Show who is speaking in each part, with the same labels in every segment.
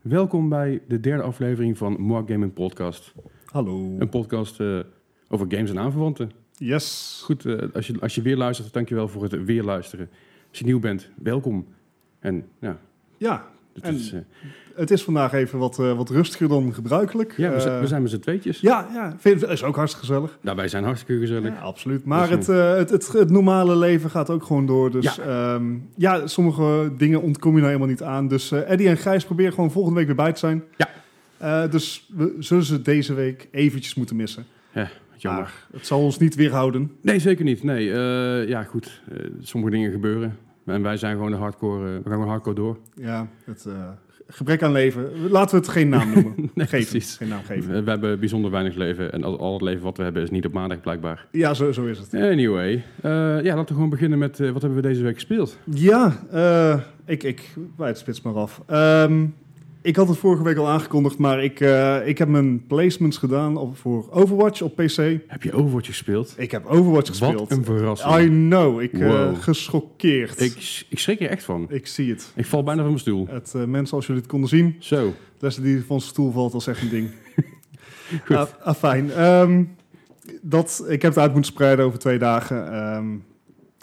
Speaker 1: Welkom bij de derde aflevering van More Gaming Podcast.
Speaker 2: Hallo.
Speaker 1: Een podcast eh, over games en aanverwanten.
Speaker 2: Yes.
Speaker 1: Goed, eh, als, je, als je weer luistert, dankjewel voor het weer luisteren. Als je nieuw bent, welkom. En ja,
Speaker 2: Ja,
Speaker 1: dit
Speaker 2: En-
Speaker 1: is, eh,
Speaker 2: het is vandaag even wat, eh, wat rustiger dan gebruikelijk.
Speaker 1: ja we, zijn-
Speaker 2: Eh,
Speaker 1: we zijn met z'n tweetjes.
Speaker 2: Ja, ja. Vind, is ook hartstikke gezellig.
Speaker 1: Nou, wij zijn hartstikke gezellig.
Speaker 2: Ja, absoluut. Maar
Speaker 1: Dus,
Speaker 2: het, eh, het, het, het normale leven gaat ook gewoon door. Dus ja, ja sommige dingen ontkom je nou helemaal niet aan. Dus eh Eddie en Gijs proberen gewoon volgende week weer bij te zijn.
Speaker 1: Ja.
Speaker 2: Eh, dus we zullen ze deze week eventjes moeten missen.
Speaker 1: Jammer.
Speaker 2: Maar het zal ons niet weerhouden.
Speaker 1: Nee, zeker niet. Nee, eh, ja goed, eh, sommige dingen gebeuren. En wij zijn gewoon de hardcore, eh, we gaan gewoon hardcore door.
Speaker 2: Ja, het eh, gebrek aan leven. Laten we het geen naam noemen.
Speaker 1: Nee,
Speaker 2: geven.
Speaker 1: precies.
Speaker 2: Geen naam geven.
Speaker 1: Eh, We, we hebben bijzonder weinig leven en al, al het leven wat we hebben is niet op maandag blijkbaar.
Speaker 2: Ja, zo, zo is het.
Speaker 1: Anyway, eh, ja, laten we gewoon beginnen met eh, wat hebben we deze week gespeeld.
Speaker 2: Ja, eh, ik, ik bij het spits maar af. Ehm, ik had het vorige week al aangekondigd, maar ik, eh, ik heb mijn placements gedaan op, voor Overwatch op PC.
Speaker 1: Heb je Overwatch gespeeld?
Speaker 2: Ik heb Overwatch gespeeld.
Speaker 1: Wat een verrassing.
Speaker 2: I know, ik eh
Speaker 1: Wow.
Speaker 2: geschokkeerd.
Speaker 1: Ik, ik schrik er echt van.
Speaker 2: Ik zie het.
Speaker 1: Ik val bijna van mijn stoel.
Speaker 2: het eh, mensen, als jullie het konden zien,
Speaker 1: Zo,
Speaker 2: Leslie die van zijn stoel valt, als echt een ding.
Speaker 1: Goed.
Speaker 2: Ah, ah, fijn. Ehm, dat, ik heb het uit moeten spreiden over twee dagen. ehm,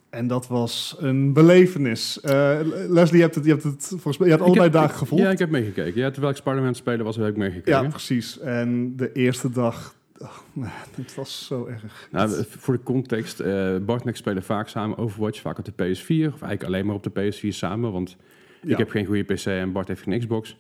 Speaker 2: en dat was een belevenis. Eh, Leslie, je hebt het, je hebt het volgens mij, je hebt
Speaker 1: Ik
Speaker 2: allebei
Speaker 1: heb-
Speaker 2: dagen gevolgd.
Speaker 1: ja, ik heb meegekeken. Ja, terwijl ik Spider-Man aan het spelen was, heb ik
Speaker 2: Ja,
Speaker 1: meegekeken.
Speaker 2: precies. En de eerste dag, oh, man, het was zo erg.
Speaker 1: Nou, voor de context, eh Bart en ik spelen vaak samen Overwatch, vaak op de PS4. Of eigenlijk alleen maar op de PS4 samen, want
Speaker 2: Ja.
Speaker 1: ik heb geen goede PC en Bart heeft geen Xbox.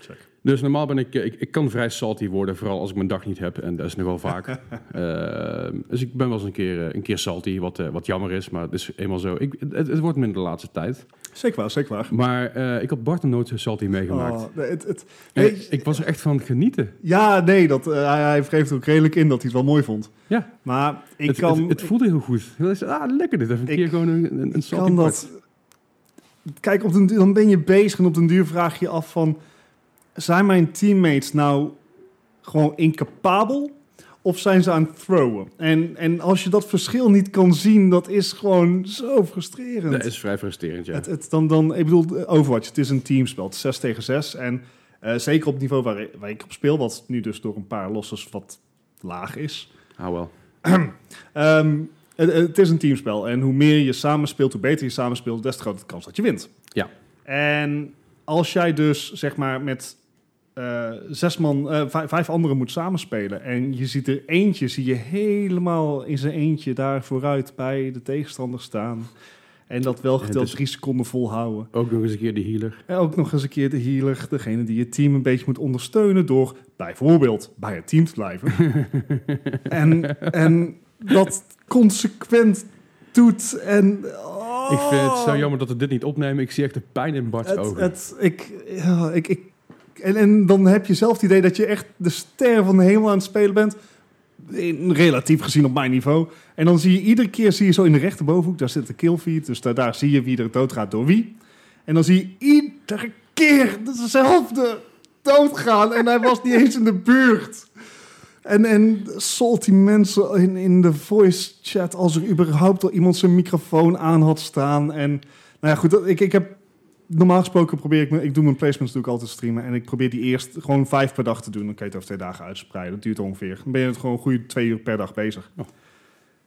Speaker 2: Check.
Speaker 1: Dus normaal ben ik, eh, ik, ik kan vrij salty worden, vooral als ik mijn dag niet heb. En dat is nogal vaak. Ehm, dus ik ben wel eens een keer, eh, een keer salty, wat, eh, wat jammer is, maar het is eenmaal zo. Ik, het, het wordt minder de laatste tijd.
Speaker 2: Zeker waar, zeker waar.
Speaker 1: Maar eh, ik had Bart nog nooit zo salty meegemaakt.
Speaker 2: Oh, nee, het, het,
Speaker 1: En
Speaker 2: nee,
Speaker 1: ik was er echt van genieten.
Speaker 2: ja, nee, dat, eh, hij, hij geeft ook redelijk in dat hij het wel mooi vond.
Speaker 1: Ja.
Speaker 2: Maar ik
Speaker 1: het,
Speaker 2: kan,
Speaker 1: het, het voelde heel goed. Dat is, ah, lekker dit. Even een
Speaker 2: Ik
Speaker 1: keer gewoon een, een, een
Speaker 2: ik
Speaker 1: salty
Speaker 2: kan
Speaker 1: Bart.
Speaker 2: dat... Kijk, op den, duur- dan ben je bezig en op den duur vraag je je af van... Zijn mijn teammates nou gewoon incapabel? Of zijn ze aan het throwen? En, en als je dat verschil niet kan zien, dat is gewoon zo frustrerend.
Speaker 1: Dat is vrij frustrerend, ja.
Speaker 2: Het, het dan, dan, ik bedoel, Overwatch, het is een teamspel. Het is 6 tegen 6. En eh, zeker op het niveau waar, waar ik op speel, wat nu dus door een paar losses wat laag is.
Speaker 1: Ah, wel.
Speaker 2: Ehm, het, het is een teamspel. En hoe meer je samenspeelt, hoe beter je samenspeelt, des te groter de kans dat je wint.
Speaker 1: Ja.
Speaker 2: En als jij dus, zeg maar, met eh, zes man, eh, vijf, vijf anderen moet samenspelen. En je ziet er eentje, zie je helemaal in zijn eentje daar vooruit bij de tegenstander staan. En dat wel
Speaker 1: Ja,
Speaker 2: geteld
Speaker 1: dus-
Speaker 2: drie seconden volhouden.
Speaker 1: Ook nog eens een keer de healer.
Speaker 2: En ook nog eens een keer de healer, degene die je team een beetje moet ondersteunen door bijvoorbeeld bij het team te blijven. en, en dat consequent doet en... oh,
Speaker 1: Ik vind het zo jammer dat we dit niet opnemen. Ik zie echt de pijn in Bart's
Speaker 2: Het,
Speaker 1: ogen.
Speaker 2: het- ik, ja, ik, ik, en, en dan heb je zelf het idee dat je echt de ster van de hemel aan het spelen bent. In, relatief gezien op mijn niveau. En dan zie je iedere keer, zie je zo in de rechterbovenhoek, daar zit de killfeed. Dus daar, daar zie je wie er doodgaat door wie. En dan zie je iedere keer dezelfde doodgaan. En hij was niet eens in de buurt. En, en salty mensen in, in de voice chat als er überhaupt al iemand zijn microfoon aan had staan. En nou ja, goed, dat- ik, ik heb normaal gesproken probeer ik, me- ik doe mijn placements natuurlijk altijd streamen. En ik probeer die eerst gewoon vijf per dag te doen. Dan kan je het over twee dagen uitspreiden. Dat duurt ongeveer. Dan ben je het gewoon goede twee uur per dag bezig.
Speaker 1: Oh.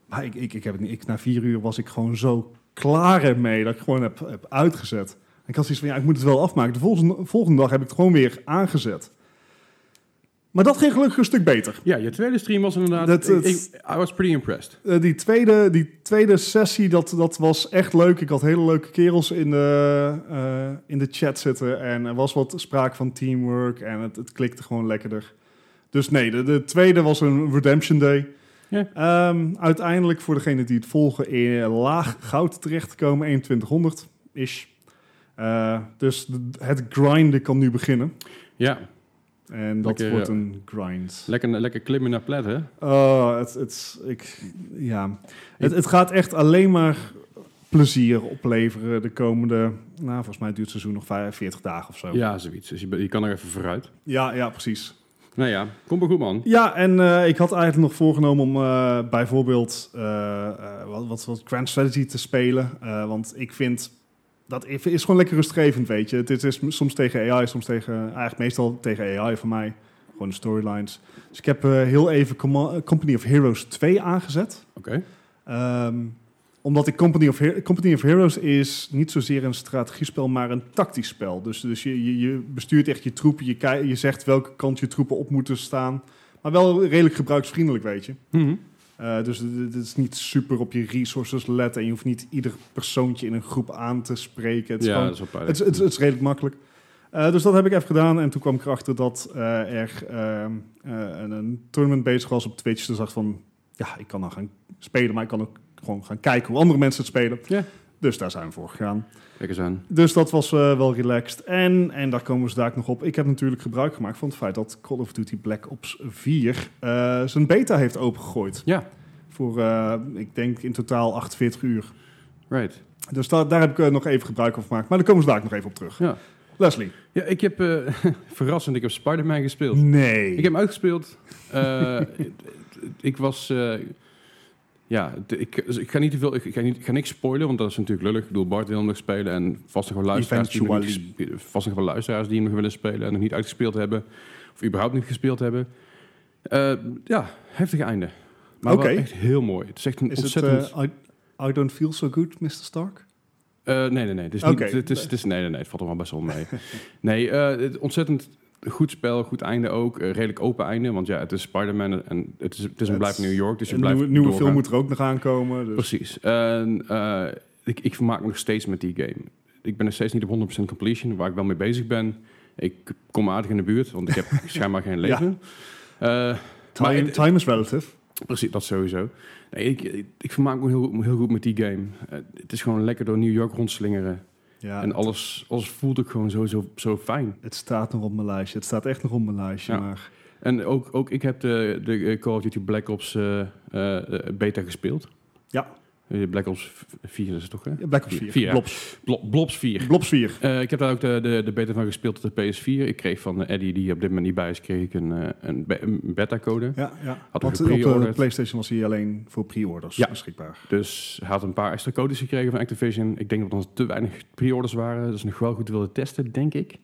Speaker 2: Maar ik, ik, ik heb het niet. Ik, na vier uur was ik gewoon zo klaar ermee dat ik gewoon heb, heb uitgezet. Ik had zoiets van, ja, ik moet het wel afmaken. De volgende, volgende dag heb ik het gewoon weer aangezet. Maar dat ging gelukkig een stuk beter.
Speaker 1: Ja, je tweede stream was inderdaad...
Speaker 2: Dat-
Speaker 1: ik-
Speaker 2: dat-
Speaker 1: ik- I was pretty impressed.
Speaker 2: Eh, die, tweede, die tweede sessie, dat, dat was echt leuk. Ik had hele leuke kerels in de, eh, in de chat zitten. En er was wat sprake van teamwork. En het, het klikte gewoon lekkerder. Dus nee, de, de tweede was een Redemption Day.
Speaker 1: Ja.
Speaker 2: Ehm, uiteindelijk, voor degene die het volgen, in laag goud terechtkomen. 2100-ish. dus de- het grinden kan nu beginnen.
Speaker 1: Ja,
Speaker 2: En dat
Speaker 1: Lekker,
Speaker 2: wordt
Speaker 1: ja.
Speaker 2: een grind.
Speaker 1: lekker, lekker klimmen naar plat, hè?
Speaker 2: Oh, het, het, ik, ja. het, het gaat echt alleen maar plezier opleveren de komende... Nou, volgens mij duurt het seizoen nog 45 dagen of zo.
Speaker 1: Ja, zoiets. Dus je, be- je kan er even vooruit.
Speaker 2: ja, ja, precies.
Speaker 1: Nou ja, kom maar goed, man.
Speaker 2: Ja, en eh, ik had eigenlijk nog voorgenomen om eh, bijvoorbeeld eh, eh, wat, wat, wat Grand Strategy te spelen. Eh, want ik vind dat is is gewoon lekker rustgevend, weet je. Het is, is soms tegen AI, soms tegen... Eigenlijk meestal tegen AI voor mij. Gewoon de storylines. Dus ik heb eh, heel even Comma- Company of Heroes 2 aangezet.
Speaker 1: Oké.
Speaker 2: Ehm, omdat ik Company of, Her- Company of Heroes is niet zozeer een strategiespel, maar een tactisch spel. Dus, dus je, je, je bestuurt echt je troepen, je, kei- je zegt welke kant je troepen op moeten staan. Maar wel redelijk gebruiksvriendelijk, weet je.
Speaker 1: Mhm.
Speaker 2: Eh, dus d- d- het is niet super op je resources letten en je hoeft niet ieder persoontje in een groep aan te spreken. Het is
Speaker 1: Ja,
Speaker 2: gewoon-
Speaker 1: dat is wel
Speaker 2: het,
Speaker 1: pijnlijk.
Speaker 2: is- het is- het is redelijk makkelijk. Eh, dus dat heb ik even gedaan en toen kwam ik erachter dat eh, er ehm, eh, een, een tournament bezig was op Twitch. Dus dacht van, ja, ik kan dan gaan spelen, maar ik kan ook gewoon gaan kijken hoe andere mensen het spelen.
Speaker 1: Ja.
Speaker 2: Dus daar zijn we voor gegaan.
Speaker 1: Kijk eens aan.
Speaker 2: Dus dat was eh, wel relaxed. En, en daar komen ze daar nog op. Ik heb natuurlijk gebruik gemaakt van het feit dat Call of Duty Black Ops 4 eh, zijn beta heeft opengegooid.
Speaker 1: Ja,
Speaker 2: Voor, eh, ik denk in totaal 48 uur.
Speaker 1: right.
Speaker 2: Dus daar daar heb ik eh, nog even gebruik van gemaakt. Maar daar komen ze daar ook nog even op terug.
Speaker 1: Ja.
Speaker 2: Leslie.
Speaker 1: Ja, ik heb eh, verrassend, ik heb Spider-Man gespeeld.
Speaker 2: Nee.
Speaker 1: Ik heb hem uitgespeeld. Eh, ik was. eh, ja, t- ik, dus ik ga niet te veel. Ik, ik ga, niet, ik ga niks spoilen, want dat is natuurlijk lullig. Ik bedoel, Bart wil hem nog spelen. En vast nog wel luisteraars, die hem nog niet
Speaker 2: Eventually.
Speaker 1: gespe- vast nog wel luisteraars die hem nog willen spelen. En nog niet uitgespeeld hebben. Of überhaupt niet gespeeld hebben. Eh, ja, heftig einde. Maar
Speaker 2: Oké.
Speaker 1: wel echt heel mooi. Het is echt een
Speaker 2: Is
Speaker 1: ontzettend.
Speaker 2: het eh, I, I don't feel so good, Mr. Stark?
Speaker 1: Eh, nee, nee, nee. Het is
Speaker 2: Oké.
Speaker 1: niet, het is, het is, nee, nee, nee. Het valt er wel best wel mee. nee, eh, het, ontzettend goed spel. Goed einde ook. eh, redelijk open einde. Want ja, het is Spider-Man en het is, het is een
Speaker 2: Het
Speaker 1: blijf New York. Dus je
Speaker 2: een
Speaker 1: blijft
Speaker 2: nieuwe, nieuwe
Speaker 1: doorgaan.
Speaker 2: film moet er ook nog aankomen. Dus.
Speaker 1: Precies. En, eh, ik, ik vermaak me nog steeds met die game. Ik ben nog steeds niet op 100% completion, waar ik wel mee bezig ben. Ik kom aardig in de buurt, want ik heb schijnbaar geen leven. Eh,
Speaker 2: Time,
Speaker 1: Maar het-
Speaker 2: time is relative.
Speaker 1: Precies, dat sowieso. Nee, ik, ik, ik vermaak me heel, heel goed met die game. Eh, het is gewoon lekker door New York rondslingeren.
Speaker 2: Ja,
Speaker 1: En alles, alles voelt ook gewoon zo, zo, zo fijn.
Speaker 2: het staat nog op mijn lijstje. Het staat echt nog op mijn lijstje.
Speaker 1: Ja.
Speaker 2: Maar
Speaker 1: En ook, ook ik heb de, de eh, Call of Duty Black Ops eh, eh, eh, beta gespeeld.
Speaker 2: Ja.
Speaker 1: Eh, Black Ops v- 4 is het toch, hè?
Speaker 2: Ja, Black Ops 4.
Speaker 1: Vier, ja.
Speaker 2: Blobs.
Speaker 1: Blo- Blobs 4.
Speaker 2: Blobs 4.
Speaker 1: Eh, ik heb daar ook de, de, de beta van gespeeld op de PS4. Ik kreeg van eh, Eddie, die op dit moment niet bij is, kreeg ik een, eh, een, be- een beta-code.
Speaker 2: Ja, ja.
Speaker 1: Had
Speaker 2: Want
Speaker 1: hem
Speaker 2: op de
Speaker 1: gepreorderd.
Speaker 2: PlayStation was hij alleen voor pre-orders
Speaker 1: Ja.
Speaker 2: beschikbaar.
Speaker 1: Dus hij had een paar extra codes gekregen van Activision. Ik denk dat er te weinig pre-orders waren, dus nog wel goed wilde testen, denk ik.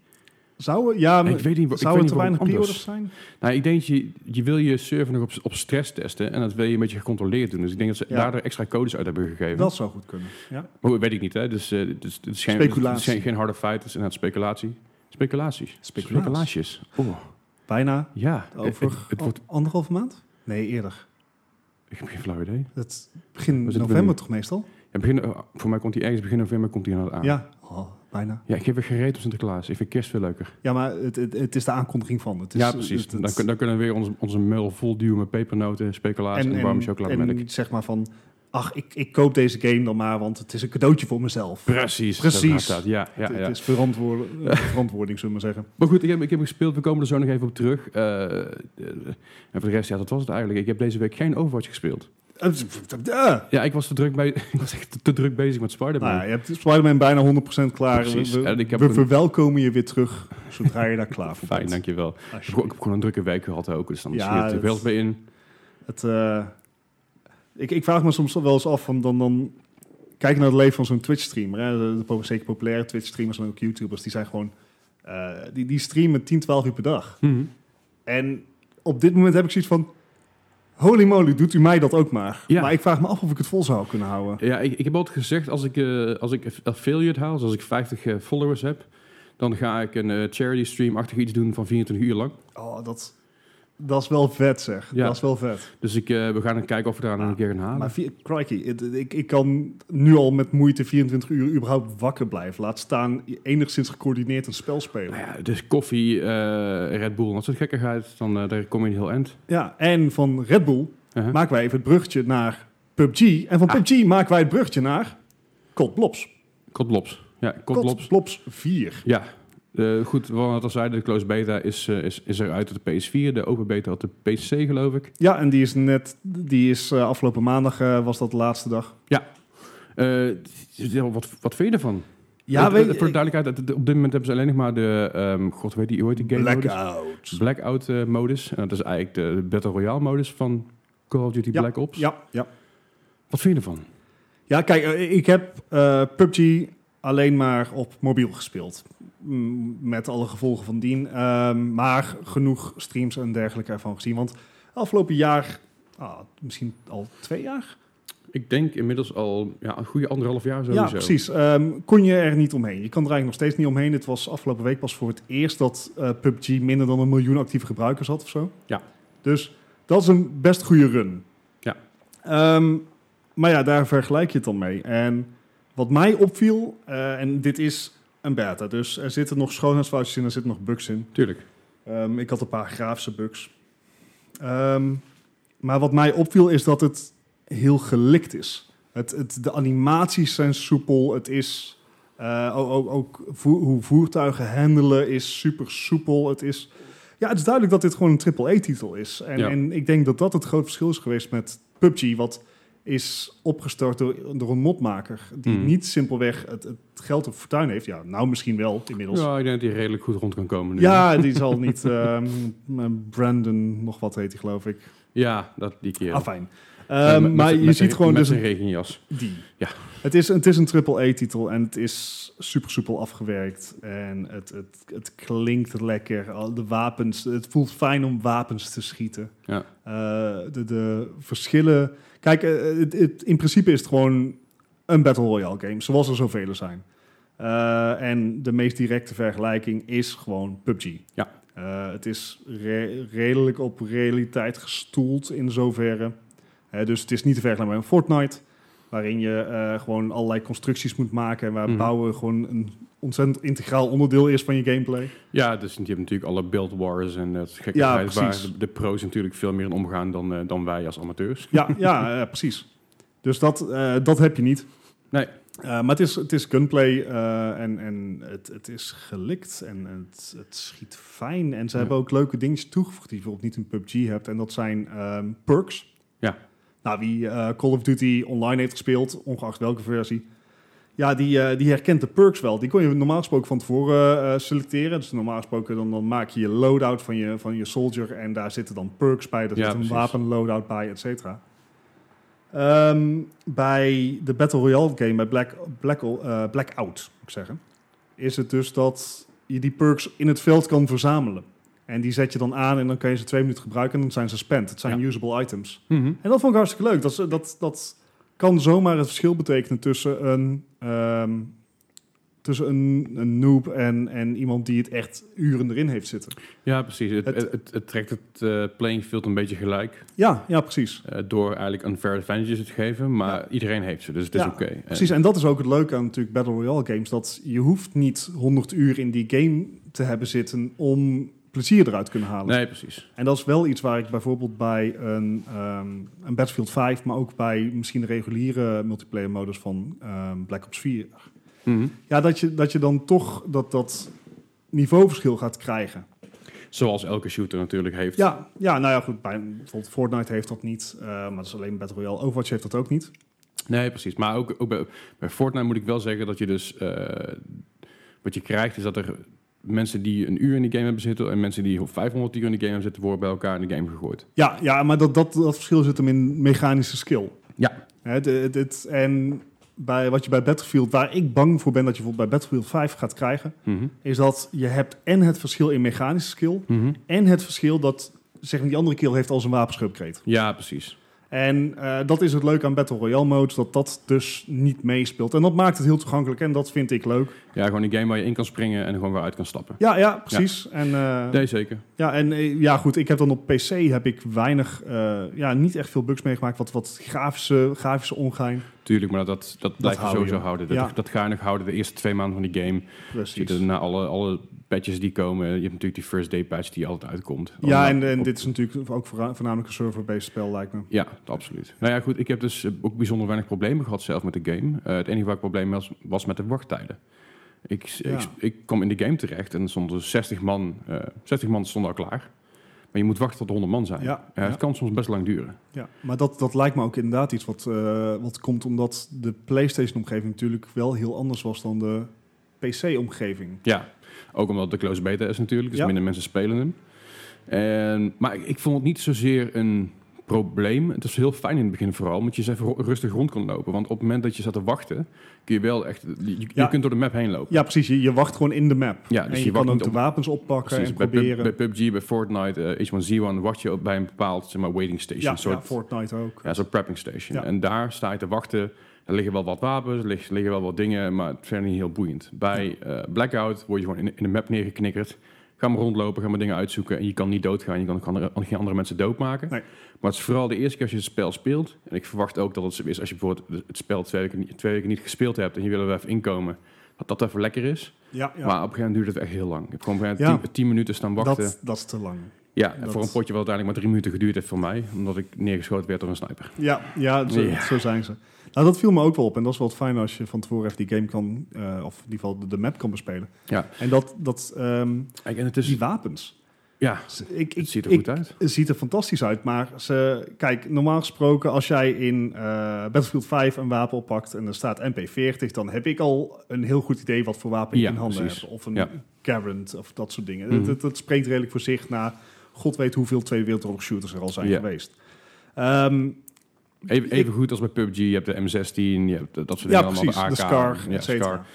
Speaker 2: Zou, ja,
Speaker 1: ik weet niet, wa- ik weet niet
Speaker 2: zou er te
Speaker 1: waarom
Speaker 2: weinig
Speaker 1: anders.
Speaker 2: pre-orders zijn?
Speaker 1: Nou, ik denk dat je, je wil je server nog op, op stress testen en dat wil je een beetje gecontroleerd doen. Dus ik denk dat ze
Speaker 2: Ja.
Speaker 1: daardoor extra codes uit hebben gegeven.
Speaker 2: Dat zou goed kunnen. Ja.
Speaker 1: Maar goed, weet ik niet, hè? Dus eh, het is- het is geen-
Speaker 2: Speculatie.
Speaker 1: het is geen, geen harde feit, het is inderdaad speculatie. Speculaties.
Speaker 2: Speculaas.
Speaker 1: Speculaties. Oh,
Speaker 2: Bijna
Speaker 1: ja.
Speaker 2: over
Speaker 1: Eh, Het, het wordt...
Speaker 2: an- anderhalve maand? Nee, eerder.
Speaker 1: Ik heb geen flauw idee.
Speaker 2: Het begin
Speaker 1: We zitten
Speaker 2: november
Speaker 1: nu.
Speaker 2: toch meestal?
Speaker 1: Ja, begin, eh, voor mij komt hij ergens begin november komt hij inderdaad aan.
Speaker 2: Ja, oh, bijna.
Speaker 1: Ja, ik heb weer gereed op Sinterklaas. Ik vind kerst veel leuker.
Speaker 2: Ja, maar het, het, het is de aankondiging van. Het is,
Speaker 1: ja, precies.
Speaker 2: het- het-
Speaker 1: dan, kun- dan kunnen we weer onze, onze mail vol duwen met pepernoten, speculaas en, warme chocolade
Speaker 2: en
Speaker 1: melk.
Speaker 2: zeg maar van, ach, ik, ik koop deze game dan maar, want het is een cadeautje voor mezelf.
Speaker 1: Precies. zo
Speaker 2: Precies.
Speaker 1: gaat dat. Ja, ja,
Speaker 2: het,
Speaker 1: ja.
Speaker 2: het is verantwoord, eh, verantwoording, zullen we maar zeggen.
Speaker 1: Maar goed, ik heb, ik heb gespeeld. We komen er zo nog even op terug. Eh, eh, en voor de rest, ja, dat was het eigenlijk. Ik heb deze week geen Overwatch gespeeld.
Speaker 2: Ja.
Speaker 1: Ja, ik was, te druk bij, ik was echt te, te druk bezig met Spider-Man.
Speaker 2: Nou, ja, eh. je hebt Spider-Man bijna 100% klaar.
Speaker 1: Precies.
Speaker 2: We,
Speaker 1: En ik heb
Speaker 2: we
Speaker 1: een-
Speaker 2: verwelkomen je weer terug zodra je daar klaar voor
Speaker 1: Fijn,
Speaker 2: bent.
Speaker 1: dankjewel. Ik heb, gewoon- ik
Speaker 2: Alsjeblieft.
Speaker 1: heb gewoon een drukke week gehad ook. Dus dan
Speaker 2: Ja,
Speaker 1: ja, er
Speaker 2: dat-
Speaker 1: wel bij in.
Speaker 2: Het, eh, ik, ik vraag me soms wel eens af van dan, dan kijk naar het leven van zo'n Twitch-streamer. Hè? De, de po- zeker populaire Twitch-streamers en ook YouTubers, die zijn gewoon eh, die, die streamen 10, 12 uur per dag.
Speaker 1: Mhm.
Speaker 2: En op dit moment heb ik zoiets van. Holy moly, doet u mij dat ook maar.
Speaker 1: Ja.
Speaker 2: Maar ik vraag me af of ik het vol zou kunnen houden.
Speaker 1: Ja, ik, ik heb altijd gezegd, als ik, eh, als ik affiliate haal, dus als ik 50 eh, followers heb, dan ga ik een eh, charity stream-achtig iets doen van 24 uur lang.
Speaker 2: Oh, dat, dat is wel vet, zeg.
Speaker 1: Ja. Ah,
Speaker 2: Dat is wel vet.
Speaker 1: Dus ik, eh, we gaan dan kijken of we daar nog een keer gaan halen.
Speaker 2: Maar vi- crikey, het- ik, ik kan nu al met moeite 24 uur überhaupt wakker blijven. Laat staan enigszins gecoördineerd een spel spelen.
Speaker 1: Nou ja, het is koffie, eh, Red Bull en dat soort gekkigheid, dan eh, daar kom je in heel eind.
Speaker 2: Ja, en van Red Bull
Speaker 1: Uh-huh.
Speaker 2: maken wij even het bruggetje naar PUBG. En van
Speaker 1: Ah.
Speaker 2: PUBG maken wij het bruggetje naar Cold Blops.
Speaker 1: Kotblops. Ja,
Speaker 2: Cold
Speaker 1: kotblops.
Speaker 2: Blops 4.
Speaker 1: Ja. Eh, goed, wat al zeiden, de closed beta is, eh, is, is eruit op de PS4, de open beta op de PC geloof ik.
Speaker 2: Ja, en die is net, die is eh, afgelopen maandag eh, was dat de laatste dag.
Speaker 1: Eh, ja, wat, wat vind je ervan?
Speaker 2: Ja,
Speaker 1: Eh,
Speaker 2: weet
Speaker 1: eh,
Speaker 2: je,
Speaker 1: voor de duidelijkheid, het- op dit moment hebben ze alleen nog maar de, ehm, god weet die, hoe heet die game? modus?
Speaker 2: Blackout.
Speaker 1: Blackout eh, modus. En dat is eigenlijk de Battle Royale modus van Call of Duty Black Ops.
Speaker 2: Ja, ja.
Speaker 1: Wat vind je ervan?
Speaker 2: ja, kijk, eh, ik heb eh, PUBG alleen maar op mobiel gespeeld. Mm, Met alle gevolgen van dien. Ehm, maar genoeg streams en dergelijke ervan gezien. Want afgelopen jaar, ah, misschien al twee jaar?
Speaker 1: Ik denk inmiddels al ja, een goede anderhalf jaar sowieso.
Speaker 2: Ja, precies. Ehm, kon je er niet omheen. Je kan er eigenlijk nog steeds niet omheen. Het was afgelopen week pas voor het eerst dat eh, PUBG minder dan een miljoen actieve gebruikers had of zo.
Speaker 1: Ja.
Speaker 2: Dus dat is een best goede run.
Speaker 1: Ja.
Speaker 2: Ehm, maar ja, daar vergelijk je het dan mee. En wat mij opviel, eh, en dit is een beta, dus er zitten nog schoonheidsfoutjes in, er zitten nog bugs in.
Speaker 1: Tuurlijk.
Speaker 2: Ehm, ik had een paar grafische bugs. Ehm, maar wat mij opviel is dat het heel gelikt is. Het, het, de animaties zijn soepel. Het is eh, ook, ook, ook voer- hoe voertuigen handelen is super soepel. Het is, ja, het is duidelijk dat dit gewoon een AAA-titel is. En,
Speaker 1: Ja.
Speaker 2: en ik denk dat dat het groot verschil is geweest met PUBG, wat is opgestart door, door een modmaker die
Speaker 1: Mhm.
Speaker 2: niet simpelweg het, het geld op fortuin heeft. Ja, nou misschien wel inmiddels.
Speaker 1: Ja, ik denk dat hij redelijk goed rond kan komen nu.
Speaker 2: Ja, die zal niet. ehm, Brandon, nog wat heet hij, geloof ik.
Speaker 1: Ja, dat die keer.
Speaker 2: Afijn.
Speaker 1: Ja,
Speaker 2: Ehm,
Speaker 1: met-
Speaker 2: maar
Speaker 1: met-
Speaker 2: je
Speaker 1: met
Speaker 2: ziet
Speaker 1: zijn-
Speaker 2: gewoon
Speaker 1: met
Speaker 2: dus
Speaker 1: zijn
Speaker 2: een-
Speaker 1: regenjas.
Speaker 2: die.
Speaker 1: Ja.
Speaker 2: Het is, het is een AAA-titel en het is super soepel afgewerkt. En het, het, het klinkt lekker. Al De wapens, het voelt fijn om wapens te schieten.
Speaker 1: Ja.
Speaker 2: Eh, de, de verschillen... Kijk, eh, het, het- in principe is het gewoon een Battle Royale game, zoals er zoveel er zijn. Eh, en de meest directe vergelijking is gewoon PUBG.
Speaker 1: Ja.
Speaker 2: Eh, het is re- redelijk op realiteit gestoeld in zoverre. Hè, dus het is niet te vergelijken met Fortnite, waarin je eh, gewoon allerlei constructies moet maken en waar
Speaker 1: Mhm.
Speaker 2: bouwen gewoon een ontzettend integraal onderdeel is van je gameplay.
Speaker 1: ja, dus je hebt natuurlijk alle build wars en eh, dat gekke
Speaker 2: Ja,
Speaker 1: tijd waar
Speaker 2: precies.
Speaker 1: de, de pro's natuurlijk veel meer in omgaan dan, eh, dan wij als amateurs.
Speaker 2: Ja, ja eh, precies. Dus dat, eh, dat heb je niet.
Speaker 1: Nee.
Speaker 2: Eh, maar het is, het is gunplay eh, en, en het, het is gelikt en het, het schiet fijn. En ze
Speaker 1: Ja.
Speaker 2: hebben ook leuke dingetjes toegevoegd die je bijvoorbeeld niet in PUBG hebt. En dat zijn ehm, perks.
Speaker 1: Ja.
Speaker 2: Nou, wie eh, Call of Duty online heeft gespeeld, ongeacht welke versie... Ja, die, eh, die herkent de perks wel. Die kon je normaal gesproken van tevoren eh, selecteren. Dus normaal gesproken dan, dan maak je je loadout van je, van je soldier... en daar zitten dan perks bij, daar
Speaker 1: Ja,
Speaker 2: zit een
Speaker 1: precies.
Speaker 2: wapenloadout bij, et cetera. Ehm, bij de Battle Royale game, bij Black, Black, eh, Blackout, moet ik zeggen, is het dus dat je die perks in het veld kan verzamelen. En die zet je dan aan en dan kan je ze twee minuten gebruiken en dan zijn ze spent. Het zijn
Speaker 1: Ja.
Speaker 2: usable items.
Speaker 1: Mhm.
Speaker 2: En dat vond ik hartstikke leuk. Dat, is- dat, dat kan zomaar het verschil betekenen tussen een, ehm, tussen een, een noob en, en iemand die het echt uren erin heeft zitten.
Speaker 1: Ja, precies. Het,
Speaker 2: Het-
Speaker 1: het, het, trekt het eh, playing field een beetje gelijk.
Speaker 2: Ja, ja precies.
Speaker 1: eh, door eigenlijk unfair advantages te geven. Maar iedereen heeft ze, dus het is
Speaker 2: Ja,
Speaker 1: oké. En-
Speaker 2: Precies, en dat is ook het leuke aan natuurlijk Battle Royale games. Dat je hoeft niet 100 uur in die game te hebben zitten om plezier eruit te kunnen halen.
Speaker 1: Nee, precies.
Speaker 2: En dat is wel iets waar ik bijvoorbeeld bij een, ehm, een Battlefield 5, maar ook bij misschien de reguliere multiplayer modus van ehm, Black Ops 4.
Speaker 1: Mhm.
Speaker 2: Ja, dat je, dat je dan toch dat, dat niveauverschil gaat krijgen.
Speaker 1: Zoals elke shooter natuurlijk heeft.
Speaker 2: Ja, ja nou ja, goed. Bij, bijvoorbeeld Fortnite heeft dat niet, eh, maar dat is alleen Battle Royale. Overwatch heeft dat ook niet.
Speaker 1: Nee, precies. Maar ook, ook bij, bij Fortnite moet ik wel zeggen dat je dus... eh, wat je krijgt is dat er mensen die een uur in die game hebben zitten... en mensen die 500 uur in de game hebben zitten... worden bij elkaar in de game gegooid.
Speaker 2: Ja, ja maar dat, dat, dat verschil zit hem in mechanische skill.
Speaker 1: Ja.
Speaker 2: Hè, de- dit, en bij, wat je bij Battlefield, waar ik bang voor ben dat je bijvoorbeeld bij Battlefield 5 gaat krijgen,
Speaker 1: Mhm.
Speaker 2: is dat je hebt en het verschil in mechanische skill,
Speaker 1: Mhm.
Speaker 2: en het verschil dat zeg maar, die andere kill heeft als een wapenschupkreet.
Speaker 1: Ja, precies.
Speaker 2: En eh, dat is het leuke aan Battle Royale modes, dat dat dus niet meespeelt. En dat maakt het heel toegankelijk en dat vind ik leuk.
Speaker 1: Ja, gewoon een game waar je in kan springen en er gewoon weer uit kan stappen.
Speaker 2: Ja, ja, precies. En, eh,
Speaker 1: Nee, zeker.
Speaker 2: Ja, en eh, ja, goed, ik heb dan op PC heb ik weinig, eh, ja, niet echt veel bugs meegemaakt. Wat, wat grafische, grafische ongein.
Speaker 1: Tuurlijk, maar dat, dat blijf je
Speaker 2: hou je.
Speaker 1: sowieso houden. Dat,
Speaker 2: Ja.
Speaker 1: dat ga je nog houden de eerste twee maanden van die game.
Speaker 2: Precies.
Speaker 1: Zitten na alle, alle patches die komen. Je hebt natuurlijk die first day patch die altijd uitkomt.
Speaker 2: Ja, en,
Speaker 1: Allemaal
Speaker 2: en
Speaker 1: op-
Speaker 2: dit is natuurlijk ook voorna- voornamelijk een server-based spel, lijkt me.
Speaker 1: Ja, absoluut. Nou ja, goed. Ik heb dus eh, ook bijzonder weinig problemen gehad zelf met de game. Eh, het enige waar ik problemen was, was met de wachttijden. Ik,
Speaker 2: Ja.
Speaker 1: ik, ik kwam in de game terecht en er stonden 60 man, eh 60 man stonden al klaar. Maar je moet wachten tot er 100 man zijn.
Speaker 2: Ja,
Speaker 1: Eh, het
Speaker 2: ja.
Speaker 1: kan soms best lang duren.
Speaker 2: Ja, maar dat, dat lijkt me ook inderdaad iets wat, eh, wat komt omdat de PlayStation-omgeving natuurlijk wel heel anders was dan de PC-omgeving.
Speaker 1: Ja, ook omdat de close beta is natuurlijk, dus
Speaker 2: Ja.
Speaker 1: minder mensen spelen hem. En, maar ik, ik vond het niet zozeer een probleem. Het is heel fijn in het begin vooral, omdat je eens even ro- rustig rond kan lopen. Want op het moment dat je zat te wachten, kun je wel echt... Je, je
Speaker 2: Ja.
Speaker 1: kunt door de map heen lopen.
Speaker 2: Ja, precies. Je, je wacht gewoon in de map.
Speaker 1: Ja, dus
Speaker 2: en je,
Speaker 1: je wacht
Speaker 2: kan ook
Speaker 1: niet
Speaker 2: de
Speaker 1: op-
Speaker 2: wapens oppakken
Speaker 1: Precies,
Speaker 2: en
Speaker 1: bij, pub-
Speaker 2: proberen.
Speaker 1: bij PUBG, bij Fortnite, eh, H1Z1 wacht je op bij een bepaald zeg maar, waiting station.
Speaker 2: ja,
Speaker 1: een soort,
Speaker 2: ja, Fortnite ook.
Speaker 1: ja, zo'n prepping station.
Speaker 2: Ja.
Speaker 1: En daar sta je te wachten. Er liggen wel wat wapens, er lig- liggen wel wat dingen, maar het is verder niet heel boeiend. Bij eh, Blackout word je gewoon in, in de map neergeknikkerd. Ga maar rondlopen, ga maar dingen uitzoeken. En je kan niet doodgaan, je kan ook andere- geen andere mensen doodmaken.
Speaker 2: Nee.
Speaker 1: Maar het is vooral de eerste keer als je het spel speelt. En ik verwacht ook dat het zo is als je bijvoorbeeld het spel twee weken, niet- twee weken niet gespeeld hebt... en je wil er weer even inkomen, dat dat even lekker is.
Speaker 2: Ja,
Speaker 1: Maar
Speaker 2: ja.
Speaker 1: op een gegeven moment duurt het echt heel lang. Ik heb gewoon op een gegeven
Speaker 2: Ja.
Speaker 1: moment tien, tien minuten staan wachten.
Speaker 2: dat, dat is te lang.
Speaker 1: ja, en
Speaker 2: dat-
Speaker 1: voor een potje wat uiteindelijk maar drie minuten geduurd heeft voor mij. Omdat ik neergeschoten werd door een sniper.
Speaker 2: Ja, ja, zo,
Speaker 1: Ja.
Speaker 2: zo zijn ze. Nou, dat viel me ook wel op. En dat is wel fijn als je van tevoren even die game kan, eh, of in ieder geval de, de map kan bespelen.
Speaker 1: Ja.
Speaker 2: En dat, dat ehm,
Speaker 1: Kijk, En het is...
Speaker 2: die wapens.
Speaker 1: Ja,
Speaker 2: Ik, ik,
Speaker 1: het ziet er
Speaker 2: ik-
Speaker 1: goed uit.
Speaker 2: Het ziet er fantastisch uit, maar ze, kijk, normaal gesproken als jij in eh, Battlefield 5 een wapen oppakt en er staat MP40, dan heb ik al een heel goed idee wat voor wapen ik
Speaker 1: Ja,
Speaker 2: in handen
Speaker 1: precies.
Speaker 2: heb. Of een
Speaker 1: Ja.
Speaker 2: Garand of dat soort dingen.
Speaker 1: Mhm.
Speaker 2: Dat, dat spreekt redelijk voor zich na god weet hoeveel Tweede Wereldoorlog shooters er al zijn
Speaker 1: Ja.
Speaker 2: geweest. Ehm,
Speaker 1: Even, even goed als bij PUBG. Je hebt de M16, je hebt eh, dat soort
Speaker 2: ja,
Speaker 1: dingen
Speaker 2: precies,
Speaker 1: allemaal.
Speaker 2: de
Speaker 1: AK,
Speaker 2: Scar,
Speaker 1: ja,
Speaker 2: et cetera.
Speaker 1: Scar,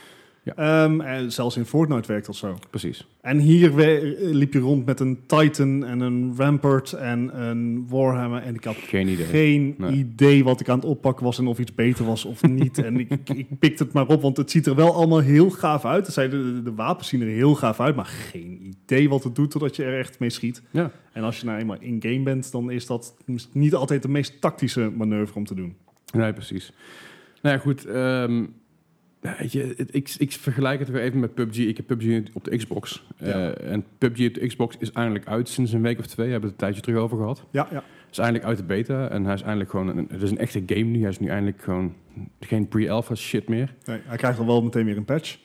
Speaker 2: Ehm, en zelfs in Fortnite werkt dat zo.
Speaker 1: Precies.
Speaker 2: En hier we- liep je rond met een Titan en een Rampart en een Warhammer. En ik had
Speaker 1: Geen idee.
Speaker 2: geen
Speaker 1: Nee.
Speaker 2: idee wat ik aan het oppakken was en of iets beter was of niet. en ik, ik- ik pikte het maar op, want het ziet er wel allemaal heel gaaf uit. Het zijn- De, de, de wapens zien er heel gaaf uit, maar geen idee wat het doet totdat je er echt mee schiet.
Speaker 1: Ja.
Speaker 2: En als je nou eenmaal in-game bent, dan is dat niet altijd de meest tactische manoeuvre om te doen.
Speaker 1: Nee, precies. Nou ja, goed. ehm, ja, weet je, het- ik, ik vergelijk het weer even met PUBG. Ik heb PUBG op de Xbox. Eh,
Speaker 2: Ja.
Speaker 1: en PUBG op de Xbox is eindelijk uit sinds een week of twee. We hebben het een tijdje terug over gehad.
Speaker 2: Ja, ja.
Speaker 1: is eindelijk uit de beta. En hij is eindelijk gewoon... Een, het is een echte game nu. Hij is nu eindelijk gewoon geen pre-alpha shit meer.
Speaker 2: Nee, hij krijgt al wel meteen weer een patch.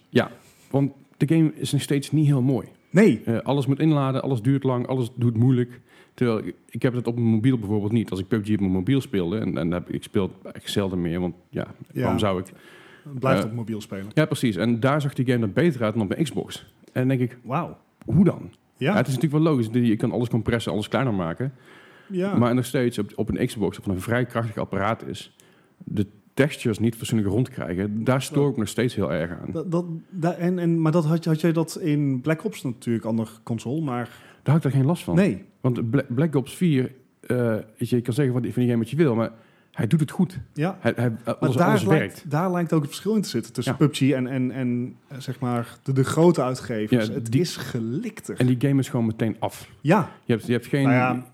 Speaker 1: Want de game is nog steeds niet heel mooi.
Speaker 2: Nee,
Speaker 1: Eh, alles moet inladen, alles duurt lang, alles doet moeilijk. Terwijl ik- ik heb het op mijn mobiel bijvoorbeeld niet. Als ik PUBG op mijn mobiel speelde, en, en heb, ik speel het eigenlijk zelden meer, want ja, waarom zou ik?
Speaker 2: blijft
Speaker 1: Eh.
Speaker 2: op mobiel spelen.
Speaker 1: Ja, precies. En daar zag die game er beter uit dan op mijn Xbox. En dan denk ik,
Speaker 2: Wauw.
Speaker 1: hoe dan? Ja,
Speaker 2: Ja,
Speaker 1: het is natuurlijk wel logisch. Je kan alles compressen, alles kleiner maken.
Speaker 2: ja.
Speaker 1: Maar nog steeds op, op een Xbox, wat een vrij krachtig apparaat is, de textures niet fatsoenlijk rondkrijgen, daar stoor ik me nog steeds heel erg aan.
Speaker 2: Dat, dat, da- en, en, maar dat had, had jij dat in Black Ops natuurlijk, ander console, maar
Speaker 1: Daar had ik er geen last van.
Speaker 2: nee.
Speaker 1: Want Bla- Black Ops 4, eh, weet je, je kan zeggen van die van die game wat je wil, maar hij doet het goed.
Speaker 2: Ja,
Speaker 1: Hij, hij,
Speaker 2: maar
Speaker 1: alles,
Speaker 2: daar,
Speaker 1: alles werkt.
Speaker 2: lijkt, daar lijkt ook het verschil in te zitten tussen
Speaker 1: Ja.
Speaker 2: PUBG en, en, en eh, zeg maar de, de grote uitgevers.
Speaker 1: Ja,
Speaker 2: het
Speaker 1: die-
Speaker 2: is gelikter.
Speaker 1: En die game is gewoon meteen af.
Speaker 2: ja,
Speaker 1: Je hebt, je hebt geen...
Speaker 2: nou ja,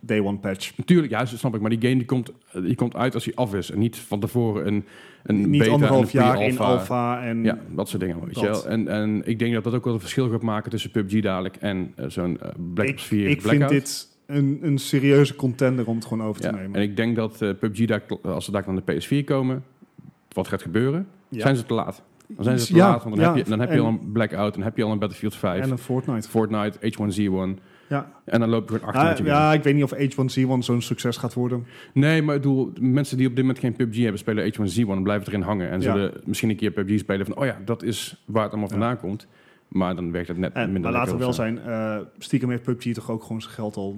Speaker 2: day one patch.
Speaker 1: Natuurlijk, ja, dat snap ik. Maar die game die komt, die komt uit als hij af is. En niet van tevoren een, een
Speaker 2: Niet
Speaker 1: beta en
Speaker 2: anderhalf
Speaker 1: een
Speaker 2: jaar in
Speaker 1: pre-alpha.
Speaker 2: alpha en
Speaker 1: Ja, dat soort dingen. Weet je
Speaker 2: Dat.
Speaker 1: wel. En, en ik denk dat dat ook wel een verschil gaat maken tussen PUBG dadelijk en eh, zo'n eh, Black
Speaker 2: ik,
Speaker 1: Ops 4
Speaker 2: ik vind
Speaker 1: Blackout.
Speaker 2: dit een, een serieuze contender om het gewoon over te
Speaker 1: ja.
Speaker 2: nemen.
Speaker 1: En ik denk dat eh, PUBG, daar, als ze daar aan de PS4 komen, wat gaat gebeuren?
Speaker 2: Ja.
Speaker 1: Zijn ze te laat? Dan zijn ze te
Speaker 2: Ja,
Speaker 1: laat, want dan,
Speaker 2: ja.
Speaker 1: heb je, dan heb je
Speaker 2: En-
Speaker 1: al een Blackout, dan heb je al een Battlefield 5,
Speaker 2: en een Fortnite.
Speaker 1: Fortnite, H1Z1.
Speaker 2: Ja.
Speaker 1: En dan loop je gewoon achter
Speaker 2: Ah,
Speaker 1: met je
Speaker 2: ja, ik weet niet of H1Z1 zo'n succes gaat worden.
Speaker 1: game. Nee, maar ik bedoel, mensen die op dit moment geen PUBG hebben, spelen H1Z1 en blijven erin hangen. En
Speaker 2: Ja.
Speaker 1: zullen misschien een keer PUBG spelen van, oh ja, dat is waar het allemaal
Speaker 2: Ja.
Speaker 1: vandaan komt. Maar dan werkt het net
Speaker 2: En,
Speaker 1: minder
Speaker 2: maar laten we
Speaker 1: lekker
Speaker 2: wel
Speaker 1: of zo.
Speaker 2: zijn, eh, stiekem heeft PUBG toch ook gewoon zijn geld al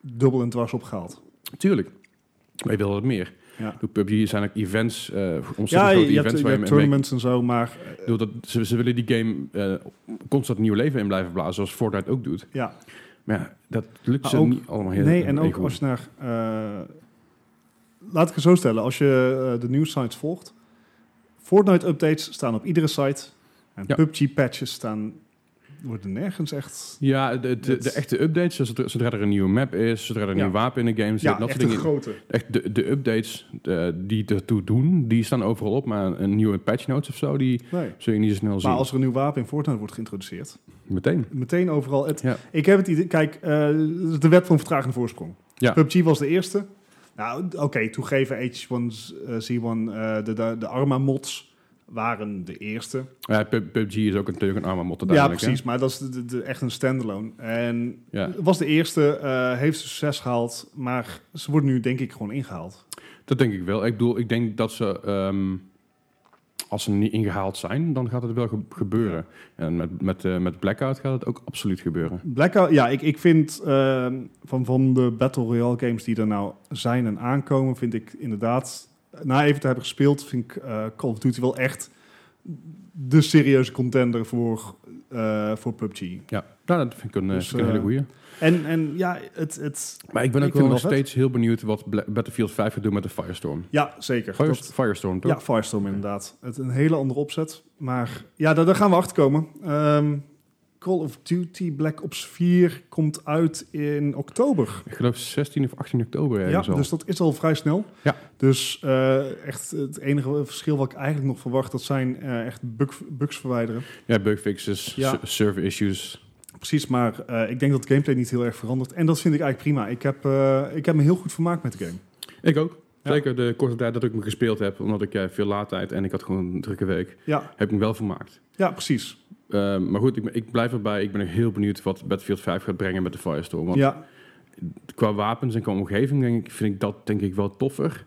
Speaker 2: dubbel en dwars opgehaald.
Speaker 1: Tuurlijk. Maar je wil wat meer.
Speaker 2: Ja.
Speaker 1: Door PUBG zijn ook events, eh ontzettend
Speaker 2: Ja,
Speaker 1: grote
Speaker 2: je hebt,
Speaker 1: events waar je
Speaker 2: je hebt
Speaker 1: mee- mee-
Speaker 2: tournaments en zo, maar eh,
Speaker 1: Ik bedoel, dat, ze, ze willen die game eh, constant nieuw leven in blijven blazen, zoals Fortnite ook doet.
Speaker 2: ja.
Speaker 1: Maar ja, dat lukt
Speaker 2: Maar
Speaker 1: ze
Speaker 2: ook-
Speaker 1: niet allemaal heel
Speaker 2: nee, en
Speaker 1: heel
Speaker 2: ook
Speaker 1: goed.
Speaker 2: als je naar... eh, laat ik het zo stellen, als je eh, de nieuwsites volgt, Fortnite-updates staan op iedere site en
Speaker 1: Ja.
Speaker 2: PUBG-patches staan, worden nergens echt...
Speaker 1: Ja, de, de, de echte updates, dus zodra, zodra er een nieuwe map is, zodra er een
Speaker 2: Ja.
Speaker 1: nieuw wapen in de game zit,
Speaker 2: Ja,
Speaker 1: dat
Speaker 2: echt
Speaker 1: soort
Speaker 2: de
Speaker 1: dingen.
Speaker 2: grote.
Speaker 1: Echt de, de updates eh, die ertoe doen, die staan overal op, maar een nieuwe patch notes of zo, die
Speaker 2: Nee.
Speaker 1: zul je niet zo snel zien.
Speaker 2: Maar als er een nieuw wapen in Fortnite wordt geïntroduceerd,
Speaker 1: Meteen.
Speaker 2: meteen overal. Het,
Speaker 1: Ja.
Speaker 2: Ik heb het idee, kijk, eh, de wet van vertragende voorsprong. Dus
Speaker 1: Ja.
Speaker 2: PUBG was de eerste. Nou, d- oké, toegeven H1Z1, eh, de, de, de Arma-mods waren de eerste.
Speaker 1: Ja, Pub- PUBG is ook natuurlijk een arme mot
Speaker 2: Ja,
Speaker 1: uiteindelijk, hè?
Speaker 2: precies, maar dat is de, de- de- echt een standalone. En
Speaker 1: Ja.
Speaker 2: was de eerste, eh, heeft succes gehaald, maar ze wordt nu denk ik gewoon ingehaald.
Speaker 1: Dat denk ik wel. Ik bedoel, ik denk dat ze ehm, als ze er niet ingehaald zijn, dan gaat het wel ge- gebeuren. En met, met, eh, met Blackout gaat het ook absoluut gebeuren.
Speaker 2: Blackout, ja, ik, ik vind ehm, van, van de Battle Royale games die er nou zijn en aankomen, vind ik inderdaad, na even te hebben gespeeld, vind ik eh, Call of Duty wel echt de serieuze contender voor, eh, voor PUBG.
Speaker 1: Ja, nou, dat vind ik een, eh,
Speaker 2: Dus,
Speaker 1: vind ik een hele
Speaker 2: eh,
Speaker 1: goeie.
Speaker 2: En, en ja, het, het,
Speaker 1: Maar ik ben
Speaker 2: ik
Speaker 1: ook
Speaker 2: vind
Speaker 1: wel nog
Speaker 2: het wel vet.
Speaker 1: steeds heel benieuwd wat Bla- Battlefield 5 gaat doen met de Firestorm.
Speaker 2: ja zeker.
Speaker 1: Fire-
Speaker 2: Dat-
Speaker 1: Firestorm, toch?
Speaker 2: ja, Firestorm inderdaad. Het, een hele andere opzet. Maar ja, daar, daar gaan we achter komen. Ehm, Call of Duty Black Ops 4 komt uit in oktober.
Speaker 1: Ik geloof 16 of 18 oktober
Speaker 2: Ja,
Speaker 1: ergens al.
Speaker 2: dus dat is al vrij snel.
Speaker 1: Ja.
Speaker 2: Dus eh, echt het enige verschil wat ik eigenlijk nog verwacht, dat zijn eh, echt bug- bugs verwijderen.
Speaker 1: Ja, bugfixes,
Speaker 2: Ja.
Speaker 1: s- server issues.
Speaker 2: Precies, maar eh, ik denk dat de gameplay niet heel erg verandert. En dat vind ik eigenlijk prima. Ik heb, eh, ik heb me heel goed vermaakt met de game.
Speaker 1: Ik ook.
Speaker 2: Ja.
Speaker 1: Zeker de korte tijd dat ik me gespeeld heb, omdat ik eh, veel laadtijd en ik had gewoon een drukke week,
Speaker 2: Ja,
Speaker 1: heb ik me wel vermaakt.
Speaker 2: ja precies.
Speaker 1: Eh, maar goed, ik, ben- ik blijf erbij. Ik ben nog heel benieuwd wat Battlefield 5 gaat brengen met de Firestorm. Want
Speaker 2: Ja,
Speaker 1: qua wapens en qua omgeving denk ik, vind ik dat denk ik wel toffer.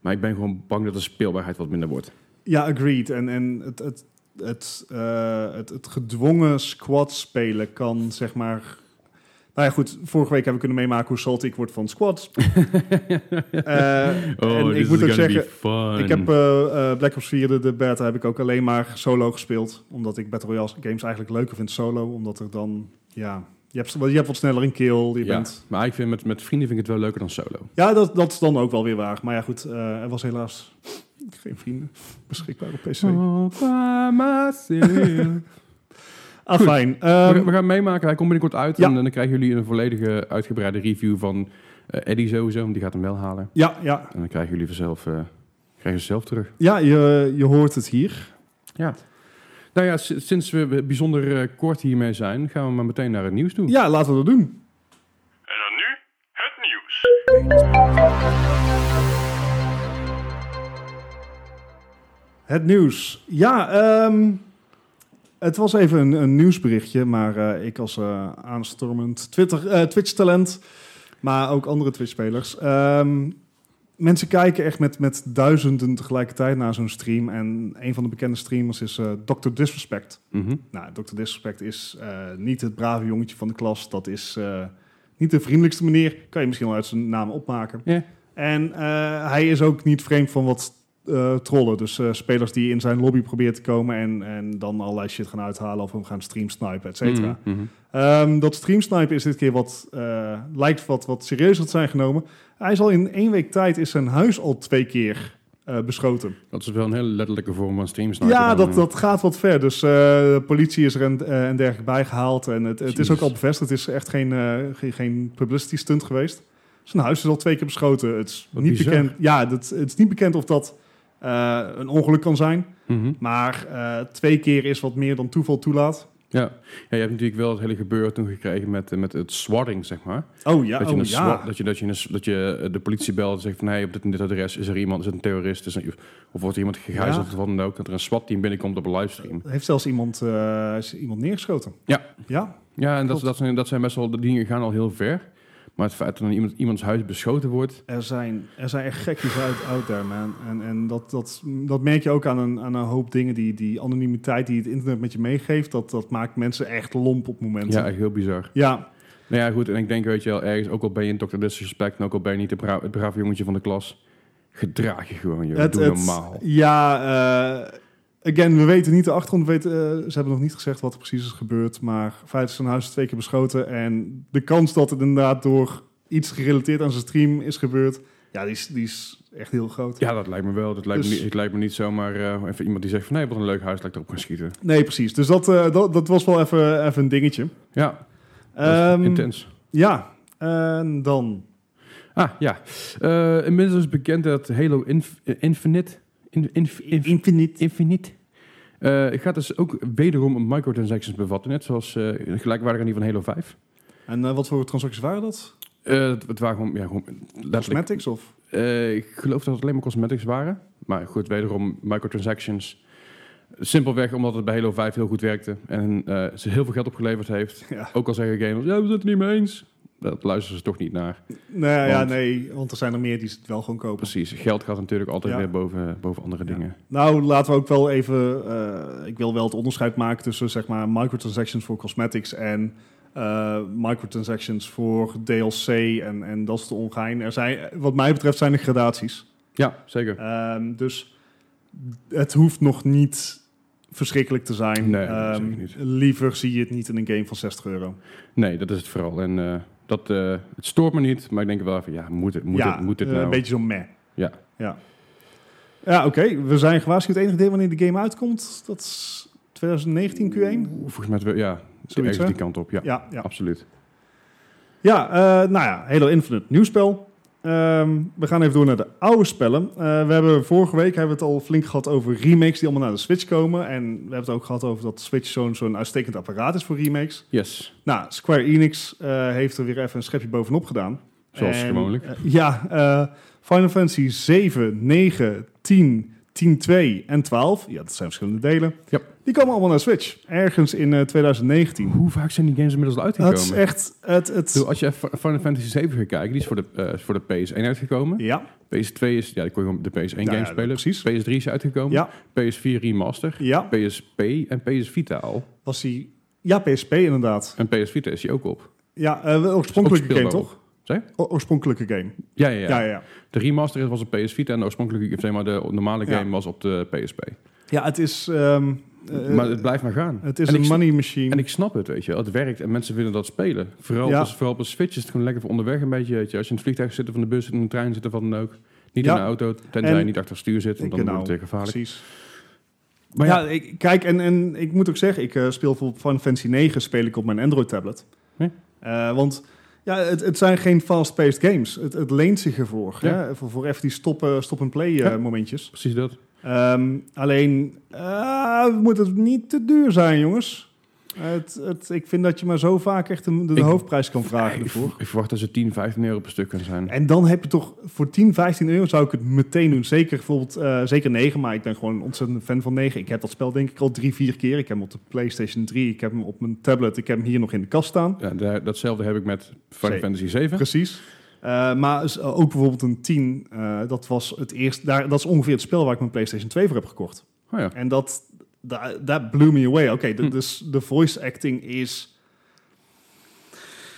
Speaker 1: Maar ik ben gewoon bang dat de speelbaarheid wat minder wordt.
Speaker 2: ja agreed. En, en het, het, het, eh, het, het gedwongen squad spelen kan, zeg maar... Nou ja, goed, vorige week hebben we kunnen meemaken hoe salty ik word van squads. Eh, en ik
Speaker 1: Oh, this
Speaker 2: moet
Speaker 1: is
Speaker 2: ook
Speaker 1: gonna
Speaker 2: zeggen,
Speaker 1: be fun.
Speaker 2: Ik heb eh, eh, Black Ops 4, de, de beta, heb ik ook alleen maar solo gespeeld. Omdat ik Battle Royale games eigenlijk leuker vind solo. Omdat er dan, ja, je hebt, je hebt wat sneller een kill. Je
Speaker 1: ja,
Speaker 2: bent,
Speaker 1: maar ik vind met, met vrienden vind ik het wel leuker dan solo.
Speaker 2: ja dat, dat is dan ook wel weer waar. Maar ja, goed, eh, er was helaas geen vrienden beschikbaar op PC.
Speaker 1: Oh.
Speaker 2: Ah,
Speaker 1: Goed.
Speaker 2: fijn.
Speaker 1: we,
Speaker 2: Ehm,
Speaker 1: we gaan meemaken. Hij komt binnenkort uit.
Speaker 2: Ja.
Speaker 1: En, dan krijgen jullie een volledige uitgebreide review van eh Eddie sowieso. Want die gaat hem wel halen.
Speaker 2: ja, ja,
Speaker 1: En dan krijgen jullie vanzelf, eh, krijgen ze zelf terug.
Speaker 2: ja je, je hoort het hier.
Speaker 1: Nou ja, s- sinds we bijzonder eh, kort hiermee zijn, gaan we maar meteen naar het nieuws toe.
Speaker 2: Ja, laten we dat doen.
Speaker 3: En dan nu het nieuws.
Speaker 2: Het nieuws. Ja, ehm, het was even een, een nieuwsberichtje, maar eh, ik als eh, aanstormend Twitter, eh, Twitch-talent, maar ook andere Twitch-spelers. ehm, mensen kijken echt met, met duizenden tegelijkertijd naar zo'n stream. En een van de bekende streamers is eh Dr. Disrespect.
Speaker 1: Mhm.
Speaker 2: Nou, Dr. Disrespect is eh, niet het brave jongetje van de klas. Dat is eh, niet de vriendelijkste manier. Kan je misschien wel uit zijn naam opmaken.
Speaker 1: Ja.
Speaker 2: En eh, hij is ook niet vreemd van wat eh, trollen. Dus eh, spelers die in zijn lobby proberen te komen en, en dan allerlei shit gaan uithalen of hem gaan streamsnipen, et cetera.
Speaker 1: Mhm, mhm.
Speaker 2: Ehm, dat streamsnipen is dit keer wat, eh, lijkt wat, wat serieuzer te zijn genomen. Hij is al in één week tijd is zijn huis al twee keer eh, beschoten.
Speaker 1: Dat is wel een hele letterlijke vorm van streamsniper.
Speaker 2: Ja,
Speaker 1: dan,
Speaker 2: dat,
Speaker 1: eh.
Speaker 2: dat gaat wat ver. Dus eh, de politie is er en, eh, en dergelijke bijgehaald. En het, het is
Speaker 1: Jezus.
Speaker 2: ook al bevestigd. Het is echt geen, eh, geen, geen publicity stunt geweest. Zijn huis is al twee keer beschoten. Het is,
Speaker 1: Wat
Speaker 2: niet
Speaker 1: bizar.
Speaker 2: bekend, ja, dat, het is niet bekend of dat eh, een ongeluk kan zijn.
Speaker 1: Mhm.
Speaker 2: Maar eh, twee keer is wat meer dan toeval toelaat.
Speaker 1: ja. ja, je hebt natuurlijk wel het hele gebeuren toen gekregen met, eh, met het swatting, zeg maar.
Speaker 2: Oh ja,
Speaker 1: dat, je
Speaker 2: oh,
Speaker 1: een
Speaker 2: ja.
Speaker 1: swat- dat, je, dat, je een s- dat je eh, de politie belt en zegt van... hé, hey, op dit, en dit adres is er iemand, is het een terrorist? Is er- of wordt er iemand gegijzeld
Speaker 2: Ja.
Speaker 1: of wat dan ook? Dat er een SWAT-team binnenkomt op een livestream.
Speaker 2: Heeft zelfs iemand, eh, is iemand neergeschoten.
Speaker 1: Ja.
Speaker 2: Ja,
Speaker 1: Ja, en dat,
Speaker 2: Klopt.
Speaker 1: dat, zijn, dat zijn best wel... de dingen gaan al heel ver. Maar het feit dat dan iemand, iemands huis beschoten wordt...
Speaker 2: er zijn, er zijn echt gekjes uit out there, man. En, en dat, dat, dat merk je ook aan een, aan een hoop dingen. Die, die anonimiteit die het internet met je meegeeft, dat, dat maakt mensen echt lomp op momenten.
Speaker 1: Ja, echt heel bizar.
Speaker 2: ja,
Speaker 1: Nou ja, goed. En ik denk, weet je wel, ergens... ook al ben je een Dr. Disrespect... en ook al ben je niet de bra- het brave jongetje van de klas... gedraag je gewoon, joh.
Speaker 2: het-
Speaker 1: Doe
Speaker 2: het-
Speaker 1: normaal.
Speaker 2: Ja, eh, again, we weten niet de achtergrond. We weten, eh, ze hebben nog niet gezegd wat er precies is gebeurd. Maar feit is, zijn huis is twee keer beschoten. En de kans dat het inderdaad door iets gerelateerd aan zijn stream is gebeurd... Ja, die is, die is echt heel groot.
Speaker 1: Ja, dat lijkt me wel. Dat lijkt, me,
Speaker 2: Dus-
Speaker 1: niet- het lijkt me niet zomaar eh, even iemand die zegt van... nee, wat een leuk huis, lijkt erop gaan schieten.
Speaker 2: Nee, precies. Dus dat, eh, dat, dat was wel even, even een dingetje.
Speaker 1: Ja, dat is
Speaker 2: Ehm,
Speaker 1: intens.
Speaker 2: Ja, en dan.
Speaker 1: Ah, ja. Eh, inmiddels is bekend dat Halo Inf- eh, Infinite... In, inf, inf-
Speaker 2: Infinite.
Speaker 1: Infinite... eh, gaat dus ook wederom microtransactions bevatten. Net zoals eh, gelijkwaardig aan die van Halo 5.
Speaker 2: En eh, wat voor transacties waren dat?
Speaker 1: Eh, het, het waren gewoon... Ja, gewoon letterlijk,
Speaker 2: Cosmetics of?
Speaker 1: Eh, ik geloof dat het alleen maar cosmetics waren. Maar goed, wederom microtransactions. Simpelweg omdat het bij Halo 5 heel goed werkte. En eh, ze heel veel geld opgeleverd heeft.
Speaker 2: Ja.
Speaker 1: Ook al zeggen gamers, ja, we zijn het er niet mee eens. dat luisteren ze toch niet naar.
Speaker 2: Nou ja,
Speaker 1: Want-
Speaker 2: nee, want er zijn er meer die het wel gewoon kopen.
Speaker 1: Precies, geld gaat natuurlijk altijd
Speaker 2: Ja.
Speaker 1: weer boven, boven andere dingen.
Speaker 2: Nou, laten we ook wel even. eh, ik wil wel het onderscheid maken tussen zeg maar microtransactions voor cosmetics en eh, microtransactions voor DLC en, en dat is de ongein. Er zijn, wat mij betreft, zijn er gradaties.
Speaker 1: Ja, zeker.
Speaker 2: Ehm, dus het hoeft nog niet verschrikkelijk te zijn.
Speaker 1: Nee,
Speaker 2: Ehm,
Speaker 1: zeker niet.
Speaker 2: Liever zie je het niet in een game van 60 euro.
Speaker 1: Nee, dat is het vooral. En eh, dat, eh, het stoort me niet, maar ik denk wel even, ja, moet het, moet
Speaker 2: ja,
Speaker 1: het, moet het
Speaker 2: eh,
Speaker 1: nou?
Speaker 2: een beetje zo meh.
Speaker 1: Ja.
Speaker 2: Ja, ja oké. We zijn gewaarschuwd. Het enige idee wanneer de game uitkomt, dat is 2019 Q1.
Speaker 1: Volgens mij, wel- ja,
Speaker 2: Zoiets,
Speaker 1: ergens
Speaker 2: hè?
Speaker 1: die kant op. Ja,
Speaker 2: Ja, ja.
Speaker 1: absoluut.
Speaker 2: ja eh, nou ja, Halo Infinite, nieuw spel. Ehm, we gaan even door naar de oude spellen. Eh, we hebben vorige week hebben we het al flink gehad over remakes die allemaal naar de Switch komen. En we hebben het ook gehad over dat Switch zo'n zo'n uitstekend apparaat is voor remakes.
Speaker 1: Yes,
Speaker 2: Nou, Square Enix eh, heeft er weer even een schepje bovenop gedaan.
Speaker 1: Zoals
Speaker 2: En,
Speaker 1: gewoonlijk.
Speaker 2: eh, ja, eh, Final Fantasy 7, 9, 10, 10, 2 en 12. Ja, dat zijn verschillende delen.
Speaker 1: Ja.
Speaker 2: Die komen allemaal naar Switch. Ergens in eh, 2019.
Speaker 1: Hoe vaak zijn die games inmiddels al
Speaker 2: Dat is
Speaker 1: uitgekomen?
Speaker 2: echt het... het
Speaker 1: Doe, als je even Final Fantasy 7 gaat kijken, die is voor de, eh, is voor de PS1 uitgekomen.
Speaker 2: ja,
Speaker 1: PS2 is, ja, dan kon je gewoon de PS1
Speaker 2: Ja,
Speaker 1: game
Speaker 2: ja,
Speaker 1: spelen.
Speaker 2: precies.
Speaker 1: PS3 is uitgekomen.
Speaker 2: Ja.
Speaker 1: PS4 remaster.
Speaker 2: ja,
Speaker 1: PSP en PS Vita al.
Speaker 2: was die... Ja, PSP inderdaad.
Speaker 1: En PS Vita is die ook op.
Speaker 2: Ja, eh, wel oorspronkelijke
Speaker 1: Ook
Speaker 2: game
Speaker 1: speelbaar
Speaker 2: toch?
Speaker 1: Zeg?
Speaker 2: O- Oorspronkelijke game.
Speaker 1: Ja, ja, ja.
Speaker 2: Ja, ja, ja.
Speaker 1: De remaster was op PS Vita en de oorspronkelijke, zeg maar, de normale
Speaker 2: Ja.
Speaker 1: game was op de PSP.
Speaker 2: Ja, het is... ehm, eh,
Speaker 1: maar het blijft maar gaan.
Speaker 2: het is
Speaker 1: en
Speaker 2: een
Speaker 1: ik,
Speaker 2: money machine.
Speaker 1: En ik snap het, weet je. wel. Het werkt en mensen willen dat spelen. Vooral,
Speaker 2: Ja.
Speaker 1: op, vooral op een Switch is het gewoon lekker voor onderweg een beetje. Weet je. Als je in het vliegtuig zit of in de bus, in de trein zit of wat dan ook. Niet
Speaker 2: Ja.
Speaker 1: in de auto, tenzij
Speaker 2: En-
Speaker 1: je niet achter het stuur zit, want dan
Speaker 2: Genau,
Speaker 1: wordt het weer gevaarlijk.
Speaker 2: Precies.
Speaker 1: Maar
Speaker 2: ja,
Speaker 1: ja,
Speaker 2: ik, kijk, en, en ik moet ook zeggen, ik eh, speel voor Final Fantasy 9 speel ik op mijn Android-tablet.
Speaker 1: Nee.
Speaker 2: Eh, want ja, het, het zijn geen fast-paced games. Het, het leent zich ervoor.
Speaker 1: Ja.
Speaker 2: Hè? Voor, voor even die eh, stop-and-play
Speaker 1: Ja.
Speaker 2: momentjes.
Speaker 1: precies dat.
Speaker 2: Ehm, alleen, eh, moet het niet te duur zijn, jongens. Het, het, ik vind dat je maar zo vaak echt een- de
Speaker 1: Ik-
Speaker 2: hoofdprijs kan vragen
Speaker 1: ik,
Speaker 2: ervoor.
Speaker 1: ik verwacht dat ze 10, 15 euro per stuk kunnen zijn.
Speaker 2: En dan heb je toch voor 10, 15 euro zou ik het meteen doen. Zeker bijvoorbeeld, eh, zeker 9, maar ik ben gewoon een ontzettend fan van 9. Ik heb dat spel denk ik al drie, vier keer. Ik heb hem op de PlayStation 3, ik heb hem op mijn tablet, ik heb hem hier nog in de kast staan.
Speaker 1: Ja, da- datzelfde heb ik met Final
Speaker 2: Zeker.
Speaker 1: Fantasy 7.
Speaker 2: Precies. Eh, maar is- ook bijvoorbeeld een 10, eh, dat was het eerste, daar, dat is ongeveer het spel waar ik mijn PlayStation 2 voor heb gekocht.
Speaker 1: Oh ja.
Speaker 2: En dat, dat, dat blew me away. Oké, de-
Speaker 1: Hm.
Speaker 2: dus de voice acting is...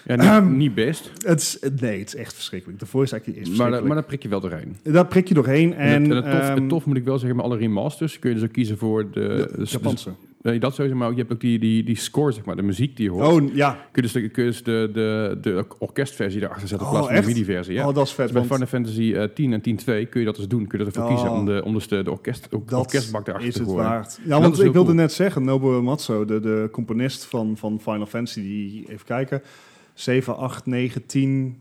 Speaker 1: ja niet,
Speaker 2: Ehm,
Speaker 1: niet best,
Speaker 2: Het is nee, het is echt verschrikkelijk. De voice acting is
Speaker 1: maar, da-
Speaker 2: verschrikkelijk.
Speaker 1: maar daar prik je wel doorheen.
Speaker 2: Daar prik je doorheen. En,
Speaker 1: En, het, en het tof,
Speaker 2: ehm,
Speaker 1: het tof moet ik wel zeggen, met alle remasters kun je dus ook kiezen voor de...
Speaker 2: de- de
Speaker 1: dus-
Speaker 2: Japanse.
Speaker 1: dus- nee, dat sowieso, maar je hebt ook die, die, die score, zeg maar, de muziek die je hoort.
Speaker 2: Oh, ja.
Speaker 1: Kun je dus, de, kun je dus de, de, de orkestversie erachter zetten in
Speaker 2: Oh,
Speaker 1: plaats van de
Speaker 2: echt?
Speaker 1: MIDI-versie. Ja.
Speaker 2: Oh, dat is vet.
Speaker 1: dus bij
Speaker 2: Want
Speaker 1: Final Fantasy eh, 10 en 10 2 kun je dat dus doen. Kun je dat ervoor
Speaker 2: Oh.
Speaker 1: kiezen om, de, om dus de, de orkest, ook
Speaker 2: dat
Speaker 1: orkestbak erachter
Speaker 2: is
Speaker 1: te
Speaker 2: het
Speaker 1: gooien.
Speaker 2: waard. Ja,
Speaker 1: Dat
Speaker 2: want
Speaker 1: is
Speaker 2: ik
Speaker 1: heel
Speaker 2: wilde
Speaker 1: cool.
Speaker 2: net zeggen, Nobuo Uematsu, de, de componist van, van Final Fantasy, die, even kijken, 7, 8, 9, 10,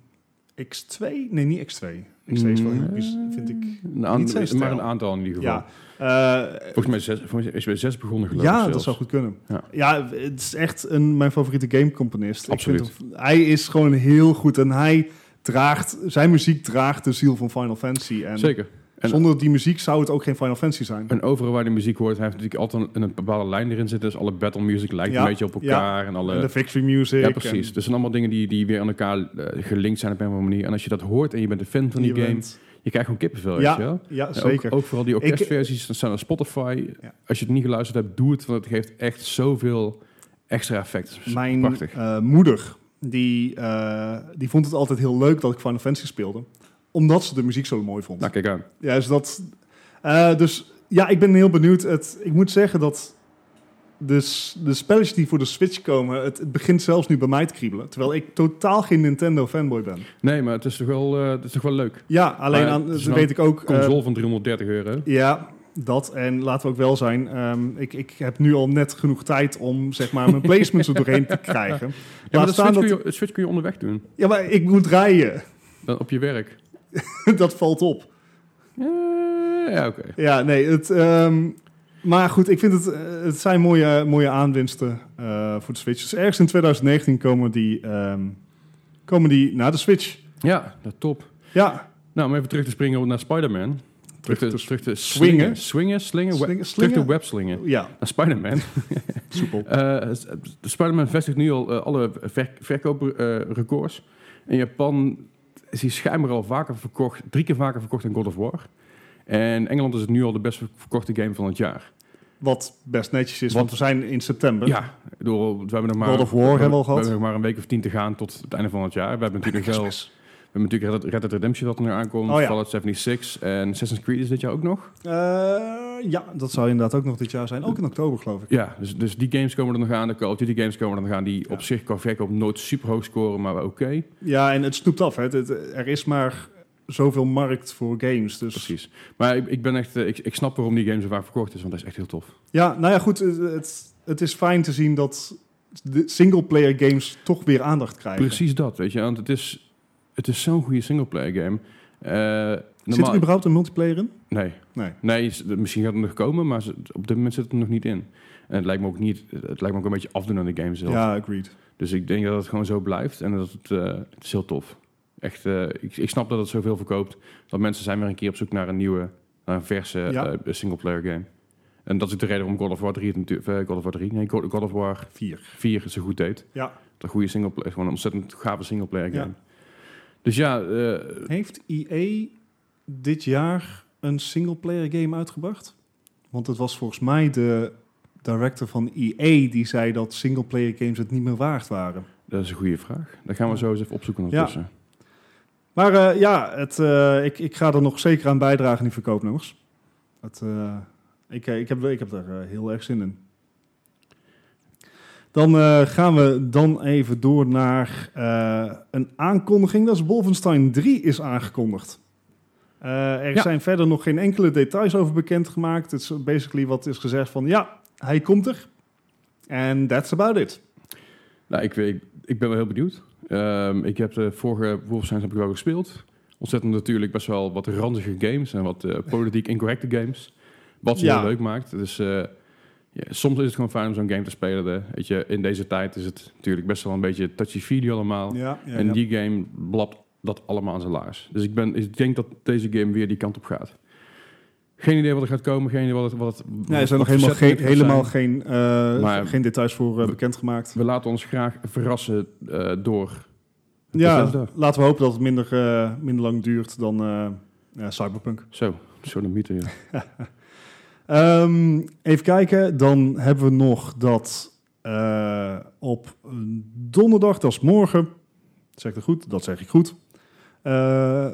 Speaker 2: x2? Nee, niet x2. x2 is
Speaker 1: Mm.
Speaker 2: wel heel bizar, vind ik.
Speaker 1: Een aan-
Speaker 2: Niet zijn stijl.
Speaker 1: maar een aantal in ieder geval.
Speaker 2: Ja, eh,
Speaker 1: Volgens mij zes, volgens mij is bij zes begonnen geloof ik
Speaker 2: ja dat
Speaker 1: zelfs.
Speaker 2: zou goed kunnen. Ja,
Speaker 1: Ja.
Speaker 2: het is echt een, mijn favoriete gamecomponist.
Speaker 1: Absoluut.
Speaker 2: Ik vind hem- hij is gewoon heel goed en hij draagt, zijn muziek draagt de ziel van Final Fantasy. En
Speaker 1: Zeker. En-
Speaker 2: zonder die muziek zou het ook geen Final Fantasy zijn.
Speaker 1: En overal waar de muziek hoort, hij heeft natuurlijk altijd een, een bepaalde lijn erin zitten. Dus alle battle music lijkt
Speaker 2: Ja,
Speaker 1: een beetje op elkaar. En alle,
Speaker 2: En de victory music.
Speaker 1: Eh, ja, precies. Dus
Speaker 2: en-
Speaker 1: het zijn allemaal dingen die, die weer aan elkaar eh, gelinkt zijn op een of andere manier. En als je dat hoort en je bent een fan van die
Speaker 2: je
Speaker 1: game,
Speaker 2: bent-
Speaker 1: je krijgt gewoon kippenvel,
Speaker 2: Ja,
Speaker 1: weet je Oh, wel?
Speaker 2: Ja,
Speaker 1: Ja,
Speaker 2: zeker.
Speaker 1: Ook, ook vooral die orkestversies dat staan op Spotify.
Speaker 2: Ja.
Speaker 1: Als je het niet geluisterd hebt, doe het. Want het geeft echt zoveel extra effect.
Speaker 2: Mijn
Speaker 1: Prachtig.
Speaker 2: eh, moeder, die, eh, die vond het altijd heel leuk dat ik Final Fantasy speelde. Omdat ze de muziek zo mooi vond.
Speaker 1: Nou, kijk aan.
Speaker 2: Ja, dus dat... eh, dus ja, ik ben heel benieuwd. Het, ik moet zeggen dat de, s- de spelletjes die voor de Switch komen... Het, het begint zelfs nu bij mij te kriebelen. Terwijl ik totaal geen Nintendo fanboy ben.
Speaker 1: Nee, maar het is toch wel, eh, het is toch wel leuk.
Speaker 2: Ja, alleen
Speaker 1: Maar
Speaker 2: aan,
Speaker 1: het is
Speaker 2: dat
Speaker 1: wel
Speaker 2: weet ik ook... eh,
Speaker 1: Console van 330 euro.
Speaker 2: Ja, dat. En laten we ook wel zijn. ehm, ik, ik heb nu al net genoeg tijd om zeg maar, mijn placements er doorheen te krijgen.
Speaker 1: Ja, maar
Speaker 2: Laat
Speaker 1: dat
Speaker 2: staan
Speaker 1: Switch,
Speaker 2: dat...
Speaker 1: kun je, Switch kun je onderweg doen.
Speaker 2: Ja, maar ik moet rijden.
Speaker 1: Dan op je werk.
Speaker 2: dat valt op.
Speaker 1: Eh, ja, oké.
Speaker 2: Ja, nee. Het, ehm, maar goed, ik vind het... eh, Het zijn mooie, mooie aanwinsten eh, voor de Switch. Dus ergens in 2019 komen die, ehm, komen die naar de Switch.
Speaker 1: Ja, dat top.
Speaker 2: Ja,
Speaker 1: Nou, om even terug te springen naar Spider-Man. Terug te,
Speaker 2: te
Speaker 1: terug te
Speaker 2: swingen.
Speaker 1: slingen. Swingen, slingen. we-
Speaker 2: Slingen-
Speaker 1: Terug te
Speaker 2: slingen?
Speaker 1: webslingen.
Speaker 2: Ja,
Speaker 1: Naar Spider-Man.
Speaker 2: soepel.
Speaker 1: Eh, s- Spider-Man vestigt nu al eh, alle verk- verkooprecords. In Japan is hij schijnbaar al vaker verkocht, drie keer vaker verkocht dan God of War. En Engeland is het nu al de best verkochte game van het jaar.
Speaker 2: Wat best netjes is, want
Speaker 1: Want-
Speaker 2: we zijn in september.
Speaker 1: Ja, ik bedoel, we hebben nog maar,
Speaker 2: God of War
Speaker 1: we
Speaker 2: hebben we al gehad.
Speaker 1: We hebben nog maar een week of tien te gaan tot het einde van het jaar. We hebben natuurlijk wel... We hebben natuurlijk Red Dead- Red Dead Redemption dat er nu aankomt,
Speaker 2: Oh ja.
Speaker 1: Fallout 76 en Assassin's Creed is dit jaar ook nog.
Speaker 2: Eh, ja, dat zou inderdaad ook nog dit jaar zijn. Ook in oktober, geloof ik.
Speaker 1: Ja, dus, dus die games komen er nog aan, de Call of Duty games komen er nog aan, die
Speaker 2: Ja.
Speaker 1: op zich qua verkoop nooit super hoog scoren, maar wel oké.
Speaker 2: Ja, en het snoept af. Hè. Het- het- er is maar zoveel markt voor games. Dus
Speaker 1: Precies. Maar ik, ik ben echt, eh, ik, ik snap waarom die game zo vaak verkocht is, want dat is echt heel tof.
Speaker 2: Ja, nou ja, goed. Het, het, het is fijn te zien dat de singleplayer games toch weer aandacht krijgen.
Speaker 1: Precies dat, weet je, want het is, het is zo'n goede singleplayer game. Eh
Speaker 2: Zit er
Speaker 1: normaal-
Speaker 2: überhaupt een multiplayer in?
Speaker 1: Nee.
Speaker 2: Nee.
Speaker 1: Nee, is- misschien gaat het nog komen, maar ze- op dit moment zit het er nog niet in. En het lijkt me ook niet, het lijkt me ook een beetje afdoen aan de game zelf.
Speaker 2: Ja, agreed.
Speaker 1: Dus ik denk dat het gewoon zo blijft en dat het, eh, het is heel tof. Echt, eh, ik, ik snap dat het zoveel verkoopt. Dat mensen zijn weer een keer op zoek naar een nieuwe, naar een verse
Speaker 2: Ja.
Speaker 1: eh, singleplayer game. En dat is ook de reden waarom God of War 3, het natuurlijk, eh, God of War 3, nee, God God of War
Speaker 2: Vier.
Speaker 1: 4 het zo goed deed.
Speaker 2: Ja.
Speaker 1: Dat goede singleplayer, gewoon een ontzettend gave singleplayer
Speaker 2: Ja.
Speaker 1: game. Dus ja, eh,
Speaker 2: Heeft EA dit jaar een singleplayer game uitgebracht? Want het was volgens mij de director van EA die zei dat singleplayer games het niet meer waard waren.
Speaker 1: dat is een goede vraag. Dat gaan we zo eens even opzoeken
Speaker 2: Ja.
Speaker 1: ondertussen.
Speaker 2: Maar eh, ja, het, eh, ik, ik ga er nog zeker aan bijdragen, die verkoopnummers. Het, eh, ik, eh, ik, heb, ik heb daar eh, heel erg zin in. Dan eh, gaan we dan even door naar eh, een aankondiging. Dat is Wolfenstein 3 is aangekondigd. Eh, er
Speaker 1: Ja.
Speaker 2: zijn verder nog geen enkele details over bekendgemaakt. Het is basically wat is gezegd van ja, hij komt er. And that's about it.
Speaker 1: Nou, ik, ik, ik ben wel heel benieuwd. Ehm, ik heb de vorige Wolfenstein heb ik wel gespeeld. Ontzettend natuurlijk best wel wat ranzige games en wat eh, politiek incorrecte games. Wat ze
Speaker 2: Ja.
Speaker 1: heel leuk maakt. Dus eh, ja, soms is het gewoon fijn om zo'n game te spelen. hè. Weet je, in deze tijd is het natuurlijk best wel een beetje touchy-feely allemaal.
Speaker 2: Ja, ja,
Speaker 1: en
Speaker 2: ja.
Speaker 1: die game blapt dat allemaal aan zijn laars. Dus ik, ben, ik denk dat deze game weer die kant op gaat. Geen idee wat er gaat komen, geen idee wat het... Wat het
Speaker 2: Nee, er zijn nog
Speaker 1: wat
Speaker 2: helemaal,
Speaker 1: voor setting
Speaker 2: geen,
Speaker 1: het gaat
Speaker 2: helemaal
Speaker 1: zijn.
Speaker 2: geen, eh,
Speaker 1: Maar-
Speaker 2: geen details voor eh, bekendgemaakt.
Speaker 1: We laten ons graag verrassen eh, door...
Speaker 2: Ja,
Speaker 1: Bethesda.
Speaker 2: laten we hopen dat het minder, eh, minder lang duurt dan eh, ja, Cyberpunk.
Speaker 1: Zo, zo'n mythe, ja.
Speaker 2: Ehm, even kijken, dan hebben we nog dat eh, op een donderdag, dat is morgen, zeg ik dat goed? Dat zeg ik goed. Eh,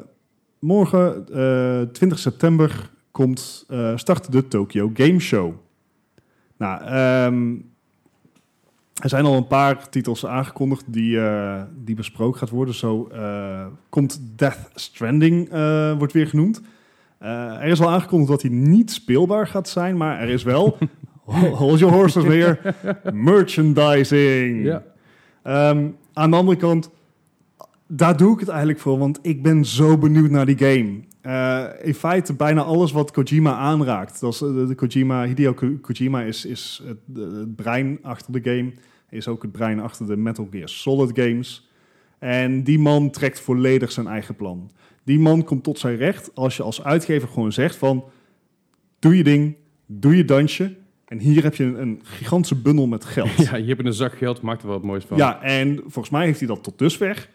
Speaker 2: morgen, eh, 20 september, komt, eh, start de Tokyo Game Show. Nou, ehm, er zijn al een paar titels aangekondigd die, eh, die besproken gaat worden. Zo eh, komt Death Stranding, eh, wordt weer genoemd. Eh, er is al aangekondigd dat hij niet speelbaar gaat zijn, maar er is wel, hold your horses weer, merchandising.
Speaker 1: Ja.
Speaker 2: Ehm, aan de andere kant, daar doe ik het eigenlijk voor, want ik ben zo benieuwd naar die game. Eh, in feite bijna alles wat Kojima aanraakt. Dat is, eh, de, de Kojima, Hideo Ko- Kojima is, is het, de- het brein achter de game. Is ook het brein achter de Metal Gear Solid games. En die man trekt volledig zijn eigen plan. Die man komt tot zijn recht als je als uitgever gewoon zegt van... Doe je ding, doe je dansje. En hier heb je een, een gigantische bundel met geld.
Speaker 1: Ja, je hebt in een zak geld, maakt er wel wat moois van.
Speaker 2: Ja, en volgens mij heeft hij dat tot dusver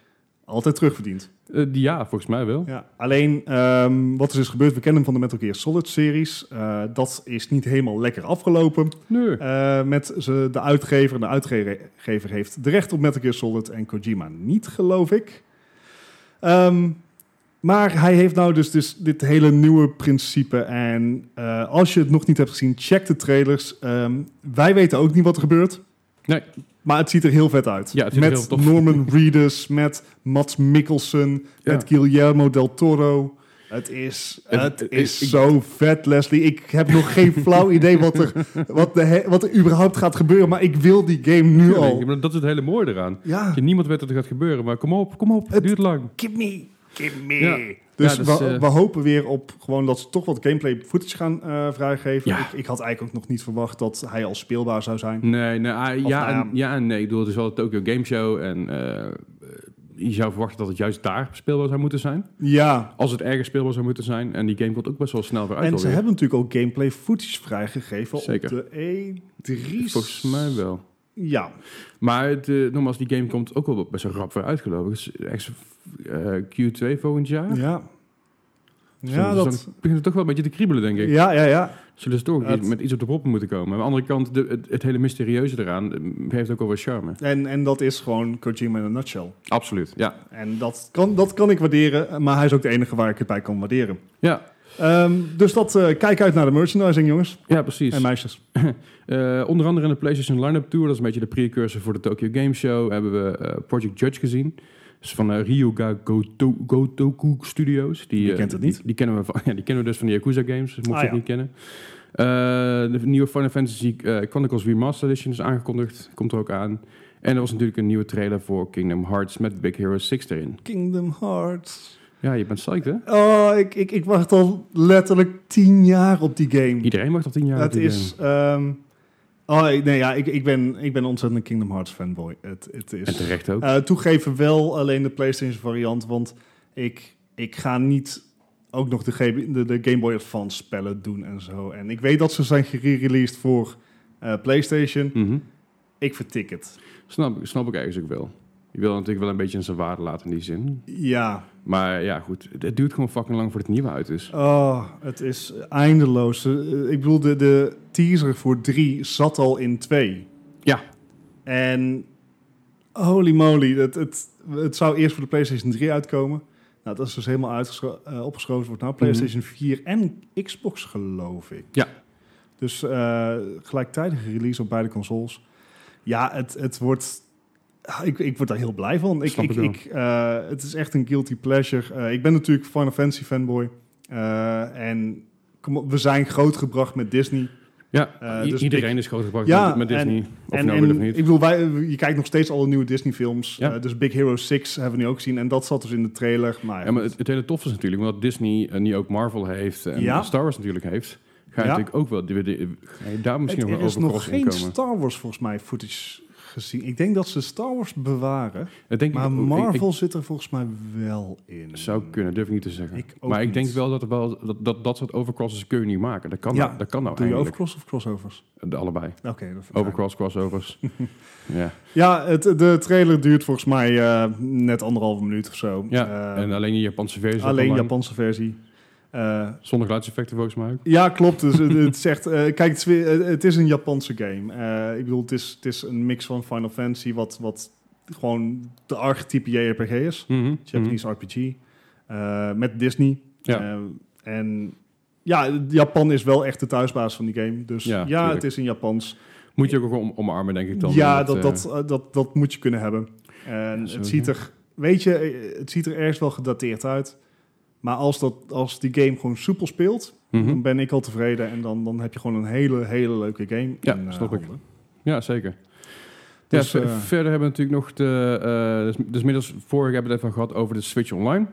Speaker 2: altijd terugverdiend.
Speaker 1: Eh, die- ja volgens mij wel.
Speaker 2: Ja. Alleen, ehm, wat er is gebeurd, we kennen hem van de Metal Gear Solid-series. Eh, dat is niet helemaal lekker afgelopen
Speaker 1: Nee.
Speaker 2: eh, met ze, de uitgever. En de uitgever heeft de recht op Metal Gear Solid en Kojima niet, geloof ik. Ehm, maar hij heeft nou dus, dus dit hele nieuwe principe. En eh, als je het nog niet hebt gezien, check de trailers. Ehm, wij weten ook niet wat er gebeurt.
Speaker 1: Nee.
Speaker 2: Maar het ziet er heel vet uit.
Speaker 1: Ja, het ziet er heel
Speaker 2: met
Speaker 1: tof.
Speaker 2: Norman Reedus, met Mats Mikkelsen,
Speaker 1: Ja.
Speaker 2: met Guillermo del Toro. Het is,
Speaker 1: Het-
Speaker 2: het
Speaker 1: ik-
Speaker 2: is
Speaker 1: ik-
Speaker 2: zo vet, Leslie. Ik heb nog geen flauw idee wat er, wat, de he- wat er überhaupt gaat gebeuren, maar ik wil die game nu
Speaker 1: Tuurlijk,
Speaker 2: al.
Speaker 1: maar dat is het hele mooie eraan.
Speaker 2: Ja,
Speaker 1: Je, niemand weet dat het gaat gebeuren, maar kom op, kom op,
Speaker 2: Het-
Speaker 1: het duurt lang.
Speaker 2: give me, give me.
Speaker 1: Ja.
Speaker 2: Dus
Speaker 1: Ja, dat is,
Speaker 2: we,
Speaker 1: eh,
Speaker 2: we hopen weer op gewoon dat ze toch wat gameplay footage gaan eh, vrijgeven.
Speaker 1: Ja.
Speaker 2: Ik, ik had eigenlijk ook nog niet verwacht dat hij al speelbaar zou zijn.
Speaker 1: Nee, nee ah,
Speaker 2: Of nou
Speaker 1: ja,
Speaker 2: ja.
Speaker 1: en, ja en nee. Ik bedoel, het is wel de Tokyo Game Show en eh, eh, je zou verwachten dat het juist daar speelbaar zou moeten zijn.
Speaker 2: Ja,
Speaker 1: Als het ergens speelbaar zou moeten zijn. En die game komt ook best wel snel weer uit.
Speaker 2: en ze
Speaker 1: alweer.
Speaker 2: hebben natuurlijk ook gameplay footage vrijgegeven
Speaker 1: Zeker.
Speaker 2: op de E3.
Speaker 1: Volgens mij wel.
Speaker 2: E Ja,
Speaker 1: Maar het, eh, nogmaals, die game komt ook wel best wel rap weer uit, geloof ik. Het is echt eh, Q2 volgend jaar.
Speaker 2: ja. Ja,
Speaker 1: Dus
Speaker 2: dat,
Speaker 1: Dan begint het toch wel een beetje te kriebelen, denk ik.
Speaker 2: ja, ja, ja.
Speaker 1: Zullen ze toch ook
Speaker 2: Dat-
Speaker 1: iets- met iets op de proppen moeten komen. Aan de andere kant, de, het, het hele mysterieuze eraan eh, geeft ook wel wat charme.
Speaker 2: En, en dat is gewoon Kojima in een nutshell.
Speaker 1: Absoluut, ja.
Speaker 2: En dat kan, dat kan ik waarderen, maar hij is ook de enige waar ik het bij kan waarderen.
Speaker 1: Ja,
Speaker 2: Ehm, dus dat, eh, kijk uit naar de merchandising, jongens
Speaker 1: ja precies.
Speaker 2: en meisjes.
Speaker 1: Eh, onder andere in de PlayStation Lineup Tour, dat is een beetje de precursor voor de Tokyo Game Show, hebben we eh, Project Judge gezien. Dat is van eh, Ryuga Goto- Gotoku Studios. Die,
Speaker 2: Wie
Speaker 1: eh,
Speaker 2: kent het niet?
Speaker 1: Die, die kennen we van, ja, die kennen we dus van de Yakuza games, mocht
Speaker 2: Ah,
Speaker 1: je het
Speaker 2: ja.
Speaker 1: niet kennen. Eh, de nieuwe Final Fantasy eh, Chronicles Remastered Edition is aangekondigd, komt er ook aan. En er was natuurlijk een nieuwe trailer voor Kingdom Hearts met Big Hero 6 erin.
Speaker 2: Kingdom Hearts.
Speaker 1: Ja, je bent psyched hè?
Speaker 2: Oh, ik, ik, ik wacht al letterlijk tien jaar op die game.
Speaker 1: Iedereen wacht al tien jaar op
Speaker 2: Het
Speaker 1: die
Speaker 2: is... ehm, oh, ik- nee, ja, ik, ik, ben, ik ben ontzettend een Kingdom Hearts fanboy. Het, het
Speaker 1: game.
Speaker 2: is...
Speaker 1: En terecht ook.
Speaker 2: Eh, toegeven wel alleen de PlayStation variant, want ik, ik ga niet ook nog de, G- de, de Game Boy Advance spellen doen en zo. En ik weet dat ze zijn gereleased voor eh, PlayStation.
Speaker 1: Mhm.
Speaker 2: Ik vertik het.
Speaker 1: snap, snap ik ergens ook wel. Je wil natuurlijk wel een beetje in zijn waarde laten in die zin.
Speaker 2: Ja,
Speaker 1: Maar ja, goed. Het, het duurt gewoon fucking lang voordat het nieuwe uit is.
Speaker 2: oh, het is eindeloos. Eh, ik bedoel, de, de teaser voor 3 zat al in 2.
Speaker 1: Ja.
Speaker 2: En holy moly, het, het, het zou eerst voor de PlayStation 3 uitkomen. Nou, dat is dus helemaal uitgescho- eh, opgeschoven. Wordt nou PlayStation 4 en Xbox, geloof ik.
Speaker 1: Mhm. Ja.
Speaker 2: Dus eh, gelijktijdige release op beide consoles. Ja, het, het wordt... ah, Ik, ik word daar heel blij van. Ik,
Speaker 1: Snap
Speaker 2: ik,
Speaker 1: ik wel.
Speaker 2: ik, eh, het is echt een guilty pleasure. Eh, ik ben natuurlijk Final Fantasy fanboy. Eh, en kom op, we zijn grootgebracht met Disney.
Speaker 1: Ja,
Speaker 2: Eh,
Speaker 1: i-
Speaker 2: dus
Speaker 1: iedereen is grootgebracht
Speaker 2: Ja,
Speaker 1: met, met
Speaker 2: en-
Speaker 1: Disney. of
Speaker 2: en,
Speaker 1: nou
Speaker 2: en
Speaker 1: wil of niet.
Speaker 2: ik bedoel, wij, je kijkt nog steeds alle nieuwe Disney-films.
Speaker 1: Ja.
Speaker 2: Eh, dus Big Hero 6 hebben we nu ook gezien. En dat zat dus in de trailer. Maar,
Speaker 1: Ja, maar het, het hele tof is natuurlijk, omdat Disney eh, nu ook Marvel heeft en
Speaker 2: Ja.
Speaker 1: Star Wars natuurlijk heeft, ga je
Speaker 2: Ja.
Speaker 1: natuurlijk ook wel, die- die- ga je daar misschien nog
Speaker 2: Het- er
Speaker 1: wel
Speaker 2: is
Speaker 1: over
Speaker 2: nog
Speaker 1: cross
Speaker 2: geen
Speaker 1: in komen.
Speaker 2: Star Wars volgens mij footage gezien. Ik denk dat ze Star Wars bewaren.
Speaker 1: Dat denk ik
Speaker 2: Maar
Speaker 1: ook. Ik- ik-
Speaker 2: Marvel zit er volgens mij wel in.
Speaker 1: zou kunnen, durf ik niet te zeggen.
Speaker 2: Ik ook
Speaker 1: maar ik
Speaker 2: niet.
Speaker 1: denk wel dat, er wel dat, dat dat soort overcrosses kun je niet maken. Dat kan,
Speaker 2: Ja.
Speaker 1: nou, dat kan nou
Speaker 2: Doe je
Speaker 1: eigenlijk.
Speaker 2: overcross of crossovers?
Speaker 1: De allebei.
Speaker 2: Oké, dat vind ik eigenlijk-
Speaker 1: Overcross, crossovers. ja.
Speaker 2: Ja, het, de trailer duurt volgens mij eh, net anderhalve minuut of zo.
Speaker 1: ja.
Speaker 2: Eh,
Speaker 1: en alleen die Japanse versie. is ook
Speaker 2: alleen
Speaker 1: online.
Speaker 2: Japanse versie. Eh,
Speaker 1: Zonder geluidseffecten volgens mij ook.
Speaker 2: Ja, klopt. Dus het, het zegt, eh, kijk, het is, weer- eh, het is een Japanse game. Eh, ik bedoel, het is, het is een mix van Final Fantasy, wat, wat gewoon de archetype JRPG is.
Speaker 1: Mhm.
Speaker 2: Japanese RPG. eh, met Disney.
Speaker 1: Ja.
Speaker 2: Eh, en ja, Japan is wel echt de thuisbaas van die game. Dus
Speaker 1: Ja,
Speaker 2: ja,
Speaker 1: tuurlijk.
Speaker 2: het is in Japans.
Speaker 1: Mhm. Moet je ook om, omarmen, denk ik dan.
Speaker 2: ja,
Speaker 1: omdat,
Speaker 2: dat,
Speaker 1: eh,
Speaker 2: dat, eh, dat, dat moet je kunnen hebben. En
Speaker 1: zo,
Speaker 2: het ziet
Speaker 1: ja.
Speaker 2: er, weet je, eh, het ziet er ergens wel gedateerd uit. Maar als, dat, als die game gewoon soepel speelt,
Speaker 1: mhm.
Speaker 2: dan ben ik al tevreden en dan, dan heb je gewoon een hele, hele leuke game.
Speaker 1: Ja,
Speaker 2: in, eh,
Speaker 1: snap ik.
Speaker 2: handen.
Speaker 1: Ja, zeker.
Speaker 2: Dus,
Speaker 1: ja, ver-
Speaker 2: eh,
Speaker 1: verder hebben we natuurlijk nog de... eh, dus, dus middels vorige hebben we het even gehad over de Switch Online.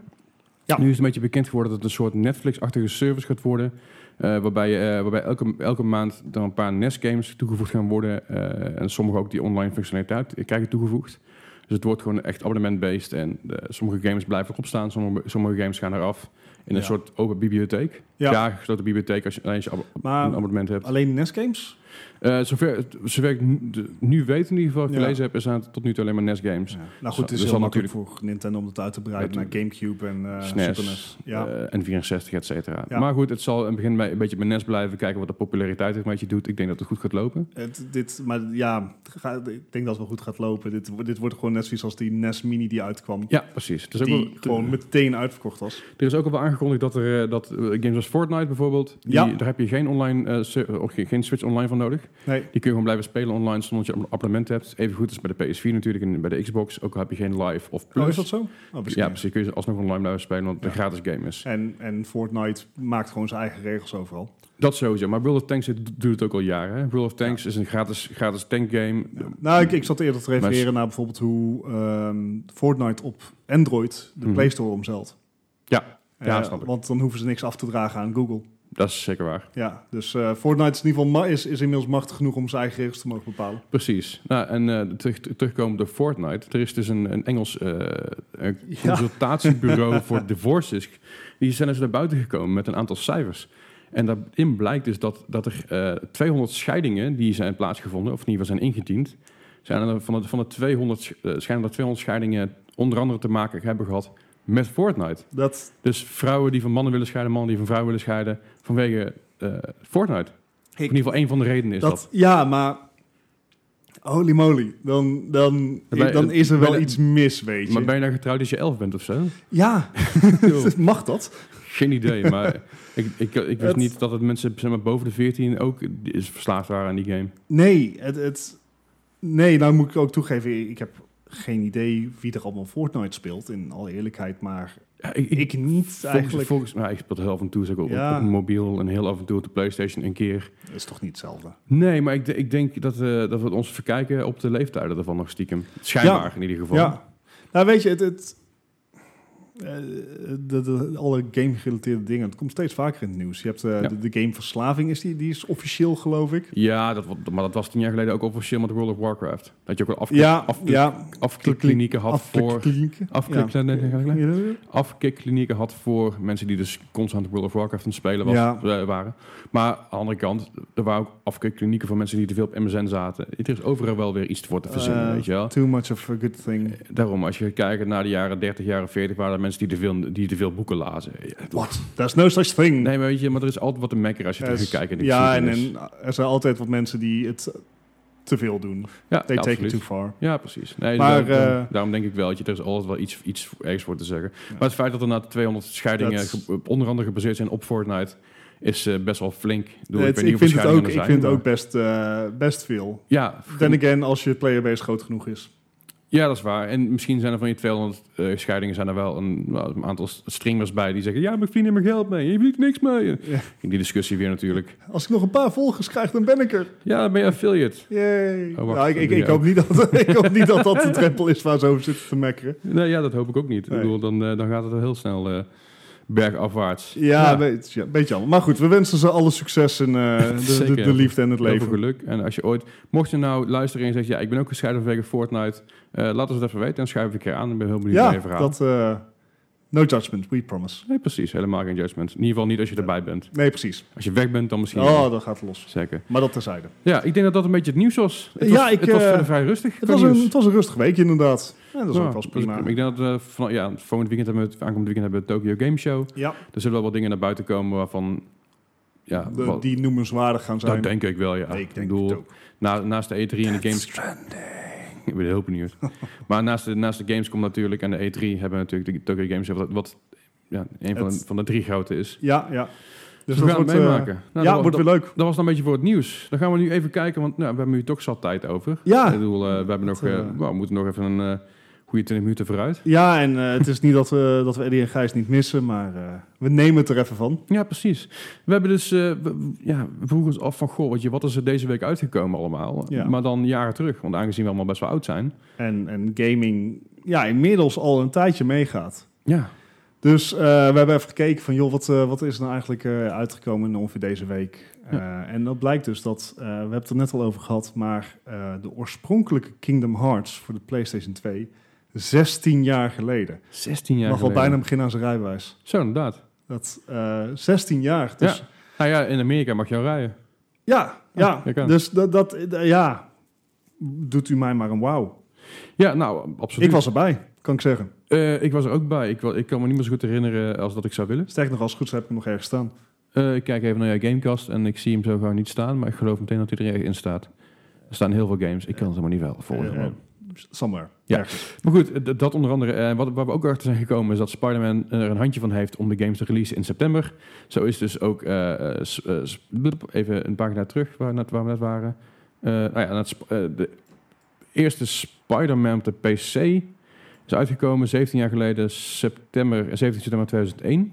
Speaker 2: Ja.
Speaker 1: Nu is het een beetje bekend geworden dat het een soort Netflix-achtige service gaat worden. eh, waarbij je, eh, waarbij elke, elke maand dan een paar NES-games toegevoegd gaan worden. eh, en sommige ook die online functionaliteit krijgen toegevoegd. Dus het wordt gewoon echt abonnement-based. En eh, sommige games blijven erop staan, sommige, sommige games gaan eraf. In een
Speaker 2: Ja.
Speaker 1: soort open bibliotheek.
Speaker 2: Ja.
Speaker 1: Ja, gesloten bibliotheek als je alleen als je abo-
Speaker 2: Maar-
Speaker 1: een abonnement hebt.
Speaker 2: Alleen NES games?
Speaker 1: Eh, zover, zover ik nu- de- nu weet, in ieder geval
Speaker 2: Ja.
Speaker 1: gelezen heb, is aan tot nu toe alleen maar NES games.
Speaker 2: Nou goed, het is
Speaker 1: Dus
Speaker 2: heel
Speaker 1: dan
Speaker 2: makkelijk voor Nintendo om dat uit te breiden naar Gamecube en eh,
Speaker 1: SNES,
Speaker 2: Super NES. Ja.
Speaker 1: E eh, N64, et cetera.
Speaker 2: Ja.
Speaker 1: Maar goed, het zal in het begin bij, een beetje bij NES blijven, kijken wat de populariteit het met je doet. Ik denk dat het goed gaat lopen.
Speaker 2: Het, dit, maar ja, het ga- ik denk dat het wel goed gaat lopen. Dit, wo- dit wordt gewoon net zoiets als die NES Mini die uitkwam.
Speaker 1: Ja, precies. Het is ook
Speaker 2: die
Speaker 1: wel-
Speaker 2: gewoon meteen uitverkocht was.
Speaker 1: Er is ook al wel aangekondigd dat, er, eh, dat eh, games als Fortnite bijvoorbeeld, die,
Speaker 2: Ja.
Speaker 1: daar heb je geen, online, eh, ser- of geen- geen Switch online van nodig.
Speaker 2: Nee,
Speaker 1: Die kun je gewoon blijven spelen online zonder dat je een abonnement hebt. Even goed als bij de PS4 natuurlijk en bij de Xbox. Ook al heb je geen live of plus.
Speaker 2: oh, is dat zo? Oh, wist ik
Speaker 1: Ja,
Speaker 2: niet.
Speaker 1: precies. Kun je ze alsnog online blijven spelen, want het een gratis game is.
Speaker 2: En, en Fortnite maakt gewoon zijn eigen regels overal.
Speaker 1: Dat sowieso. Maar World of Tanks dit- doet het ook al jaren. Hè? World of Tanks is een gratis, gratis tankgame.
Speaker 2: Nou, ik, ik zat eerder te
Speaker 1: Maar-
Speaker 2: refereren naar bijvoorbeeld hoe ehm, Fortnite op Android de
Speaker 1: Mhm.
Speaker 2: Play Store omzeilt.
Speaker 1: Ja, ja,
Speaker 2: Eh,
Speaker 1: snap ik.
Speaker 2: Want dan hoeven ze niks af te dragen aan Google.
Speaker 1: Dat is zeker waar.
Speaker 2: Ja, dus eh, Fortnite is, in ieder geval ma- is, is inmiddels machtig genoeg om zijn eigen regels te mogen bepalen.
Speaker 1: Precies. Nou, en eh, terug, terugkomend op Fortnite. Er is dus een, een Engels eh, een
Speaker 2: Ja.
Speaker 1: consultatiebureau voor divorces. Die zijn dus naar buiten gekomen met een aantal cijfers. En daarin blijkt dus dat, dat er eh, 200 scheidingen die zijn plaatsgevonden, of in ieder geval zijn ingediend, zijn er van de, van de 200, sch- eh, schijnen er 200 scheidingen onder andere te maken hebben gehad met Fortnite.
Speaker 2: Dat,
Speaker 1: Dus vrouwen die van mannen willen scheiden, mannen die van vrouwen willen scheiden vanwege eh, Fortnite. Of in ieder geval één van de redenen is dat.
Speaker 2: dat, Ja, maar... Holy moly. Dan, dan,
Speaker 1: Bij-
Speaker 2: dan is er wel
Speaker 1: bij de-
Speaker 2: iets mis, weet je.
Speaker 1: Maar ben je nou getrouwd als je elf bent of zo?
Speaker 2: Ja, mag dat?
Speaker 1: Geen idee, maar ik, ik, ik wist
Speaker 2: Het-
Speaker 1: niet dat het mensen zeg maar, boven de 14 ook is verslaafd waren aan die game.
Speaker 2: Nee, het, het, nee, nou moet ik ook toegeven, ik heb geen idee wie er allemaal Fortnite speelt, in alle eerlijkheid. Maar
Speaker 1: Ja, ik, ik-
Speaker 2: ik niet
Speaker 1: volgens,
Speaker 2: eigenlijk.
Speaker 1: volgens mij, ik speel heel af en toe zeg ik, op,
Speaker 2: Ja.
Speaker 1: op een mobiel en heel af en toe op de Playstation een keer.
Speaker 2: Dat is toch niet hetzelfde?
Speaker 1: Nee, maar ik, de- ik denk dat, eh, dat we ons verkijken op de leeftijden ervan nog stiekem. Schijnbaar in ieder geval.
Speaker 2: Ja. Nou, weet je, het... het eh, de, de- alle game-gerelateerde dingen, het komt steeds vaker in het nieuws. Je hebt eh,
Speaker 1: Ja.
Speaker 2: de, de gameverslaving, is die, die is officieel, geloof ik.
Speaker 1: Ja, dat, wa- maar dat was tien jaar geleden ook officieel met World of Warcraft. Dat je ook een afklik,
Speaker 2: Ja,
Speaker 1: af,
Speaker 2: ja.
Speaker 1: afklikklinieken had voor...
Speaker 2: Afklikklinieken.
Speaker 1: Afklik- nee, nee, nee, nee.
Speaker 2: Ja.
Speaker 1: afkikklinieken had voor mensen die dus constant World of Warcraft aan het spelen was,
Speaker 2: Ja.
Speaker 1: eh, waren. Maar aan de andere kant, er waren ook afkikklinieken voor mensen die te veel op MSN zaten. Er is overal wel weer iets voor te verzinnen,
Speaker 2: Eh,
Speaker 1: weet je wel. Eh,
Speaker 2: Too much of a good thing.
Speaker 1: Daarom, als je kijkt naar de jaren 30, jaren 40, waren er mensen die te veel, die te veel boeken lazen.
Speaker 2: What? There's no such thing.
Speaker 1: eh, Nee, maar weet je, maar er is altijd wat te mekker als je
Speaker 2: Er is-
Speaker 1: terug kijkt. in de
Speaker 2: ja, en,
Speaker 1: geschiedenis.
Speaker 2: en er zijn altijd wat mensen die het te veel doen.
Speaker 1: dus. ja,
Speaker 2: They
Speaker 1: ja,
Speaker 2: take
Speaker 1: absoluut.
Speaker 2: it too far.
Speaker 1: Ja, precies. Nee,
Speaker 2: Maar,
Speaker 1: daarom,
Speaker 2: eh,
Speaker 1: daarom denk ik wel, dat je, er is altijd wel iets, iets ergens voor te zeggen.
Speaker 2: Ja.
Speaker 1: Maar het feit dat er na 200 scheidingen
Speaker 2: Dat-
Speaker 1: ge- onder andere gebaseerd zijn op Fortnite, is eh, best wel flink. Ik bedoel,
Speaker 2: Het-
Speaker 1: weet
Speaker 2: ik,
Speaker 1: niet hoeveel
Speaker 2: vind het
Speaker 1: scheidingen
Speaker 2: ook,
Speaker 1: er
Speaker 2: ik
Speaker 1: zijn,
Speaker 2: vind het
Speaker 1: maar-
Speaker 2: ook best, eh, best veel.
Speaker 1: Ja,
Speaker 2: Then again, als je playerbase groot genoeg is.
Speaker 1: ja, dat is waar. En misschien zijn er van je 200 eh, scheidingen zijn er wel een, nou, een aantal streamers bij die zeggen: Ja, maar ik verdien er mijn geld mee. Je verdient niks mee.
Speaker 2: Ja.
Speaker 1: In die discussie weer natuurlijk.
Speaker 2: Als ik nog een paar volgers krijg, dan ben ik er.
Speaker 1: Ja, dan ben je affiliate.
Speaker 2: Yay.
Speaker 1: Oh, wacht,
Speaker 2: Nou, ik, ik,
Speaker 1: doe
Speaker 2: ik
Speaker 1: je
Speaker 2: hoop niet dat, ik hoop niet dat dat de drempel is waar ze over zitten te mekkeren.
Speaker 1: Nee, ja, dat hoop ik ook niet.
Speaker 2: Nee.
Speaker 1: Ik bedoel, dan, eh, dan gaat het wel heel snel eh, bergafwaarts.
Speaker 2: Ja, Weet, ja, beetje jammer. Maar goed, we wensen ze alle succes in eh, de, de,
Speaker 1: Zeker.
Speaker 2: de liefde en het
Speaker 1: Heel veel
Speaker 2: leven.
Speaker 1: geluk. En als je ooit, mocht je nou luisteren en je zegt, ja, ik ben ook gescheiden vanwege Fortnite, eh, laat ons het even weten en schuif ik een keer aan. Ik ben heel benieuwd
Speaker 2: Ja,
Speaker 1: naar je verhaal.
Speaker 2: dat... eh, no judgment, we promise.
Speaker 1: Nee, precies. Helemaal geen judgment. In ieder geval niet als je erbij bent.
Speaker 2: Nee, precies.
Speaker 1: Als je weg bent, dan misschien.
Speaker 2: Oh, dat gaat los.
Speaker 1: Zeker.
Speaker 2: Maar dat terzijde.
Speaker 1: Ja, ik denk dat dat een beetje het nieuws was. Het
Speaker 2: Ja,
Speaker 1: was,
Speaker 2: ik,
Speaker 1: het was
Speaker 2: eh,
Speaker 1: verder vrij rustig.
Speaker 2: Het
Speaker 1: qua
Speaker 2: was, een,
Speaker 1: nieuws.
Speaker 2: het was een rustig weekje inderdaad. Ja, dat is
Speaker 1: Ja,
Speaker 2: ook wel eens
Speaker 1: dat is
Speaker 2: prima.
Speaker 1: Ik denk dat we van, ja, het volgend weekend hebben we het aankomend weekend hebben we de Tokyo Game Show.
Speaker 2: Ja,
Speaker 1: Er zullen wel wat dingen naar buiten komen waarvan. Ja,
Speaker 2: de-
Speaker 1: wat-
Speaker 2: die noemenswaardig gaan zijn.
Speaker 1: dat denk ik wel. Ja.
Speaker 2: Nee, ik denk
Speaker 1: bedoel,
Speaker 2: het ook.
Speaker 1: na- naast de E3 en de Games.
Speaker 2: Stranding.
Speaker 1: Ik ben heel benieuwd. maar naast de, naast de Gamescom natuurlijk en de E3 hebben we natuurlijk de Tokyo Games wat, wat ja, een van,
Speaker 2: Het-
Speaker 1: de, van de drie grote is.
Speaker 2: Ja, ja. Dus
Speaker 1: Dus we
Speaker 2: dat
Speaker 1: gaan het
Speaker 2: wordt, eh,
Speaker 1: meemaken. Nou,
Speaker 2: ja,
Speaker 1: dat,
Speaker 2: wordt
Speaker 1: dat,
Speaker 2: weer leuk.
Speaker 1: dat was dan een beetje voor het nieuws. Dan gaan we nu even kijken, want nou, we hebben nu toch zat tijd over.
Speaker 2: Ja.
Speaker 1: Ik bedoel, eh, we, hebben nog,
Speaker 2: Ah, Dat, eh,
Speaker 1: eh, nou, we moeten nog even een eh, goede 20 minuten vooruit.
Speaker 2: Ja, en eh, het is niet dat we, dat we Eddie en Gijs niet missen, maar eh, we nemen het er even van.
Speaker 1: Ja, precies. We hebben dus, eh, we- we- ja, we vroegen ons af van, goh, weet je, wat is er deze week uitgekomen allemaal?
Speaker 2: Ja.
Speaker 1: Maar dan jaren terug, want aangezien we allemaal best wel oud zijn.
Speaker 2: En, en gaming, ja, inmiddels al een tijdje meegaat.
Speaker 1: Ja,
Speaker 2: Dus eh, we hebben even gekeken van, joh, wat, eh, wat is er nou eigenlijk eh, uitgekomen in ongeveer deze week? Eh, en dat blijkt dus dat, eh, we hebben het er net al over gehad, maar eh, de oorspronkelijke Kingdom Hearts voor de PlayStation 2, 16 jaar geleden.
Speaker 1: 16 jaar
Speaker 2: Mag wel
Speaker 1: geleden.
Speaker 2: bijna beginnen aan zijn rijbewijs.
Speaker 1: Zo, inderdaad.
Speaker 2: Dat eh 16 jaar, dus
Speaker 1: Nou ja, in Amerika mag je al rijden.
Speaker 2: Ja, ja.
Speaker 1: dat kan.
Speaker 2: dus dat, dat, eh, ja, doet u mij maar een wauw.
Speaker 1: Ja, nou, absoluut.
Speaker 2: Ik was erbij, kan ik zeggen.
Speaker 1: Eh, ik was er ook bij. Ik, wa- ik kan me niet meer zo goed herinneren als dat ik zou willen.
Speaker 2: Sterk nog, als het goed is heb ik hem nog ergens staan.
Speaker 1: Eh, ik kijk even naar jouw Gamecast en ik zie hem zo gewoon niet staan. Maar ik geloof meteen dat hij er echt in staat. Er staan heel veel games. Ik kan het helemaal niet wel volgen.
Speaker 2: Eh, eh,
Speaker 1: man.
Speaker 2: somewhere.
Speaker 1: Ja.
Speaker 2: Ergens.
Speaker 1: Maar goed, eh, d- dat onder andere. eh, wat, waar we ook achter zijn gekomen is dat Spider-Man eh, er een handje van heeft om de games te releasen in september. Zo is dus ook, eh, eh, s- eh, s- blup, even een pagina terug waar, we net, waar we net waren. Eh, nou ja, dat sp- eh, de eerste Spider-Man op de PC is uitgekomen 17 jaar geleden, september, eh, 17 september 2001.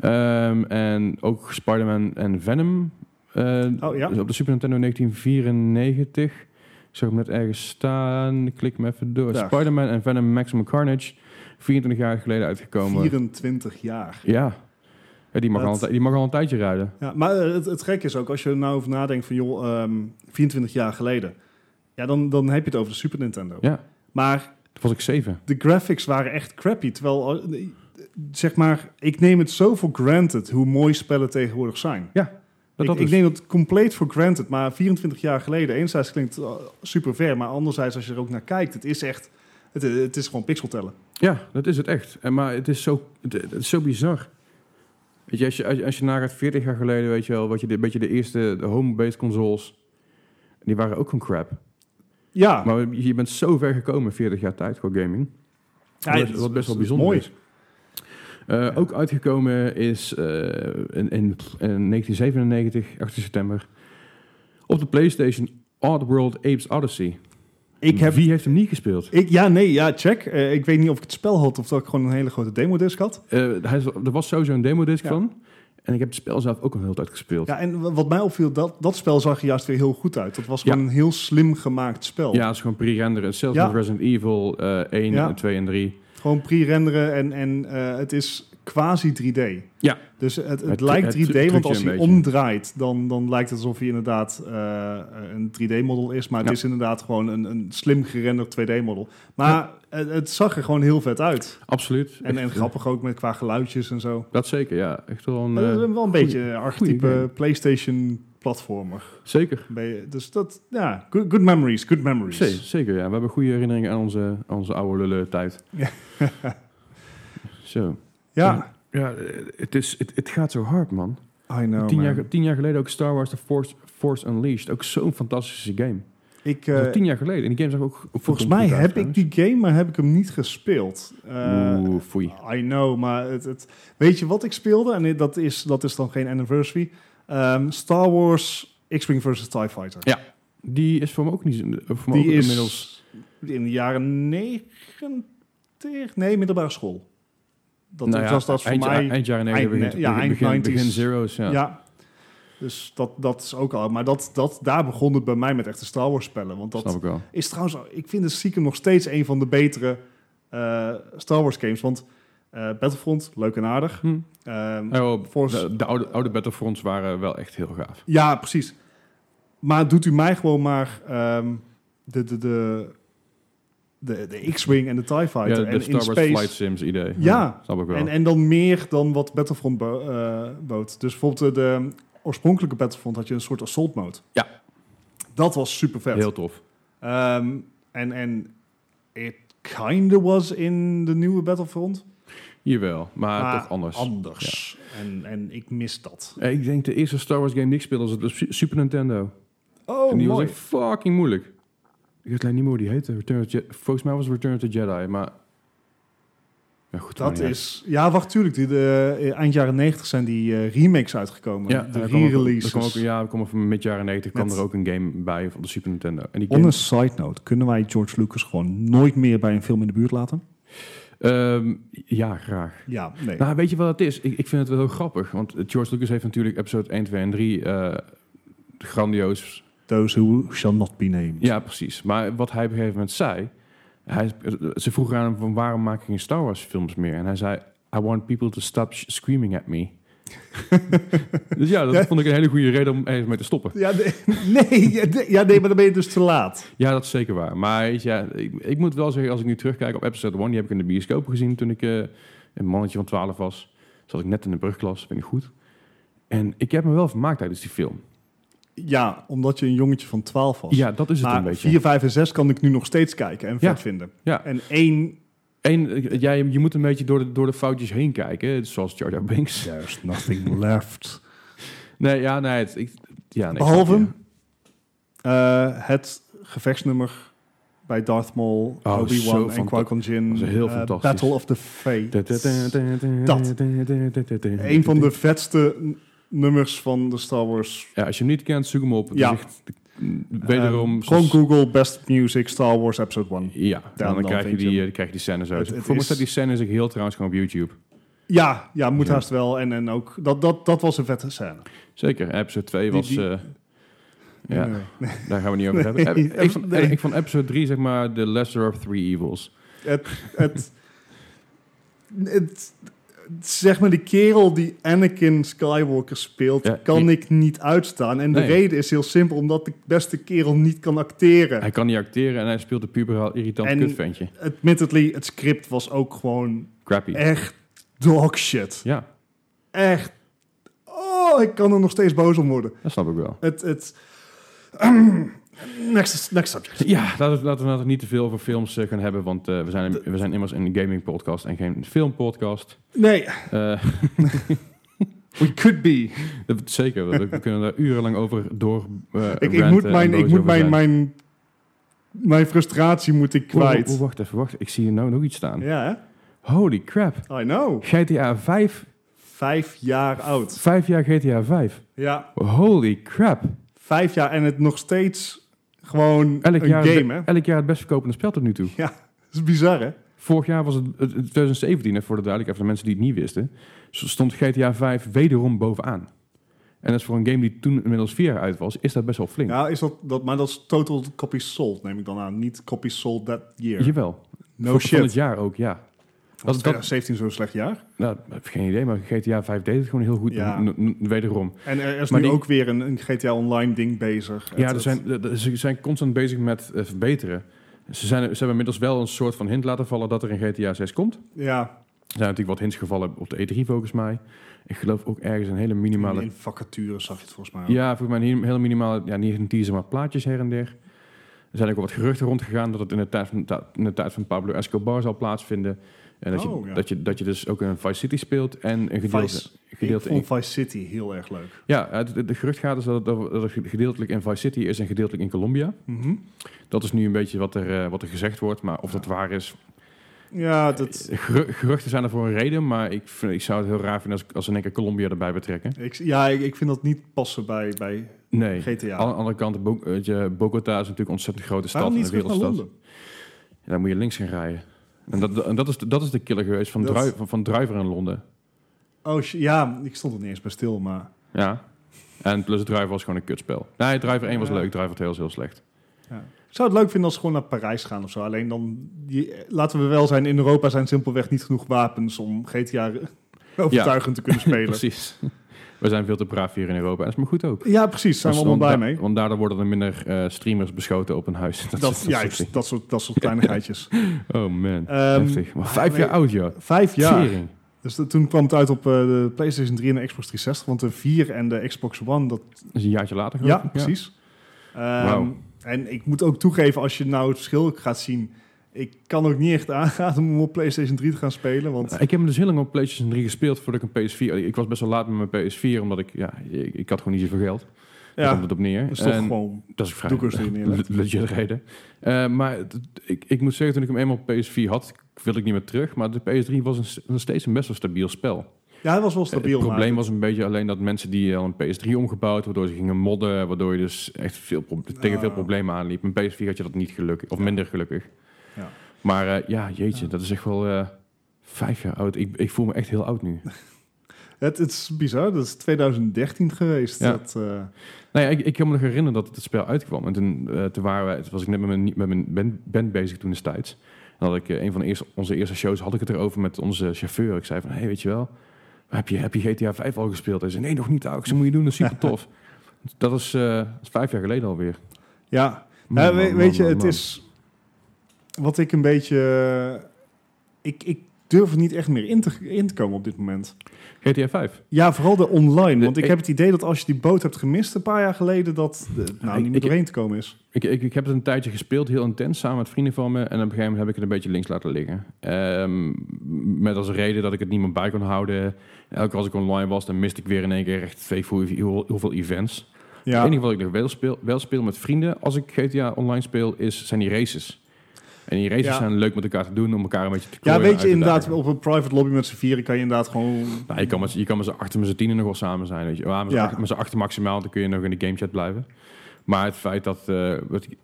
Speaker 1: Ehm, en ook Spider-Man en Venom. eh,
Speaker 2: Oh, ja.
Speaker 1: dus op de Super Nintendo 1994. Ik zag hem net ergens staan. Ik Klik hem even door.
Speaker 2: Daar.
Speaker 1: Spider-Man en Venom Maximum Carnage. 24 jaar geleden uitgekomen.
Speaker 2: 24 jaar.
Speaker 1: Ja. Ja, die, mag
Speaker 2: Dat-
Speaker 1: al, een tij- die mag al een tijdje rijden.
Speaker 2: Ja, maar eh, het, het gekke is ook, als je er nou over nadenkt van, joh, ehm, 24 jaar geleden. Ja, dan, dan heb je het over de Super Nintendo.
Speaker 1: Ja.
Speaker 2: Maar
Speaker 1: Toen was ik zeven.
Speaker 2: de graphics waren echt crappy. Terwijl, eh, eh, zeg maar, ik neem het zo voor granted hoe mooi spellen tegenwoordig zijn.
Speaker 1: Ja. Dat
Speaker 2: ik,
Speaker 1: dat
Speaker 2: ik
Speaker 1: is.
Speaker 2: neem dat compleet voor granted, maar 24 jaar geleden, enerzijds klinkt het super ver, maar anderzijds als je er ook naar kijkt, het is echt, het, eh, het is gewoon pixel tellen.
Speaker 1: Ja, dat is het echt. En, maar het is zo, het, het is zo bizar. Weet je, als je, als je, als je nagaat 40 jaar geleden, weet je wel, wat je de, beetje de eerste de home-based consoles, die waren ook gewoon crap.
Speaker 2: Ja,
Speaker 1: Maar je bent zo ver gekomen in 40 jaar tijd qua gaming.
Speaker 2: ja,
Speaker 1: wat,
Speaker 2: dat is-
Speaker 1: wat best wel
Speaker 2: dat is
Speaker 1: bijzonder
Speaker 2: mooi.
Speaker 1: is. Eh, Ook uitgekomen is eh, in, in, in 1997, 18 september, op de PlayStation Oddworld Apes Odyssey.
Speaker 2: Ik heb,
Speaker 1: Wie heeft hem niet gespeeld?
Speaker 2: ik, ja, nee, ja, check. Eh, ik weet niet of ik het spel had of dat ik gewoon een hele grote demodisc had.
Speaker 1: Eh, hij, is- er was sowieso een demo-disc
Speaker 2: Ja.
Speaker 1: van. En ik heb het spel zelf ook een hele tijd gespeeld.
Speaker 2: Ja, en w- wat mij opviel, dat, dat spel zag er juist weer heel goed uit. Dat was
Speaker 1: Ja.
Speaker 2: gewoon een heel slim gemaakt spel.
Speaker 1: Ja, het is gewoon pre-renderen. Hetzelfde
Speaker 2: Ja.
Speaker 1: als Resident Evil eh 1,
Speaker 2: Ja.
Speaker 1: en 2 en 3.
Speaker 2: Gewoon pre-renderen en, en eh, het is quasi 3D.
Speaker 1: Ja.
Speaker 2: Dus het, het,
Speaker 1: Het- het
Speaker 2: lijkt 3D,
Speaker 1: trucje
Speaker 2: want als
Speaker 1: een
Speaker 2: hij
Speaker 1: beetje.
Speaker 2: omdraait, dan, dan lijkt het alsof hij inderdaad eh, een 3D-model is. Maar het
Speaker 1: Ja.
Speaker 2: is inderdaad gewoon een, een slim gerenderd 2D-model. Maar het, het zag er gewoon heel vet uit.
Speaker 1: Absoluut.
Speaker 2: En,
Speaker 1: Echt,
Speaker 2: en
Speaker 1: eh,
Speaker 2: grappig ook met qua geluidjes en zo.
Speaker 1: Dat zeker, ja. Echt wel een...
Speaker 2: Het is
Speaker 1: eh,
Speaker 2: wel een beetje
Speaker 1: game.
Speaker 2: archetype PlayStation-platformer.
Speaker 1: zeker.
Speaker 2: Ben je- Dus dat, ja, good, good memories, good memories.
Speaker 1: Zeker, zeker, ja. We hebben goede herinneringen aan onze, aan onze oude lullen tijd.
Speaker 2: Ja.
Speaker 1: Zo.
Speaker 2: Ja,
Speaker 1: Ja, eh, het, is, het, het gaat zo hard, Oh, man.
Speaker 2: I know,
Speaker 1: tien,
Speaker 2: man.
Speaker 1: jaar, tien jaar geleden ook Star Wars The Force, Force Unleashed. Ook zo'n fantastische game.
Speaker 2: Ik,
Speaker 1: Dat
Speaker 2: eh,
Speaker 1: was tien jaar geleden. En die game zag ook... ook
Speaker 2: volgens
Speaker 1: goed
Speaker 2: mij
Speaker 1: uit,
Speaker 2: heb ik
Speaker 1: trouwens.
Speaker 2: die game, maar heb ik hem niet gespeeld. Eh,
Speaker 1: Oeh, foei.
Speaker 2: I know, maar het, het, weet je wat ik speelde? En dat is, dat is dan geen anniversary. Ehm, Star Wars X-Wing versus TIE Fighter.
Speaker 1: Ja, Die is voor me ook niet... zo- Voor me
Speaker 2: Die
Speaker 1: ook
Speaker 2: is
Speaker 1: inmiddels...
Speaker 2: in de jaren 90, nee, middelbare school. Dat
Speaker 1: Nou ja,
Speaker 2: was dat voor
Speaker 1: eind,
Speaker 2: mij.
Speaker 1: Eind jaren
Speaker 2: eind-
Speaker 1: 90, begin,
Speaker 2: ja,
Speaker 1: begin,
Speaker 2: eind
Speaker 1: begin,
Speaker 2: 90s.
Speaker 1: begin zeros. Ja.
Speaker 2: ja. Dus dat, dat is ook al. Maar dat, dat, daar begon het bij mij met echte Star Wars spellen. Want dat
Speaker 1: snap ik wel.
Speaker 2: is trouwens, ik vind het stiekem nog steeds een van de betere eh, Star Wars games. Want eh, Battlefront, leuk en aardig.
Speaker 1: Hm.
Speaker 2: Ehm,
Speaker 1: Nou,
Speaker 2: Force-
Speaker 1: de, de oude, oude Battlefronts waren wel echt heel gaaf.
Speaker 2: Ja, precies. Maar doet u mij gewoon maar ehm, de, de, de, de, de X-Wing en de TIE
Speaker 1: Ja,
Speaker 2: Fighter
Speaker 1: de
Speaker 2: en
Speaker 1: Star
Speaker 2: in
Speaker 1: Wars Flight
Speaker 2: Space.
Speaker 1: Sims idee.
Speaker 2: Ja.
Speaker 1: snap ik wel.
Speaker 2: En, en dan meer dan wat Battlefront bo- eh, bood. Dus bijvoorbeeld de, de oorspronkelijke Battlefront had je een soort assault mode.
Speaker 1: Ja.
Speaker 2: Dat was super vet.
Speaker 1: heel tof.
Speaker 2: Ehm, en, en it kinda was in de nieuwe Battlefront.
Speaker 1: Jawel, maar,
Speaker 2: maar
Speaker 1: Ah, toch anders.
Speaker 2: Anders. En, en ik mis dat.
Speaker 1: Eh, ik denk de eerste Star Wars game die ik speelde was op de Su- Super Nintendo.
Speaker 2: Oh,
Speaker 1: en die
Speaker 2: mooi.
Speaker 1: was echt fucking moeilijk. Ik weet alleen niet meer hoe die heette. Return of Je- Volgens mij was het Return of the Jedi, maar... Ja, goed,
Speaker 2: Dat
Speaker 1: maar ja.
Speaker 2: is... Ja, wacht, tuurlijk. Die, de, eh, eind jaren 90 zijn die eh, remakes uitgekomen.
Speaker 1: Ja,
Speaker 2: de
Speaker 1: daar kwam ook-
Speaker 2: re-releases.
Speaker 1: daar kwam ook- Ja, er kwam van mid jaren 90 kwam
Speaker 2: Net.
Speaker 1: er ook een game bij op de Super Nintendo. En die
Speaker 2: On
Speaker 1: game-
Speaker 2: a side note, kunnen wij George Lucas gewoon nooit meer bij een film in de buurt laten?
Speaker 1: Ehm, ja, graag.
Speaker 2: Ja, nee.
Speaker 1: Nou, weet je wat het is? Ik, ik vind het wel heel grappig. Want George Lucas heeft natuurlijk episode 1, 2 en 3 eh, grandioos.
Speaker 2: Those who shall not be named.
Speaker 1: Ja, precies. Maar wat hij op een gegeven moment zei... Hij, ze vroegen aan hem van waarom maak je geen Star Wars films meer? En hij zei... I want people to stop sh- screaming at me. dus ja, dat
Speaker 2: Ja.
Speaker 1: vond ik een hele goede reden om even mee te stoppen.
Speaker 2: Ja, nee, nee, ja, nee, ja, nee, maar dan ben je dus te laat.
Speaker 1: Ja, dat is zeker waar. Maar weet je, ja, ik, ik moet wel zeggen, als ik nu terugkijk op episode 1... die heb ik in de bioscoop gezien toen ik eh, een mannetje van 12 was. Zat ik net in de brugklas, vind ik goed. En ik heb me wel vermaakt tijdens die film.
Speaker 2: Ja, omdat je een jongetje van 12 was.
Speaker 1: Ja, dat is het
Speaker 2: maar
Speaker 1: een beetje.
Speaker 2: 4, 5 en 6 kan ik nu nog steeds kijken en
Speaker 1: Ja.
Speaker 2: vet vinden.
Speaker 1: Ja.
Speaker 2: En 1...
Speaker 1: Eén, eh, ja, je je moet een beetje door de, door de foutjes heen kijken, zoals Jar Jar Binks.
Speaker 2: There's nothing left.
Speaker 1: Nee, ja, nee. Het, ik, ja, nee
Speaker 2: Behalve
Speaker 1: ik-
Speaker 2: eh, het gevechtsnummer bij Darth Maul,
Speaker 1: Oh, zo
Speaker 2: Obi-Wan en
Speaker 1: fanta-
Speaker 2: Qui-Gon Jinn.
Speaker 1: dat is heel
Speaker 2: eh,
Speaker 1: fantastisch.
Speaker 2: Battle of the Fates.
Speaker 1: Dat.
Speaker 2: Een van de vetste n- nummers van de Star Wars.
Speaker 1: Ja, als je hem niet kent, zoek hem op. Het
Speaker 2: Ja.
Speaker 1: is echt, mm, wederom...
Speaker 2: Eh, gewoon
Speaker 1: zoals-
Speaker 2: Google Best Music Star Wars Episode 1.
Speaker 1: Ja, dan,
Speaker 2: dan
Speaker 1: krijg, je
Speaker 2: vind
Speaker 1: die,
Speaker 2: je hem.
Speaker 1: eh, dan krijg je die scènes uit.
Speaker 2: Het- het
Speaker 1: Voor mij
Speaker 2: is-
Speaker 1: staat die scène in zich heel trouwens gewoon op YouTube.
Speaker 2: Ja, ja moet
Speaker 1: Ja.
Speaker 2: haast wel. En, en ook, dat, dat, dat was een vette scène.
Speaker 1: Zeker, en episode 2
Speaker 2: Die-
Speaker 1: was...
Speaker 2: die-
Speaker 1: eh, ja,
Speaker 2: Nee.
Speaker 1: daar gaan we niet over
Speaker 2: Nee,
Speaker 1: hebben. Eh, Ik vond,
Speaker 2: nee.
Speaker 1: ik vond episode 3, zeg maar, The Lesser of Three Evils.
Speaker 2: Het, het, zeg maar, die kerel die Anakin Skywalker speelt,
Speaker 1: Ja,
Speaker 2: kan
Speaker 1: die-
Speaker 2: ik niet uitstaan. En
Speaker 1: Nee.
Speaker 2: de reden is heel simpel, omdat de beste kerel niet kan acteren.
Speaker 1: Hij kan niet acteren en hij speelt de puberaal irritant
Speaker 2: En-
Speaker 1: kutventje.
Speaker 2: Admittedly, het script was ook gewoon
Speaker 1: Crappy.
Speaker 2: echt dog shit.
Speaker 1: Ja,
Speaker 2: Echt. Oh, oh, ik kan er nog steeds boos om worden.
Speaker 1: Dat snap ik wel.
Speaker 2: Het, het, next, next subject.
Speaker 1: Ja, laten we, laten we laten we niet te veel over films eh, gaan hebben, want eh, we, zijn, we zijn immers een gaming podcast en geen filmpodcast.
Speaker 2: Nee,
Speaker 1: Eh
Speaker 2: we could be.
Speaker 1: dat bet- zeker, we, we kunnen daar urenlang over door. eh,
Speaker 2: Ik, ik
Speaker 1: ranten
Speaker 2: moet
Speaker 1: en
Speaker 2: mijn,
Speaker 1: boos
Speaker 2: ik moet
Speaker 1: over
Speaker 2: mijn,
Speaker 1: zijn.
Speaker 2: mijn, mijn frustratie moet ik
Speaker 1: Oh, oh,
Speaker 2: kwijt.
Speaker 1: wacht even, wacht. Ik zie hier nou nog iets staan.
Speaker 2: Ja,
Speaker 1: Holy crap.
Speaker 2: hè? I know.
Speaker 1: GTA 5.
Speaker 2: Vijf jaar oud.
Speaker 1: Vijf jaar GTA 5.
Speaker 2: Ja,
Speaker 1: Holy crap.
Speaker 2: vijf jaar en het nog steeds gewoon
Speaker 1: Elk
Speaker 2: een
Speaker 1: jaar,
Speaker 2: game, hè?
Speaker 1: elk jaar het best verkopende spel tot nu toe.
Speaker 2: Ja, dat is bizar, hè?
Speaker 1: Vorig jaar was het, het- het 2017, hè, voor de duidelijkheid van de mensen die het niet wisten, s- stond GTA 5 wederom bovenaan. En dat is voor een game die toen inmiddels vier jaar uit was, is dat best wel flink.
Speaker 2: Ja, is dat, dat, maar dat is total copies sold, neem ik dan aan. Niet copies sold that year.
Speaker 1: Jawel.
Speaker 2: no
Speaker 1: van,
Speaker 2: shit.
Speaker 1: van het jaar ook, ja.
Speaker 2: was
Speaker 1: Dat, dat,
Speaker 2: 2017 zo'n slecht jaar?
Speaker 1: nou, ik heb geen idee, maar GTA 5 deed het gewoon heel goed,
Speaker 2: Ja.
Speaker 1: n- n- wederom.
Speaker 2: En er is
Speaker 1: Maar
Speaker 2: nu
Speaker 1: die-
Speaker 2: ook weer een, een GTA Online ding bezig. Het-
Speaker 1: Ja, er
Speaker 2: het-
Speaker 1: zijn, er- er- ze zijn constant bezig met eh, verbeteren. Ze, zijn, ze hebben inmiddels wel een soort van hint laten vallen dat er een GTA 6 komt.
Speaker 2: ja,
Speaker 1: Er zijn natuurlijk wat hints gevallen op de E3 volgens mij. Ik geloof ook ergens een hele minimale...
Speaker 2: in vacatures zag je het volgens mij. ook.
Speaker 1: Ja, volgens mij een heel minimale... Ja, niet echt een teaser, maar plaatjes her en der. Er zijn ook wel wat geruchten rondgegaan dat het in de tijd van, ta- in de tijd van Pablo Escobar zal plaatsvinden. En dat,
Speaker 2: Oh,
Speaker 1: je,
Speaker 2: ja.
Speaker 1: dat, je, dat je dus ook een Vice City speelt en een gedeelte...
Speaker 2: Vice. Ik
Speaker 1: gedeelte in,
Speaker 2: vond Vice City heel erg leuk.
Speaker 1: ja, het, het- de gerucht gaat dus dat het, dat het gedeeltelijk in Vice City is en gedeeltelijk in Colombia.
Speaker 2: Mhm.
Speaker 1: Dat is nu een beetje wat er, eh, wat er gezegd wordt, maar of dat waar is.
Speaker 2: Ja, dat,
Speaker 1: Geru- geruchten zijn er voor een reden, maar ik, vind, ik zou het heel raar vinden als, als ze in één keer Colombia erbij betrekken.
Speaker 2: ik, ja ik, ik vind dat niet passen bij, bij
Speaker 1: Nee.
Speaker 2: GTA.
Speaker 1: Aan de andere kant, Bo- weet je, Bogota is natuurlijk een ontzettend grote stad
Speaker 2: Waarom
Speaker 1: en
Speaker 2: niet
Speaker 1: een
Speaker 2: terug naar
Speaker 1: wereldstad.
Speaker 2: Londen?
Speaker 1: Ja, dan moet je links gaan rijden. En dat, en dat, is, de- dat is de killer geweest van,
Speaker 2: Dat-
Speaker 1: Drui- van, van Driver in Londen.
Speaker 2: Oh, sh- ja, ik stond er niet eens bij stil, maar...
Speaker 1: Ja. En plus Driver was gewoon een kutspel. Nee, Driver 1 was
Speaker 2: Ja.
Speaker 1: leuk, Driver 2 was heel slecht.
Speaker 2: Ik zou het leuk vinden als ze gewoon naar Parijs gaan of zo. Alleen dan, die, laten we wel zijn, in Europa zijn simpelweg niet genoeg wapens om GTA overtuigend te kunnen spelen.
Speaker 1: Precies. We zijn veel te braaf hier in Europa. En dat is maar goed ook.
Speaker 2: ja, precies. Zijn we
Speaker 1: Dus
Speaker 2: allemaal blij
Speaker 1: want da-
Speaker 2: mee.
Speaker 1: Want daardoor worden er minder eh, streamers beschoten op een huis. Dat,
Speaker 2: Dat,
Speaker 1: is- dat is-
Speaker 2: juist, dat soort, dat soort kleinigheidjes.
Speaker 1: Oh man,
Speaker 2: Ehm,
Speaker 1: heftig. Maar vijf
Speaker 2: nee.
Speaker 1: jaar oud, joh.
Speaker 2: Vijf jaar.
Speaker 1: Tering.
Speaker 2: Dus dat- toen kwam het uit op eh, de PlayStation 3 en de Xbox 360. Want de 4 en de Xbox One, dat...
Speaker 1: Dat is een jaartje later geloof
Speaker 2: Ja,
Speaker 1: ik.
Speaker 2: precies. Ehm,
Speaker 1: Oh, Wauw.
Speaker 2: En ik moet ook toegeven, als je nou het verschil gaat zien... Ik kan ook niet echt aanraden om op PlayStation 3 te gaan spelen, want...
Speaker 1: Ik heb hem dus heel lang op PlayStation 3 gespeeld voordat ik een PS4... Oh, Ik was best wel laat met mijn PS4, omdat ik... Ja, ik, ik had gewoon niet zoveel geld. Daar
Speaker 2: Ja,
Speaker 1: komt het op neer.
Speaker 2: dat is toch
Speaker 1: En
Speaker 2: gewoon
Speaker 1: dat is vrij
Speaker 2: doekers die je neerlegt.
Speaker 1: le- legit reden. Eh, maar het- ik, ik moet zeggen, toen ik hem eenmaal op PS4 had, wilde ik niet meer terug. Maar de PS3 was een s- nog steeds een best wel stabiel spel.
Speaker 2: Ja, hij was wel stabiel.
Speaker 1: Eh, Het probleem
Speaker 2: maar
Speaker 1: was een beetje alleen dat mensen die eh, al een PS3 omgebouwd, waardoor ze gingen modden, waardoor je dus echt veel pro- tegen veel
Speaker 2: Ah.
Speaker 1: problemen aanliep. Met PS4 had je dat niet gelukkig, of minder gelukkig.
Speaker 2: Ja.
Speaker 1: Maar eh, ja, jeetje, dat is echt wel eh, vijf jaar oud. Ik, ik voel me echt heel oud nu.
Speaker 2: het, het is bizar, dat is 2013 geweest.
Speaker 1: Ja.
Speaker 2: Dat, eh,
Speaker 1: nou ja, ik, ik kan me nog herinneren dat het spel uitkwam. En toen, eh, toen waren wij, toen was ik net met mijn, met mijn band, band bezig toen destijds. En had ik eh, een van de eerste, onze eerste shows, had ik het erover met onze chauffeur. Ik zei van, hé, hey, weet je wel, heb je, heb je GTA 5 al gespeeld? Hij zei, nee, nog niet. Ik ze moet je doen, dat is super tof. dat is, eh, dat is vijf jaar geleden alweer.
Speaker 2: ja,
Speaker 1: Man,
Speaker 2: Nou, we-
Speaker 1: man,
Speaker 2: weet
Speaker 1: man,
Speaker 2: je,
Speaker 1: man,
Speaker 2: het
Speaker 1: man.
Speaker 2: is wat ik een beetje... eh, Ik, ik durf er niet echt meer in te, in te komen op dit moment.
Speaker 1: GTA 5.
Speaker 2: Ja, vooral de online.
Speaker 1: De-
Speaker 2: Want ik
Speaker 1: ik-
Speaker 2: heb het idee dat als je die boot hebt gemist een paar jaar geleden... dat het nou
Speaker 1: Ik-
Speaker 2: niet meer
Speaker 1: ik-
Speaker 2: doorheen te komen is.
Speaker 1: Ik, ik, ik heb het een tijdje gespeeld, heel intens, samen met vrienden van me. En op een gegeven moment heb ik het een beetje links laten liggen. Ehm, met als reden dat ik het niemand bij kon houden. Elke keer als ik online was, dan miste ik weer in één keer echt twee, hoe- hoe- hoeveel events. Het
Speaker 2: Ja,
Speaker 1: enige wat ik nog wel speel, wel speel met vrienden als ik GTA online speel, is, zijn die races. En die races
Speaker 2: Ja.
Speaker 1: zijn leuk met elkaar te doen, om elkaar een beetje te
Speaker 2: ja
Speaker 1: klooien
Speaker 2: weet je,
Speaker 1: uit te
Speaker 2: inderdaad,
Speaker 1: dagen.
Speaker 2: op een private lobby met z'n vieren... kan je inderdaad gewoon...
Speaker 1: Nou, je, kan met, z'n- je kan met z'n achter, met z'n tienen nog wel samen zijn. Weet je. Maar met z'n
Speaker 2: Ja.
Speaker 1: acht- met z'n achter maximaal, want dan kun je nog in de gamechat blijven. Maar het feit dat, eh, dat, die,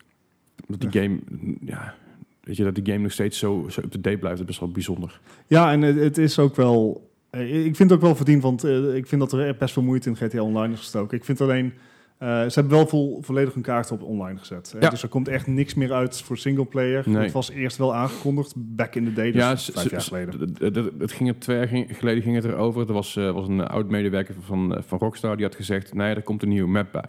Speaker 1: dat die game... Ja, weet je, dat die game nog steeds zo, zo up-to-date blijft, dat is best wel bijzonder.
Speaker 2: Ja, en het, het is ook wel... eh, Ik vind het ook wel verdiend, want eh, ik vind dat er best veel moeite in GTA Online is gestoken. Ik vind alleen... eh, ze hebben wel vol, volledig hun kaart op online gezet. hè.
Speaker 1: Ja.
Speaker 2: Dus er komt echt niks meer uit voor singleplayer.
Speaker 1: Nee.
Speaker 2: Het was eerst wel aangekondigd, back in the day, dus
Speaker 1: Ja, s-
Speaker 2: vijf
Speaker 1: s-
Speaker 2: jaar
Speaker 1: s- d-
Speaker 2: geleden.
Speaker 1: d- d- Het ging er twee jaar ging- geleden ging het erover. Er was, eh, was een eh, oud-medewerker van, eh, van Rockstar die had gezegd... nee, er komt een nieuwe map bij.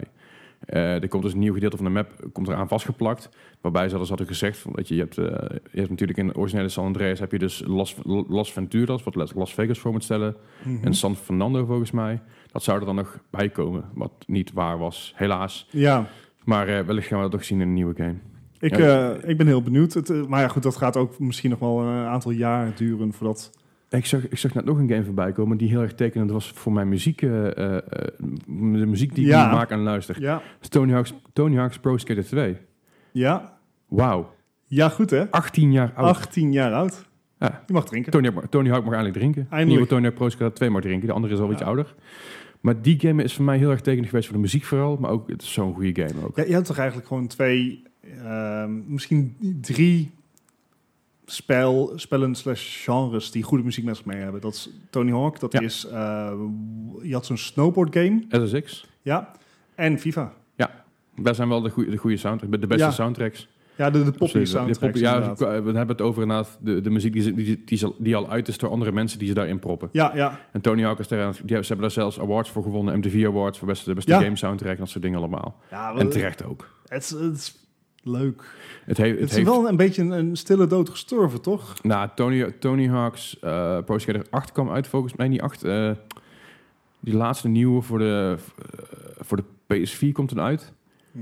Speaker 1: Eh, er komt dus een nieuw gedeelte van de map komt eraan vastgeplakt. Waarbij ze dus hadden gezegd, van, weet je, je, hebt, eh, je hebt natuurlijk in de originele San Andreas heb je dus Las, Las Venturas, wat Las- Las Vegas voor moet stellen.
Speaker 2: Mhm.
Speaker 1: En San Fernando volgens mij. Dat zou er dan nog bij komen, wat niet waar was, helaas.
Speaker 2: Ja,
Speaker 1: Maar eh, wellicht gaan we dat nog zien in een nieuwe game. Ja.
Speaker 2: ik,
Speaker 1: dus-
Speaker 2: eh, ik ben heel benieuwd. Het, eh, maar ja, goed, dat gaat ook misschien nog wel een aantal jaar duren voordat...
Speaker 1: Ik zag, ik zag net nog een game voorbij komen die heel erg tekenend was voor mijn muziek. eh, eh, eh, de muziek die
Speaker 2: Ja.
Speaker 1: ik nu maak en luister.
Speaker 2: Ja,
Speaker 1: Tony Hawk's, Tony Hawk's Pro Skater 2.
Speaker 2: ja,
Speaker 1: Wauw,
Speaker 2: ja goed hè?
Speaker 1: 18 jaar oud.
Speaker 2: 18 jaar oud.
Speaker 1: Ja.
Speaker 2: Je mag drinken.
Speaker 1: Tony, Hawk- Tony Hawk mag eindelijk drinken.
Speaker 2: Eindelijk.
Speaker 1: Nieuwe Tony Hawk Pro Skater 2 mag drinken. De andere is al
Speaker 2: Ja.
Speaker 1: iets ouder. Maar die game is voor mij heel erg tekenend geweest voor de muziek vooral. Maar ook, het is zo'n goede game ook.
Speaker 2: Ja, je hebt toch eigenlijk gewoon twee, ehm, misschien drie spel, spellen slash genres die goede muziek met zich mee hebben. Dat is Tony Hawk, dat
Speaker 1: Ja.
Speaker 2: is, eh, je had zo'n snowboard game,
Speaker 1: SSX,
Speaker 2: ja, en FIFA.
Speaker 1: daar zijn wel de goede, de goede soundtracks, de beste
Speaker 2: Ja.
Speaker 1: soundtracks.
Speaker 2: Ja, de, de
Speaker 1: Absoluut.
Speaker 2: poppy
Speaker 1: De
Speaker 2: soundtracks
Speaker 1: poppy- ja,
Speaker 2: inderdaad.
Speaker 1: we hebben het over inderdaad de, de muziek die, ze- die, die, ze- die al uit is door andere mensen die ze daarin proppen.
Speaker 2: Ja, ja,
Speaker 1: En Tony Hawk is daar, aan het- die hebben, ze hebben daar zelfs awards voor gewonnen. MTV Awards voor beste, de beste
Speaker 2: Ja.
Speaker 1: game soundtrack en dat soort dingen allemaal.
Speaker 2: ja
Speaker 1: En
Speaker 2: wel,
Speaker 1: terecht ook.
Speaker 2: het, is, het is leuk.
Speaker 1: Het, heeft,
Speaker 2: Het,
Speaker 1: het
Speaker 2: is
Speaker 1: heeft,
Speaker 2: wel een beetje een, een stille dood gestorven, toch?
Speaker 1: Nou, Tony, Tony Hawk's eh Pro Skater 8 kwam uit volgens mij. Niet 8. eh, die laatste nieuwe voor de, eh, voor de PS4 komt dan uit.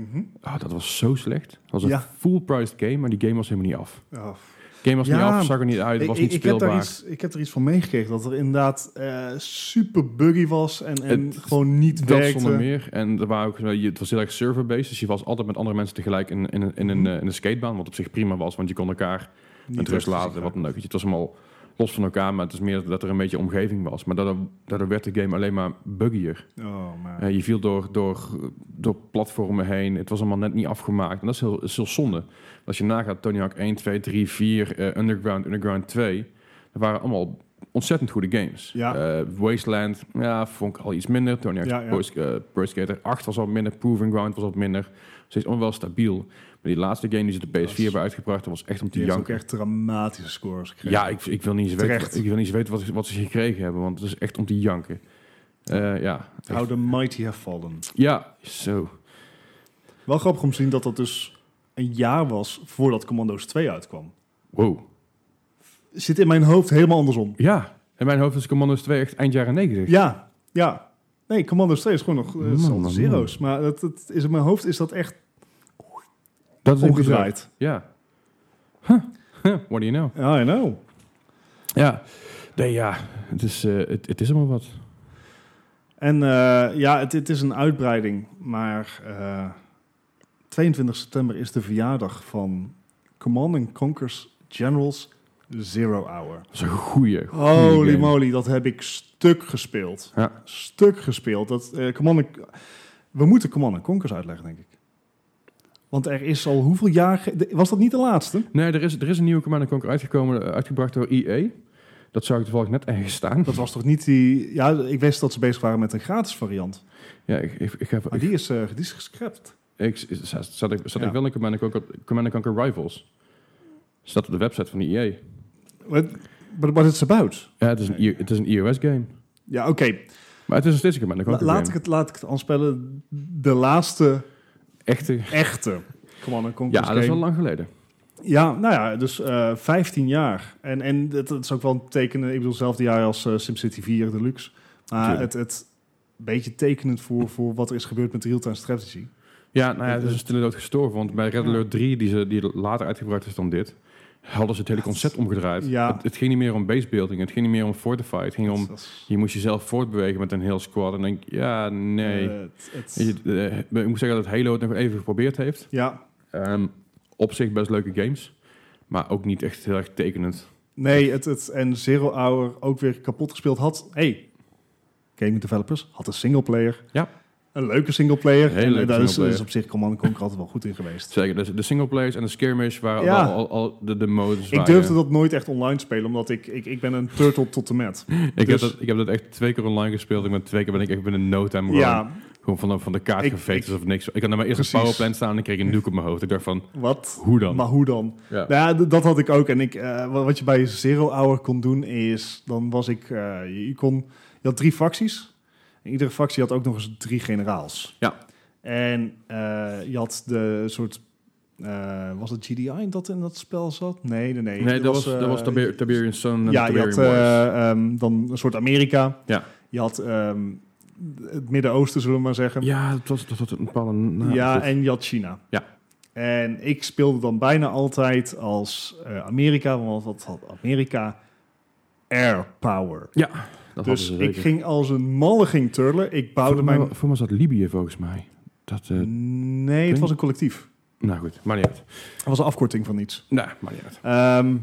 Speaker 2: Mhm.
Speaker 1: Ah, dat was zo slecht. Dat was een
Speaker 2: Ja.
Speaker 1: full-priced game, maar die game was helemaal niet af.
Speaker 2: Ja.
Speaker 1: Game was niet
Speaker 2: Ja.
Speaker 1: af, zag er niet uit,
Speaker 2: Ik,
Speaker 1: was
Speaker 2: ik-
Speaker 1: niet
Speaker 2: ik heb daar
Speaker 1: speelbaar.
Speaker 2: iets, ik heb er iets van meegekregen dat er inderdaad eh, super buggy was en, en
Speaker 1: Het-
Speaker 2: gewoon niet
Speaker 1: Dat
Speaker 2: werkte.
Speaker 1: zonder meer. En er waren ook, eh, je- het was heel erg server-based. Dus je was altijd met andere mensen tegelijk in, in, een- in, een, eh, in een skatebaan. Wat op zich prima was, want je kon elkaar met rust laten. en Wat dan ook. Weet je, Het was allemaal los van elkaar, maar het is meer dat er een beetje omgeving was. Maar daardoor, daardoor werd de game alleen maar buggier.
Speaker 2: Oh, maar.
Speaker 1: Eh, je viel door, door, door platformen heen. Het was allemaal net niet afgemaakt. En dat is heel, is heel zonde. Als je nagaat, Tony Hawk 1, 2, 3, 4, eh, Underground, Underground 2. Dat waren allemaal ontzettend goede games.
Speaker 2: Ja.
Speaker 1: Eh, Wasteland, ja, vond ik al iets minder. Tony Hawk
Speaker 2: Ja, ja.
Speaker 1: Pro, Sk- eh, Pro Skater 8 was al minder. Proving Ground was al minder. Steeds onwel stabiel. Maar die laatste game die ze op de PS4 hebben uitgebracht, dat was echt om te
Speaker 2: Die heeft ook
Speaker 1: janken.
Speaker 2: echt dramatische scores gekregen.
Speaker 1: Ja, ik, ik wil niet eens
Speaker 2: Terecht.
Speaker 1: weten, ik wil niet eens weten wat, wat ze gekregen hebben, want het is echt om te janken. Eh, ja,
Speaker 2: How the mighty have fallen.
Speaker 1: ja, zo.
Speaker 2: Wel grappig om te zien dat dat dus een jaar was voordat Commando's 2 uitkwam.
Speaker 1: Wow.
Speaker 2: Zit in mijn hoofd helemaal andersom.
Speaker 1: Ja, in mijn hoofd is Commando's 2 echt eind jaren 90.
Speaker 2: Ja, ja. Nee, Commando's 2 is gewoon nog eh, het is
Speaker 1: Man,
Speaker 2: al
Speaker 1: man,
Speaker 2: zero's. Maar dat, dat is, in mijn hoofd is dat echt
Speaker 1: dat is bizar.
Speaker 2: omgedraaid.
Speaker 1: Ja. Huh. Huh, What do you know?
Speaker 2: I know.
Speaker 1: Ja. Nee, ja. Het is, eh, het, het is allemaal wat.
Speaker 2: En eh, ja, het, het is een uitbreiding. Maar eh, 22 september is de verjaardag van Command and Conquer's Generals Zero Hour.
Speaker 1: Dat is een goeie. goeie
Speaker 2: Holy
Speaker 1: game.
Speaker 2: moly, dat heb ik stuk gespeeld.
Speaker 1: Ja.
Speaker 2: Stuk gespeeld. Dat, eh, Command and- We moeten Command and Conquers uitleggen, denk ik. Want er is al hoeveel jaar... ge- de- Was dat niet de laatste?
Speaker 1: Nee, er is, er is een nieuwe Command Conquer uitgekomen, eh, uitgebracht door EA. Dat zou ik toevallig net ergens staan.
Speaker 2: Dat was toch niet die... Ja, ik wist dat ze bezig waren met een gratis variant.
Speaker 1: Ja, ik, ik, ik heb...
Speaker 2: Maar
Speaker 1: Ik,
Speaker 2: die is, eh die is gescrapt.
Speaker 1: ik, zat, zat ik, zat
Speaker 2: Ja.
Speaker 1: ik wel in Command Conquer, Command Conquer Rivals. Staat op de website van de EA.
Speaker 2: What, but what it's about?
Speaker 1: Ja, het is een, I- het is een iOS game.
Speaker 2: Ja, oké.
Speaker 1: Maar het is nog steeds een Command
Speaker 2: La-
Speaker 1: Conquer
Speaker 2: laat, ik
Speaker 1: game.
Speaker 2: het, laat ik het aanspellen. De laatste
Speaker 1: Echte...
Speaker 2: echte Command and
Speaker 1: eh, Ja,
Speaker 2: Conquer
Speaker 1: dat is al lang geleden.
Speaker 2: Ja, nou ja, dus eh 15 jaar. En, en het, het is ook wel een teken, ik bedoel, hetzelfde jaar als eh, SimCity 4 Deluxe. Maar
Speaker 1: Tuurlijk.
Speaker 2: het, het een beetje tekenend voor, voor wat er is gebeurd met real-time strategy.
Speaker 1: Ja, nou ja, het is een stille dood gestorven. Want bij Red
Speaker 2: Ja.
Speaker 1: Alert 3, die, ze, die later uitgebracht is dan dit... hadden ze het hele concept omgedraaid.
Speaker 2: Ja.
Speaker 1: Het, het ging niet meer om basebuilding, het ging niet meer om fortify. Het ging om,
Speaker 2: Dat is-
Speaker 1: je moest jezelf voortbewegen met een heel squad. En denk ik, ja, nee.
Speaker 2: eh, het- het-
Speaker 1: Weet je, eh, ik moet zeggen dat Halo het nog even geprobeerd heeft.
Speaker 2: ja,
Speaker 1: Ehm, op zich best leuke games. Maar ook niet echt heel erg tekenend.
Speaker 2: nee, het, het, en Zero Hour ook weer kapot gespeeld had. hey, game developers had een singleplayer.
Speaker 1: Ja.
Speaker 2: Een leuke singleplayer.
Speaker 1: Hele
Speaker 2: En,
Speaker 1: leuke
Speaker 2: eh, daar is,
Speaker 1: singleplayer.
Speaker 2: is op zich Command Conquer altijd wel goed in geweest.
Speaker 1: Zeker, de, de singleplayers en de skirmish waren
Speaker 2: Ja.
Speaker 1: al, al, al de, de modes.
Speaker 2: Ik
Speaker 1: waar
Speaker 2: durfde
Speaker 1: je-
Speaker 2: dat nooit echt online spelen, omdat ik, ik, ik ben een turtle tot de mat.
Speaker 1: ik,
Speaker 2: dus-
Speaker 1: heb dat, ik heb dat echt twee keer online gespeeld. Ik ben twee keer ben ik echt binnen no time gewoon
Speaker 2: Ja,
Speaker 1: Gewoon van de, van de kaart
Speaker 2: Ik-
Speaker 1: geveegd
Speaker 2: ik-
Speaker 1: of niks. Ik had naar mijn eerste
Speaker 2: Precies.
Speaker 1: powerplant staan en ik kreeg een nuke op mijn hoofd. Ik dacht van,
Speaker 2: wat?
Speaker 1: hoe dan?
Speaker 2: Maar hoe dan?
Speaker 1: ja.
Speaker 2: Nou Ja, d- dat had ik ook. En ik, eh, wa- wat je bij Zero Hour kon doen is, dan was ik, eh, je, je kon, je had drie facties. En iedere factie had ook nog eens drie generaals.
Speaker 1: Ja.
Speaker 2: En eh, je had de soort... eh, was het GDI dat in dat spel zat? Nee, nee, nee.
Speaker 1: Nee,
Speaker 2: Er
Speaker 1: dat was, dat
Speaker 2: eh,
Speaker 1: was Tiber- Tiberian Sun en
Speaker 2: ja, je
Speaker 1: Tiberian
Speaker 2: had
Speaker 1: Wars.
Speaker 2: eh, ehm, dan een soort Amerika.
Speaker 1: Ja.
Speaker 2: Je had ehm, het Midden-Oosten, zullen we maar zeggen.
Speaker 1: Ja, dat was, dat was een bepaalde naam.
Speaker 2: ja,
Speaker 1: Nou, Goed.
Speaker 2: en je had China.
Speaker 1: Ja.
Speaker 2: En ik speelde dan bijna altijd als eh, Amerika, want wat had Amerika? Air power.
Speaker 1: ja dat hadden
Speaker 2: dus
Speaker 1: ze
Speaker 2: ik
Speaker 1: zeker.
Speaker 2: ging als een malle ging turlen. Ik bouwde
Speaker 1: Voor mij,
Speaker 2: mijn...
Speaker 1: voor mij was dat Libië volgens mij. Dat, eh,
Speaker 2: nee, het
Speaker 1: ding?
Speaker 2: was een collectief.
Speaker 1: Nou goed, maar niet uit.
Speaker 2: Het was een afkorting van iets.
Speaker 1: Nee, maar niet uit.
Speaker 2: Ehm,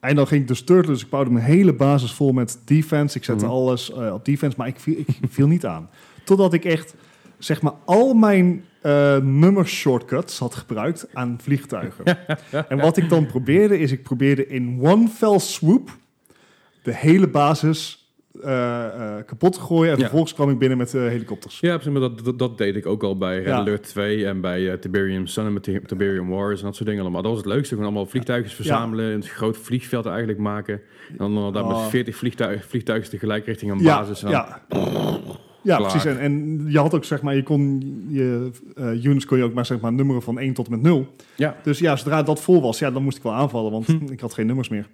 Speaker 2: en dan ging ik dus turtlen, dus ik bouwde mijn hele basis vol met defense. Ik zette
Speaker 1: Mhm.
Speaker 2: alles eh, op defense, maar ik viel, ik viel niet aan. Totdat ik echt, zeg maar, al mijn eh nummershortcuts had gebruikt aan vliegtuigen. en wat ik dan probeerde, is ik probeerde in one fell swoop de hele basis eh, eh, kapot te gooien. En
Speaker 1: Ja.
Speaker 2: vervolgens kwam ik binnen met eh, helikopters.
Speaker 1: Ja, precies, maar dat, dat, dat deed ik ook al bij Red
Speaker 2: Ja.
Speaker 1: Alert 2 en bij eh, Tiberium Sun en met Ti- Tiberium Wars en dat soort dingen allemaal. Dat was het leukste, gewoon allemaal vliegtuigjes verzamelen, een groot vliegveld eigenlijk maken. En dan eh, daar
Speaker 2: Oh.
Speaker 1: met 40 vliegtuig, vliegtuigjes tegelijk richting een
Speaker 2: Ja,
Speaker 1: basis. En dan-
Speaker 2: ja. Ja,
Speaker 1: Klaar.
Speaker 2: precies. En, en je had ook, zeg maar, je kon je eh, units kon je ook maar, zeg maar, nummeren van 1 tot en met 0.
Speaker 1: Ja. Hm.
Speaker 2: Dus ja, zodra dat vol was, ja, dan moest ik wel aanvallen, want ik had geen nummers meer.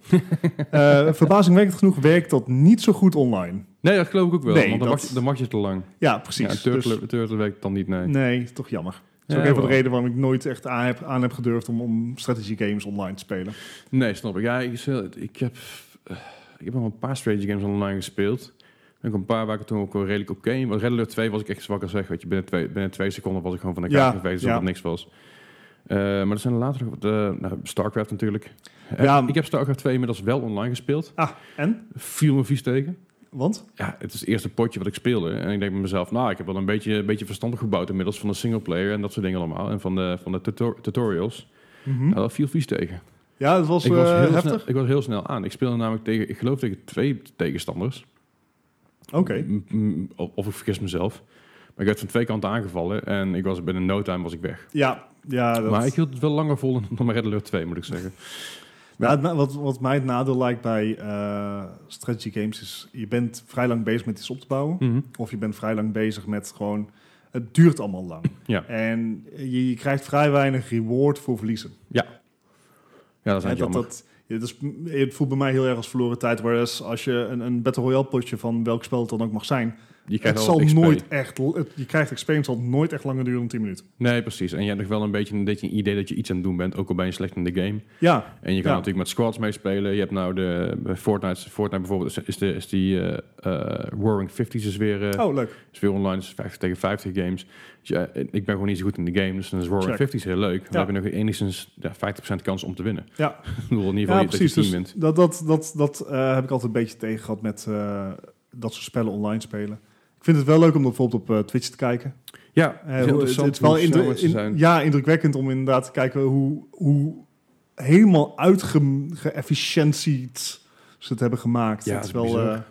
Speaker 2: Eh, verbazingwekkend genoeg werkt dat niet zo goed online.
Speaker 1: Nee, dat geloof ik ook wel,
Speaker 2: Nee,
Speaker 1: want dan,
Speaker 2: dat-
Speaker 1: wacht, je- dan wacht je te lang.
Speaker 2: Ja,
Speaker 1: Ja,
Speaker 2: precies.
Speaker 1: en turtle,
Speaker 2: Dus-
Speaker 1: turtle werkt dan niet, nee.
Speaker 2: nee, toch jammer. Dat is
Speaker 1: Ja,
Speaker 2: ook een van
Speaker 1: wel.
Speaker 2: de redenen waarom ik nooit echt aan heb, aan heb gedurfd om, om strategy games online te spelen.
Speaker 1: Nee, snap ik. Ja, ik, ik- ik heb, eh, ik heb nog een paar strategy games online gespeeld. Ook een paar waar ik toen ook wel redelijk op game. Red Alert 2 was ik echt zwakker zeg. Weet je, binnen, twee, binnen twee seconden was ik gewoon van de
Speaker 2: Ja,
Speaker 1: kaart geweest.
Speaker 2: ja.
Speaker 1: Alsof er niks was. Eh, maar er zijn later nog wat, eh, nou, Starcraft natuurlijk. Eh,
Speaker 2: Ja.
Speaker 1: ik heb Starcraft 2 inmiddels wel online gespeeld.
Speaker 2: Ah, en?
Speaker 1: Viel me vies tegen.
Speaker 2: Want?
Speaker 1: Ja, het is het eerste potje wat ik speelde. En ik denk bij mezelf, nou, ik heb wel een beetje, een beetje verstandig gebouwd inmiddels van de singleplayer en dat soort dingen allemaal. En van de, van de tuto- tutorials.
Speaker 2: Mhm.
Speaker 1: Nou, dat viel vies tegen.
Speaker 2: Ja, dat was,
Speaker 1: Ik was,
Speaker 2: eh,
Speaker 1: heel
Speaker 2: heftig.
Speaker 1: snel, ik was heel snel aan. Ik speelde namelijk tegen, ik geloof tegen twee tegenstanders.
Speaker 2: Oké.
Speaker 1: M- m- Of, of ik vergis mezelf. Maar ik werd van twee kanten aangevallen en ik was binnen no time was ik weg.
Speaker 2: Ja, ja dat...
Speaker 1: Maar ik hield het wel langer vol dan- dan mijn Red Alert 2, moet ik zeggen.
Speaker 2: Ja, het na- wat, wat mij het nadeel lijkt bij eh, strategy games is... je bent vrij lang bezig met iets op te bouwen.
Speaker 1: Mhm.
Speaker 2: Of je bent vrij lang bezig met gewoon... het duurt allemaal lang.
Speaker 1: Ja.
Speaker 2: En je, je krijgt vrij weinig reward voor verliezen.
Speaker 1: Ja, dat is
Speaker 2: Hè,
Speaker 1: eigenlijk
Speaker 2: dat,
Speaker 1: jammer.
Speaker 2: dat, ja, dat is, het voelt bij mij heel erg als verloren tijd. Whereas als je een, een Battle Royale potje van welk spel het dan ook mag zijn...
Speaker 1: Je krijgt
Speaker 2: het
Speaker 1: wel
Speaker 2: zal
Speaker 1: wat XP.
Speaker 2: nooit echt... het- je krijgt experience zal nooit echt langer duren dan 10 minuten.
Speaker 1: Nee, precies. En je hebt nog wel een beetje een, beetje een idee dat je iets aan het doen bent, ook al ben je slecht in de game.
Speaker 2: Ja,
Speaker 1: En je kan
Speaker 2: Ja.
Speaker 1: natuurlijk met squads meespelen. Je hebt nou de bij Fortnite, Fortnite bijvoorbeeld, is, is de, is die eh, eh, Roaring 50s is weer, eh,
Speaker 2: oh leuk.
Speaker 1: is weer online, is 50 tegen 50 games. Dus ja, ik ben gewoon niet zo goed in de game, dus dan is Roaring
Speaker 2: Check.
Speaker 1: 50 heel leuk.
Speaker 2: Ja.
Speaker 1: Dan heb je nog enigszins ja, 50% kans om te winnen.
Speaker 2: Ja.
Speaker 1: Ik bedoel, in ieder
Speaker 2: Ja,
Speaker 1: geval dat
Speaker 2: precies.
Speaker 1: je team
Speaker 2: Dus
Speaker 1: wint.
Speaker 2: dat dat, dat, dat eh, heb ik altijd een beetje tegen gehad met eh, dat soort spellen online spelen. Ik vind het wel leuk om dat bijvoorbeeld op eh, Twitch te kijken.
Speaker 1: Ja,
Speaker 2: Eh,
Speaker 1: heel
Speaker 2: hoe-
Speaker 1: interessant
Speaker 2: het is wel
Speaker 1: hoe snel
Speaker 2: indru-
Speaker 1: mensen
Speaker 2: in-
Speaker 1: zijn.
Speaker 2: ja, indrukwekkend om inderdaad te kijken hoe, hoe helemaal uitgeëfficiëntieerd ze het hebben gemaakt.
Speaker 1: Ja,
Speaker 2: dat is
Speaker 1: dat
Speaker 2: wel,
Speaker 1: is bizar.
Speaker 2: eh, dat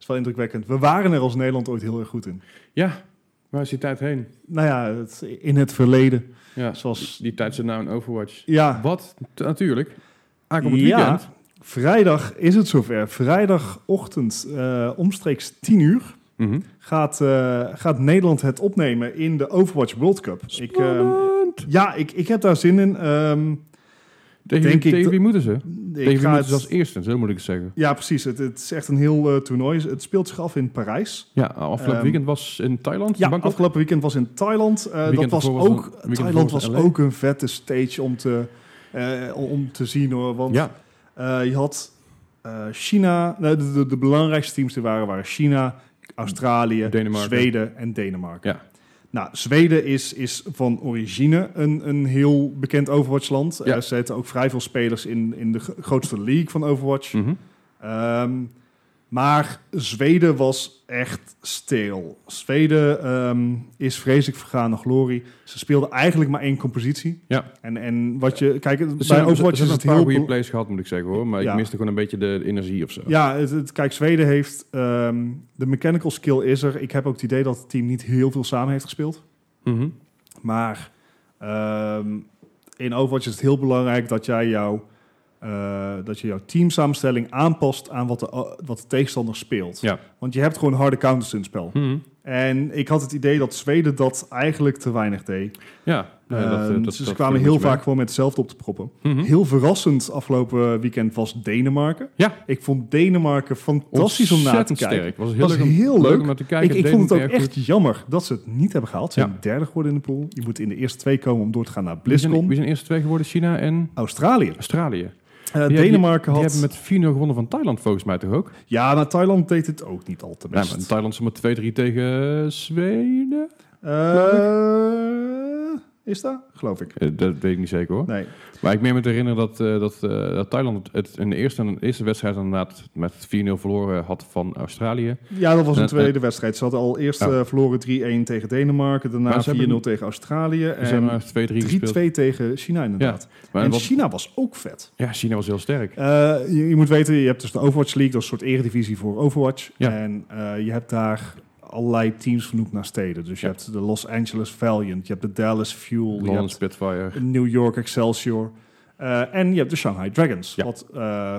Speaker 2: is wel indrukwekkend. We waren er als Nederland ooit heel erg goed in.
Speaker 1: Ja, waar is die tijd heen?
Speaker 2: Nou ja, het, in het verleden.
Speaker 1: Ja,
Speaker 2: Zoals,
Speaker 1: die tijd zit nou in Overwatch.
Speaker 2: ja,
Speaker 1: Wat? T- Natuurlijk. Aankomend
Speaker 2: Ja.
Speaker 1: weekend.
Speaker 2: vrijdag is het zover. Vrijdagochtend, eh, omstreeks 10 uur.
Speaker 1: Mhm.
Speaker 2: gaat, eh, gaat Nederland het opnemen in de Overwatch World Cup. Ik, ehm, ja, ik, ik heb daar zin in. Ehm,
Speaker 1: Tegen,
Speaker 2: denk
Speaker 1: wie,
Speaker 2: ik
Speaker 1: tegen wie moeten ze?
Speaker 2: ik
Speaker 1: tegen wie
Speaker 2: ga
Speaker 1: moeten
Speaker 2: het-
Speaker 1: ze als eerste? Zo moet ik het zeggen.
Speaker 2: ja, precies. Het, het is echt een heel eh, toernooi. Het speelt zich af in Parijs.
Speaker 1: Ja, afgelopen
Speaker 2: Ehm,
Speaker 1: weekend was in Thailand,
Speaker 2: Ja,
Speaker 1: Bangkok.
Speaker 2: afgelopen weekend was in Thailand. Eh, dat
Speaker 1: Weekend
Speaker 2: was
Speaker 1: ervoor was
Speaker 2: ook,
Speaker 1: een- weekend
Speaker 2: Thailand
Speaker 1: ervoor was
Speaker 2: was
Speaker 1: LA.
Speaker 2: ook een vette stage om te, eh, om te zien hoor. Want
Speaker 1: Ja,
Speaker 2: eh, je had eh, China, nou, de, de, de belangrijkste teams er waren, waren China, Australië,
Speaker 1: Denemarken.
Speaker 2: Zweden en Denemarken.
Speaker 1: Ja.
Speaker 2: Nou, Zweden is, is van origine een, een heel bekend Overwatch-land.
Speaker 1: Ja.
Speaker 2: Eh, ze zetten ook vrij veel spelers in, in de gro- grootste league van Overwatch.
Speaker 1: Mhm.
Speaker 2: Ehm, maar Zweden was echt stil. Zweden ehm, is vreselijk vergaan naar glorie. Ze speelden eigenlijk maar één compositie.
Speaker 1: Ja.
Speaker 2: En, en wat je... Kijk,
Speaker 1: Dus
Speaker 2: bij
Speaker 1: ze- ze-
Speaker 2: Overwatch
Speaker 1: ze
Speaker 2: is
Speaker 1: hebben
Speaker 2: het
Speaker 1: een paar
Speaker 2: heel...
Speaker 1: goede
Speaker 2: bel-
Speaker 1: plays gehad, moet ik zeggen hoor. Maar
Speaker 2: Ja.
Speaker 1: ik miste gewoon een beetje de energie of zo.
Speaker 2: Ja, het, het- kijk, Zweden heeft... ehm, de mechanical skill is er. Ik heb ook het idee dat het team niet heel veel samen heeft gespeeld.
Speaker 1: Mhm.
Speaker 2: Maar ehm, in Overwatch is het heel belangrijk dat jij jouw... eh, dat je jouw teamsamenstelling aanpast aan eh, wat de, wat de tegenstander speelt.
Speaker 1: Ja.
Speaker 2: Want je hebt gewoon harde counters in het spel.
Speaker 1: Mhm.
Speaker 2: En ik had het idee dat Zweden dat eigenlijk te weinig deed.
Speaker 1: Ja, nou ja, dat, eh,
Speaker 2: Ehm,
Speaker 1: dat,
Speaker 2: ze
Speaker 1: dat
Speaker 2: kwamen
Speaker 1: viel
Speaker 2: heel
Speaker 1: een beetje
Speaker 2: vaak gewoon met hetzelfde op te proppen.
Speaker 1: mee. Mhm.
Speaker 2: Heel verrassend afgelopen weekend was Denemarken.
Speaker 1: Ja.
Speaker 2: Ik vond Denemarken fantastisch om na te
Speaker 1: Ontzettend
Speaker 2: kijken.
Speaker 1: Sterk. Was heel
Speaker 2: Was
Speaker 1: leuk, om,
Speaker 2: heel leuk.
Speaker 1: om naar te
Speaker 2: Ik,
Speaker 1: kijken.
Speaker 2: ik
Speaker 1: Deed
Speaker 2: vond het ook
Speaker 1: erg
Speaker 2: echt
Speaker 1: goed.
Speaker 2: jammer dat ze het niet hebben gehaald. Ze
Speaker 1: Ja.
Speaker 2: zijn derde geworden in de pool. Je moet in de eerste twee komen om door te gaan naar
Speaker 1: Wie zijn, wie
Speaker 2: BlizzCon.
Speaker 1: zijn de eerste twee geworden? China en
Speaker 2: Australië.
Speaker 1: Australië. Die
Speaker 2: Eh,
Speaker 1: die-
Speaker 2: Denemarken had...
Speaker 1: hebben met 4-0 gewonnen van Thailand volgens mij toch ook?
Speaker 2: Ja, maar Thailand deed het ook niet al te
Speaker 1: Ja,
Speaker 2: best.
Speaker 1: maar Thailand is maar 2-3 tegen Zweden.
Speaker 2: Eh, is dat? Geloof ik.
Speaker 1: Eh, dat weet ik niet zeker hoor.
Speaker 2: Nee.
Speaker 1: Maar ik meen me te herinneren dat, eh, dat, eh, dat Thailand het in de eerste, in de eerste wedstrijd inderdaad met 4-0 verloren had van Australië.
Speaker 2: Ja, dat was een
Speaker 1: Eh,
Speaker 2: tweede wedstrijd. Ze hadden al eerst
Speaker 1: Ja.
Speaker 2: eh, verloren 3-1 tegen Denemarken.
Speaker 1: Maar
Speaker 2: Daarna 4-0
Speaker 1: ze hebben-
Speaker 2: tegen Australië.
Speaker 1: Ze hebben
Speaker 2: En
Speaker 1: maar 2-3 gespeeld.
Speaker 2: 3-2 tegen China inderdaad.
Speaker 1: Maar
Speaker 2: en
Speaker 1: wat-
Speaker 2: China was ook vet.
Speaker 1: ja, China was heel sterk.
Speaker 2: Eh, je, je moet weten, je hebt dus de Overwatch League. Dat is een soort eredivisie voor Overwatch.
Speaker 1: Ja.
Speaker 2: En eh, je hebt daar allerlei teams vernoemd naar steden. Dus je
Speaker 1: Ja.
Speaker 2: hebt de Los Angeles Valiant. Je hebt de Dallas Fuel. Je
Speaker 1: London
Speaker 2: hebt
Speaker 1: Spitfire.
Speaker 2: New York Excelsior. Eh, en je hebt de Shanghai Dragons.
Speaker 1: Ja.
Speaker 2: Wat eh,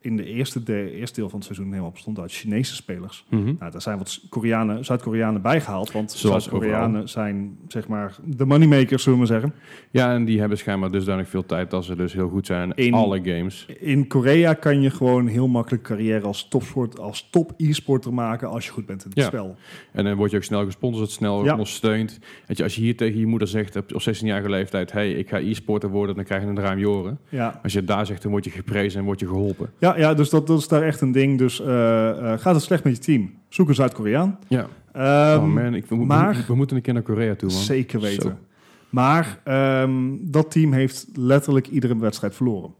Speaker 2: in de eerste, de eerste deel van het seizoen helemaal bestond uit Chinese spelers.
Speaker 1: Mhm.
Speaker 2: Nou, daar zijn wat Koreanen, Zuid-Koreanen bijgehaald. Want
Speaker 1: Zoals
Speaker 2: Zuid-Koreanen zijn zeg maar de moneymakers, zullen we maar zeggen.
Speaker 1: Ja, en die hebben schijnbaar dusdanig veel tijd dat ze dus heel goed zijn in
Speaker 2: In-
Speaker 1: alle games.
Speaker 2: In Korea kan je gewoon heel makkelijk carrière als topsport, als top e-sporter maken als je goed bent in het
Speaker 1: Ja.
Speaker 2: spel.
Speaker 1: En dan word je ook snel gesponsord, snel
Speaker 2: Ja.
Speaker 1: ondersteund. Weet je, als je hier tegen je moeder zegt op op 16-jarige leeftijd... hey, ik ga e-sporter worden, dan krijg je een ruim joren.
Speaker 2: Ja,
Speaker 1: Als je het daar zegt, dan word je geprezen en word je geholpen.
Speaker 2: ja, ja dus dat, dat is daar echt een ding. Dus eh, eh, gaat het slecht met je team? Zoek een Zuid-Koreaan.
Speaker 1: Ja,
Speaker 2: Ehm,
Speaker 1: oh man, ik, we, we-
Speaker 2: maar-
Speaker 1: we, moeten een keer naar Korea toe, man.
Speaker 2: Zeker weten.
Speaker 1: Zo.
Speaker 2: Maar ehm, dat team heeft letterlijk iedere wedstrijd verloren.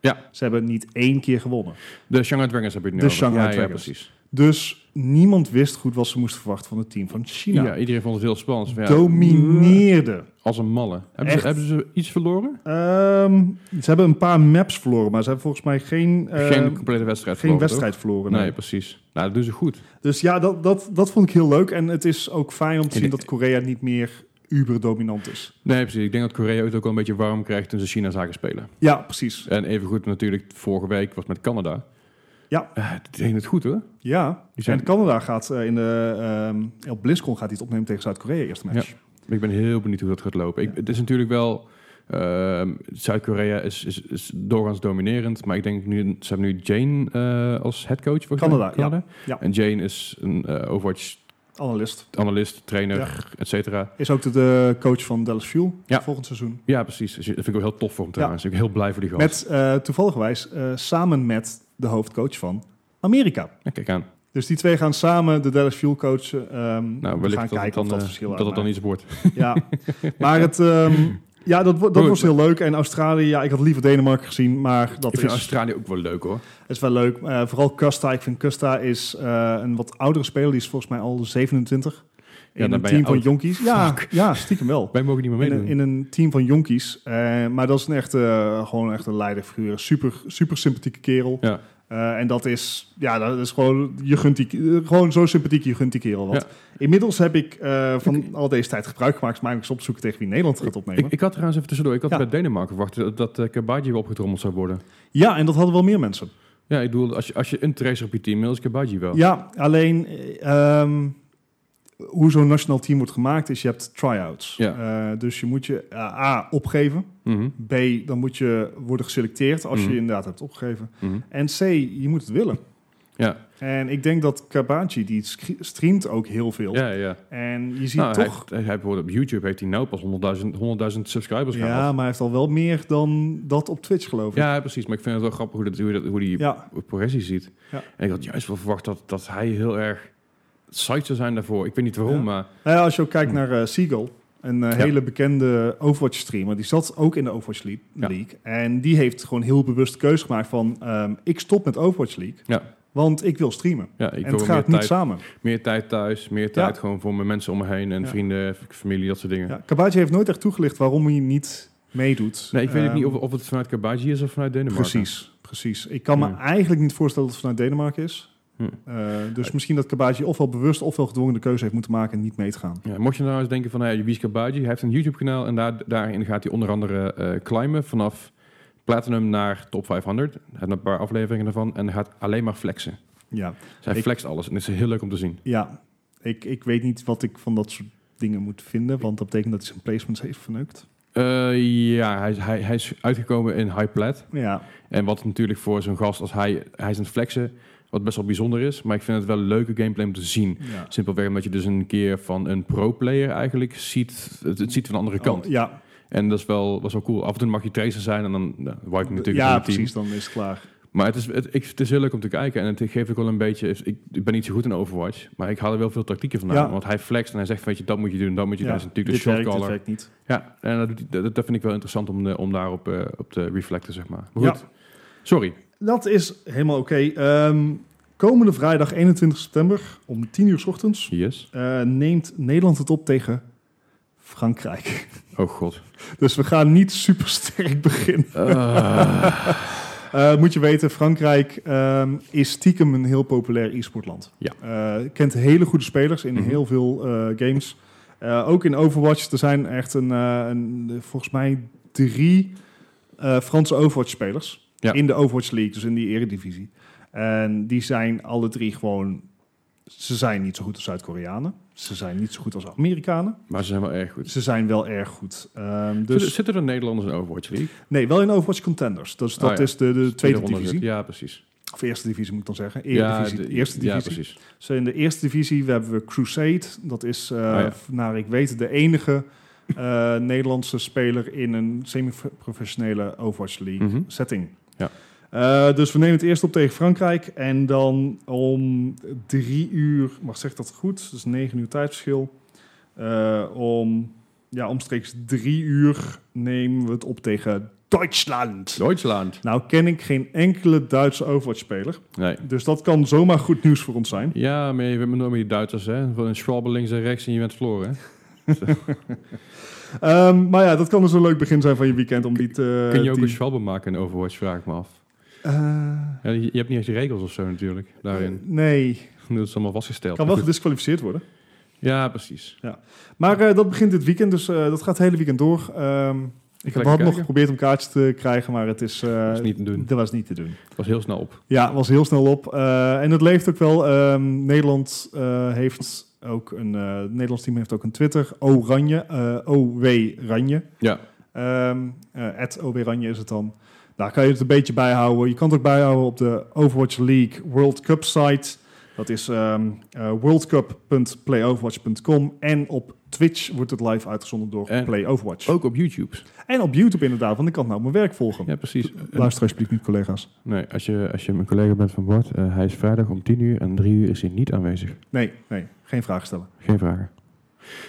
Speaker 1: Ja.
Speaker 2: Ze hebben niet één keer gewonnen.
Speaker 1: De Shanghai Dragons heb je het nu
Speaker 2: De
Speaker 1: over.
Speaker 2: Shanghai
Speaker 1: ja, ja,
Speaker 2: Dragons.
Speaker 1: precies.
Speaker 2: Dus niemand wist goed wat ze moesten verwachten van het team van China.
Speaker 1: Ja, iedereen vond het heel spannend. Maar Ja,
Speaker 2: Domineerde.
Speaker 1: Als een malle. Hebben
Speaker 2: Echt.
Speaker 1: ze, hebben ze iets verloren?
Speaker 2: Ehm, ze hebben een paar maps verloren, maar ze hebben volgens mij geen, eh,
Speaker 1: geen complete wedstrijd
Speaker 2: geen
Speaker 1: verloren,
Speaker 2: wedstrijd verloren.
Speaker 1: toch?
Speaker 2: nee.
Speaker 1: Nee, precies. Nou, dat doen ze goed.
Speaker 2: Dus ja, dat, dat, dat vond ik heel leuk. En het is ook fijn om te
Speaker 1: En
Speaker 2: zien
Speaker 1: de-
Speaker 2: dat Korea niet meer uber-dominant is.
Speaker 1: Nee, precies. Ik denk dat Korea het ook wel een beetje warm krijgt toen ze China zagen spelen.
Speaker 2: Ja, precies.
Speaker 1: En evengoed natuurlijk, vorige week was met Canada.
Speaker 2: Ja.
Speaker 1: Eh, die deden het goed hoor.
Speaker 2: Ja,
Speaker 1: Die zijn-
Speaker 2: en Canada gaat eh, in de ehm op BlizzCon gaat hij het opnemen tegen Zuid-Korea eerste match.
Speaker 1: Ik ben heel benieuwd hoe dat gaat lopen. Ik,
Speaker 2: Ja.
Speaker 1: het is natuurlijk wel... ehm, Zuid-Korea is, is, is doorgaans dominerend. Maar ik denk nu... Ze hebben nu Jane eh, als headcoach. volgens mij.
Speaker 2: Canada, ja. Ja.
Speaker 1: En Jane is een eh, Overwatch-analyst,
Speaker 2: Analist.
Speaker 1: trainer,
Speaker 2: Ja.
Speaker 1: et cetera.
Speaker 2: Is ook de, de coach van Dallas Fuel
Speaker 1: Ja.
Speaker 2: volgend seizoen.
Speaker 1: Ja, precies. Dus Dat vind ik wel heel tof voor hem trouwens. Ik ben heel blij voor die gast.
Speaker 2: Met eh toevalligwijs eh, samen met de hoofdcoach van Amerika.
Speaker 1: Ja, kijk aan.
Speaker 2: Dus die twee gaan samen de Dallas Fuel coachen. ehm
Speaker 1: Nou, wellicht
Speaker 2: we gaan
Speaker 1: dat, het
Speaker 2: kijken
Speaker 1: dan,
Speaker 2: of dat
Speaker 1: eh,
Speaker 2: verschil
Speaker 1: dat het dan
Speaker 2: uitmaakt.
Speaker 1: iets wordt.
Speaker 2: Ja, maar het... ehm, ja, dat, wo- dat
Speaker 1: Goed.
Speaker 2: was heel leuk. En Australië, ja, ik had liever Denemarken gezien, maar dat
Speaker 1: Ik vind
Speaker 2: is,
Speaker 1: Australië ook wel leuk hoor.
Speaker 2: is wel leuk. Eh, vooral Custa. Ik vind Custa is eh, een wat oudere speler. Die is volgens mij al 27.
Speaker 1: Ja,
Speaker 2: in
Speaker 1: dan
Speaker 2: een
Speaker 1: ben je
Speaker 2: team van
Speaker 1: oud.
Speaker 2: jonkies. Ja,
Speaker 1: Fuck.
Speaker 2: ja, stiekem wel.
Speaker 1: Wij mogen niet meer
Speaker 2: In
Speaker 1: meedoen.
Speaker 2: een, in een team van jonkies. Eh, maar dat is een echte, eh, gewoon echt een leiderfiguur. Super, super sympathieke kerel.
Speaker 1: Ja.
Speaker 2: Eh, en dat is, ja, dat is gewoon, je gunt die, eh, gewoon zo sympathiek, je gunt die kerel wat. Inmiddels heb ik eh, van al deze tijd gebruik gemaakt, maar ik eens opzoeken tegen wie Nederland gaat opnemen.
Speaker 1: Ik, ik had trouwens even tussendoor, ik had
Speaker 2: Ja.
Speaker 1: bij Denemarken verwacht dat, dat eh, Kabaji weer opgetrommeld zou worden.
Speaker 2: ja, en dat hadden wel meer mensen.
Speaker 1: Ja, ik bedoel, als je, als je een tracer op je team wil, is Kabaji wel.
Speaker 2: Ja, alleen eh, ehm, hoe zo'n nationaal team wordt gemaakt is, je hebt try-outs.
Speaker 1: Ja.
Speaker 2: Eh, dus je moet je eh, A, opgeven.
Speaker 1: Mhm,
Speaker 2: B, dan moet je worden geselecteerd als je
Speaker 1: Mhm.
Speaker 2: je inderdaad hebt opgegeven.
Speaker 1: mhm.
Speaker 2: En C, je moet het willen.
Speaker 1: ja.
Speaker 2: En ik denk dat Kabachi, die scre- streamt ook heel veel.
Speaker 1: ja, ja.
Speaker 2: En je ziet
Speaker 1: Nou, hij,
Speaker 2: toch...
Speaker 1: heeft- hij, heeft bijvoorbeeld op YouTube heeft hij nou pas 100.000 100.000 subscribers
Speaker 2: ja,
Speaker 1: gehaald.
Speaker 2: maar hij heeft al wel meer dan dat op Twitch, geloof ik.
Speaker 1: Ja, precies. Maar ik vind het wel grappig hoe, dat, hoe, dat, hoe die
Speaker 2: Ja,
Speaker 1: progressie ziet.
Speaker 2: Ja.
Speaker 1: En ik had juist wel verwacht dat, dat hij heel erg psyched zou zijn daarvoor. Ik weet niet waarom,
Speaker 2: Ja.
Speaker 1: maar
Speaker 2: Nou ja, als je ook kijkt naar eh Seagull, een eh,
Speaker 1: Ja.
Speaker 2: hele bekende Overwatch-streamer, die zat ook in de Overwatch Le-
Speaker 1: Ja.
Speaker 2: League. En die heeft gewoon heel bewust de keuze gemaakt van, ehm, ik stop met Overwatch League,
Speaker 1: Ja.
Speaker 2: want ik wil streamen.
Speaker 1: ja, ik
Speaker 2: en
Speaker 1: wil
Speaker 2: het
Speaker 1: meer
Speaker 2: gaat niet
Speaker 1: tijd,
Speaker 2: samen.
Speaker 1: meer tijd thuis, meer tijd gewoon voor mijn mensen om me heen en
Speaker 2: Ja.
Speaker 1: vrienden, familie, dat soort dingen.
Speaker 2: Ja, Kabachi heeft nooit echt toegelicht waarom hij niet meedoet.
Speaker 1: Nee, ik weet ook
Speaker 2: Ehm,
Speaker 1: niet of, of het vanuit Kabaji is of vanuit Denemarken.
Speaker 2: Precies, precies. Ik kan me
Speaker 1: Hmm.
Speaker 2: eigenlijk niet voorstellen dat het vanuit Denemarken is.
Speaker 1: Hmm.
Speaker 2: Eh, dus misschien dat Kabaji ofwel bewust ofwel gedwongen de keuze heeft moeten maken en niet mee te gaan.
Speaker 1: Ja, mocht je nou eens denken van, hey, wie is Kabaji? Hij heeft een YouTube-kanaal en daar, daarin gaat hij onder andere eh climben vanaf Platinum naar Top 500. Hij heeft een paar afleveringen daarvan en hij gaat alleen maar flexen.
Speaker 2: Ja,
Speaker 1: Dus hij
Speaker 2: Ik-
Speaker 1: flext alles en het is heel leuk om te zien.
Speaker 2: ja. Ik, ik weet niet wat ik van dat soort dingen moet vinden, want dat betekent dat hij zijn placements heeft verneukt.
Speaker 1: Eh, ja, hij, is- hij, hij is uitgekomen in high plat.
Speaker 2: Ja,
Speaker 1: En wat natuurlijk voor zo'n gast als hij, hij is aan het flexen, wat best wel bijzonder is. Maar ik vind het wel een leuke gameplay om te zien.
Speaker 2: ja.
Speaker 1: Simpelweg omdat je dus een keer van een pro-player eigenlijk ziet, het, het ziet van de andere kant.
Speaker 2: Oh, ja,
Speaker 1: En dat is wel, was wel cool. Af en toe mag je tracer zijn en dan nou, wipe je natuurlijk
Speaker 2: ja
Speaker 1: van het team.
Speaker 2: precies, dan is het klaar.
Speaker 1: Maar het is, het, ik, het is heel leuk om te kijken. En het geeft ook wel een beetje... Ik, ik ben niet zo goed in Overwatch. Maar ik haal er wel veel tactieken vandaan.
Speaker 2: Ja.
Speaker 1: Want hij flext en hij zegt, weet je, dat moet je doen. Dat moet je
Speaker 2: Ja,
Speaker 1: doen. Dat is natuurlijk
Speaker 2: dit
Speaker 1: de
Speaker 2: werkt, dit
Speaker 1: shotcaller.
Speaker 2: werkt niet.
Speaker 1: Ja, en dat, doet hij- dat, dat vind ik wel interessant om, eh, om daarop eh, op te reflecten, zeg maar. Maar
Speaker 2: Ja.
Speaker 1: goed, sorry.
Speaker 2: Dat is helemaal oké. Ehm, komende vrijdag 21 september om 10 uur 's ochtends
Speaker 1: Yes.
Speaker 2: eh, neemt Nederland het op tegen Frankrijk.
Speaker 1: Oh god.
Speaker 2: Dus we gaan niet super sterk beginnen.
Speaker 1: Eh,
Speaker 2: Eh, moet je weten, Frankrijk ehm, is stiekem een heel populair e-sportland.
Speaker 1: Ja.
Speaker 2: Eh, kent hele goede spelers in
Speaker 1: Mhm.
Speaker 2: heel veel eh, games. Eh, ook in Overwatch, er zijn echt een, eh, een, eh, volgens mij drie eh, Franse Overwatch-spelers
Speaker 1: Ja.
Speaker 2: in de Overwatch League, dus in die eredivisie. En die zijn alle drie gewoon... Ze zijn niet zo goed als Zuid-Koreanen. Ze zijn niet zo goed als Amerikanen.
Speaker 1: maar ze zijn wel erg goed.
Speaker 2: Ze zijn wel erg goed. Ehm,
Speaker 1: Dus,
Speaker 2: dus,
Speaker 1: Zitten er Nederlanders in Overwatch League?
Speaker 2: nee, wel in Overwatch Contenders. Dus dat
Speaker 1: Oh ja.
Speaker 2: is de, de tweede
Speaker 1: ronde
Speaker 2: divisie.
Speaker 1: zit- Ja, precies.
Speaker 2: Of eerste divisie moet ik dan zeggen.
Speaker 1: ja,
Speaker 2: Eredivisie,
Speaker 1: de-
Speaker 2: eerste
Speaker 1: Ja,
Speaker 2: divisie.
Speaker 1: precies.
Speaker 2: Zo in de eerste divisie we hebben we Crusade. Dat is, eh,
Speaker 1: Oh ja.
Speaker 2: f- naar ik weet, de enige eh, Nederlandse speler in een semi-professionele Overwatch League
Speaker 1: Mhm.
Speaker 2: setting.
Speaker 1: Ja.
Speaker 2: Eh, dus we nemen het eerst op tegen Frankrijk. En dan om drie uur, mag zeg ik dat goed? Dus negen uur tijdverschil. Eh, om, ja, omstreeks drie uur nemen we het op tegen Duitsland.
Speaker 1: Duitsland.
Speaker 2: Nou ken ik geen enkele Duitse Overwatch-speler.
Speaker 1: Nee.
Speaker 2: Dus dat kan zomaar goed nieuws voor ons zijn.
Speaker 1: Ja, maar je bent met name die Duitsers, hè? Van een schwalbe links en rechts en je bent verloren, hè?
Speaker 2: Ehm, maar ja, dat kan dus een leuk begin zijn van je weekend om die te...
Speaker 1: Kun je ook
Speaker 2: Eh, die-
Speaker 1: een schwalbe maken in Overwatch, vraag ik me af.
Speaker 2: Eh,
Speaker 1: Ja, je, je hebt niet echt regels of zo natuurlijk, daarin.
Speaker 2: nee,
Speaker 1: Dat is allemaal vastgesteld.
Speaker 2: kan
Speaker 1: Maar
Speaker 2: wel
Speaker 1: goed.
Speaker 2: gedisqualificeerd worden.
Speaker 1: Ja, precies.
Speaker 2: Maar eh, dat begint dit weekend, dus eh, dat gaat het hele weekend door. Ehm,
Speaker 1: Ik
Speaker 2: we hadden nog geprobeerd om kaartjes te krijgen, maar het is... eh,
Speaker 1: Dat is niet te doen.
Speaker 2: Dat was niet te doen.
Speaker 1: was heel snel op.
Speaker 2: Ja, was heel snel op. Eh, en het leeft ook wel. Ehm, Nederland eh, heeft ook een... eh, het Nederlands team heeft ook een Twitter. Oranje. eh OW Ranje.
Speaker 1: Ja.
Speaker 2: Ehm eh, at Oberanje is het dan. Daar kan je het een beetje bijhouden. Je kan het ook bijhouden op de Overwatch League World Cup site. Dat is ehm eh, worldcup.playoverwatch.com. En op Twitch wordt het live uitgezonden door
Speaker 1: En-
Speaker 2: Play Overwatch.
Speaker 1: Ook op YouTube.
Speaker 2: En op YouTube inderdaad, want ik kan nou mijn werk volgen.
Speaker 1: Ja, precies.
Speaker 2: Luister alsjeblieft niet, collega's.
Speaker 1: Nee, als je, als je mijn collega bent van Bart, eh, hij is vrijdag om 10 uur en 3 uur is hij niet aanwezig.
Speaker 2: Nee, nee, geen vragen stellen.
Speaker 1: Geen vragen.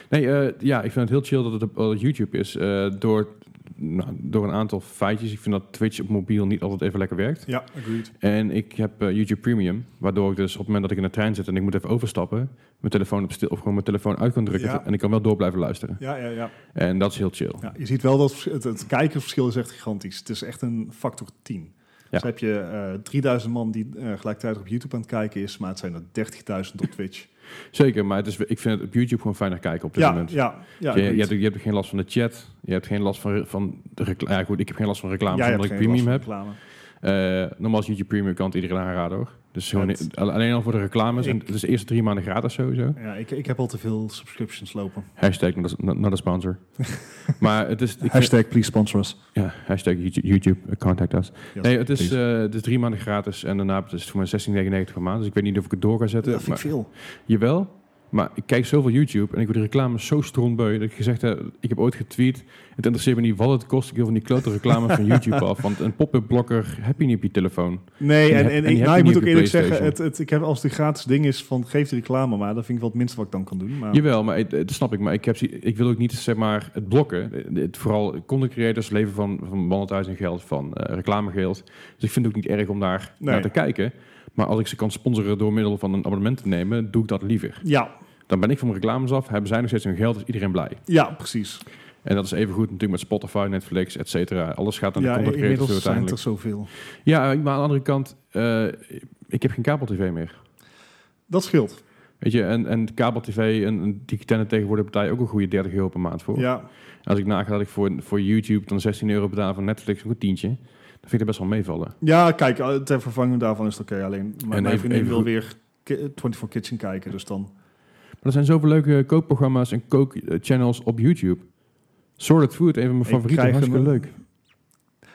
Speaker 1: Nee, eh, ja, ik vind het heel chill dat het op eh, YouTube is. eh, door, nou, door een aantal feitjes. Ik vind dat Twitch op mobiel niet altijd even lekker werkt.
Speaker 2: Ja, agreed.
Speaker 1: En ik heb eh, YouTube Premium, waardoor ik dus op het moment dat ik in de trein zit en ik moet even overstappen, mijn telefoon op stil of gewoon mijn telefoon uit kan drukken
Speaker 2: Ja.
Speaker 1: en ik kan wel door blijven luisteren.
Speaker 2: Ja, ja, ja.
Speaker 1: En dat is heel chill.
Speaker 2: Ja, je ziet wel dat het, het kijkersverschil is echt gigantisch. Het is echt een factor 10. Dus heb je eh, 3000 man die eh, gelijktijdig op YouTube aan het kijken is, maar het zijn er 30.000 op Twitch.
Speaker 1: Zeker, maar het is, ik vind het op YouTube gewoon fijner kijken op dit
Speaker 2: ja,
Speaker 1: moment.
Speaker 2: ja, ja.
Speaker 1: je,
Speaker 2: agreed.
Speaker 1: je, hebt, je hebt geen last van de chat, je hebt geen last van, van de reclame. Ja, goed, ik heb geen last van reclame
Speaker 2: Jij hebt
Speaker 1: omdat ik
Speaker 2: geen last
Speaker 1: premium
Speaker 2: van
Speaker 1: heb.
Speaker 2: reclame.
Speaker 1: Eh, normaal is YouTube Premium kan het iedereen aanraden hoor. Dus gewoon,
Speaker 2: Het-
Speaker 1: alleen al voor de reclames. En
Speaker 2: Ik-
Speaker 1: het is de eerste drie maanden gratis sowieso.
Speaker 2: Ja, ik, ik heb al te veel subscriptions lopen.
Speaker 1: Hashtag naar de- naar de sponsor. maar het is... ik vind-
Speaker 2: please sponsor us.
Speaker 1: Ja, hashtag YouTube, YouTube, eh, contact us.
Speaker 2: Ja,
Speaker 1: nee, het is, eh, het is drie maanden gratis en daarna is het voor mij 16,99 per maand. Dus ik weet niet of ik het door ga zetten.
Speaker 2: Dat vind ik
Speaker 1: maar-
Speaker 2: veel.
Speaker 1: Jawel, maar ik kijk zoveel YouTube en ik word de reclames zo strontbeu dat ik gezegd heb, ik heb ooit getweet, het interesseert me niet wat het kost, ik wil van die klote reclame van YouTube af. Want een pop-up blokker heb je niet op je telefoon.
Speaker 2: Nee,
Speaker 1: En
Speaker 2: en,
Speaker 1: je-
Speaker 2: en,
Speaker 1: en je
Speaker 2: ik,
Speaker 1: hebt
Speaker 2: nou,
Speaker 1: die
Speaker 2: ik moet
Speaker 1: niet
Speaker 2: ook
Speaker 1: op je
Speaker 2: eerlijk zeggen, het,
Speaker 1: PlayStation.
Speaker 2: het, ik heb als die gratis ding is van geef de reclame maar, dat vind ik wel het minste wat ik dan kan doen. Maar
Speaker 1: Jawel, maar het, het snap ik. Maar ik, heb, zie- ik wil ook niet zeg maar, het blokken. Het, het- vooral content creators leven van, van thuis en geld, van eh, reclamegeld. Dus ik vind het ook niet erg om daar
Speaker 2: Nee.
Speaker 1: naar te kijken. Maar als ik ze kan sponsoren door middel van een abonnement te nemen, doe ik dat liever.
Speaker 2: ja,
Speaker 1: Dan ben ik van mijn reclames af, hebben zij nog steeds hun geld, is iedereen blij.
Speaker 2: ja, precies.
Speaker 1: En dat is even goed natuurlijk met Spotify, Netflix, et cetera. Alles gaat naar de
Speaker 2: Ja,
Speaker 1: content creators toe
Speaker 2: inmiddels zijn er
Speaker 1: uiteindelijk.
Speaker 2: zoveel.
Speaker 1: Ja, maar aan de andere kant, eh, ik heb geen kabel-tv meer.
Speaker 2: Dat scheelt.
Speaker 1: Weet je, en, en kabel-tv, en, en die kennen tegenwoordig partij ook een goede 30 euro per maand voor.
Speaker 2: Ja,
Speaker 1: Als ik naga dat ik voor, voor YouTube dan 16 euro betaal voor Netflix ook een tientje, dan vind ik dat best wel meevallen.
Speaker 2: Ja, kijk, eh, ter vervanging daarvan is het oké. Alleen, maar
Speaker 1: En
Speaker 2: mijn
Speaker 1: even-
Speaker 2: vriendin
Speaker 1: even
Speaker 2: wil
Speaker 1: goed-
Speaker 2: weer ki- 24 Kitchen kijken, dus dan...
Speaker 1: Maar er zijn zoveel leuke kookprogramma's en kookchannels op YouTube. Sorted Food, een van mijn
Speaker 2: Ik
Speaker 1: favorieten,
Speaker 2: krijg
Speaker 1: hartstikke
Speaker 2: hem-
Speaker 1: leuk.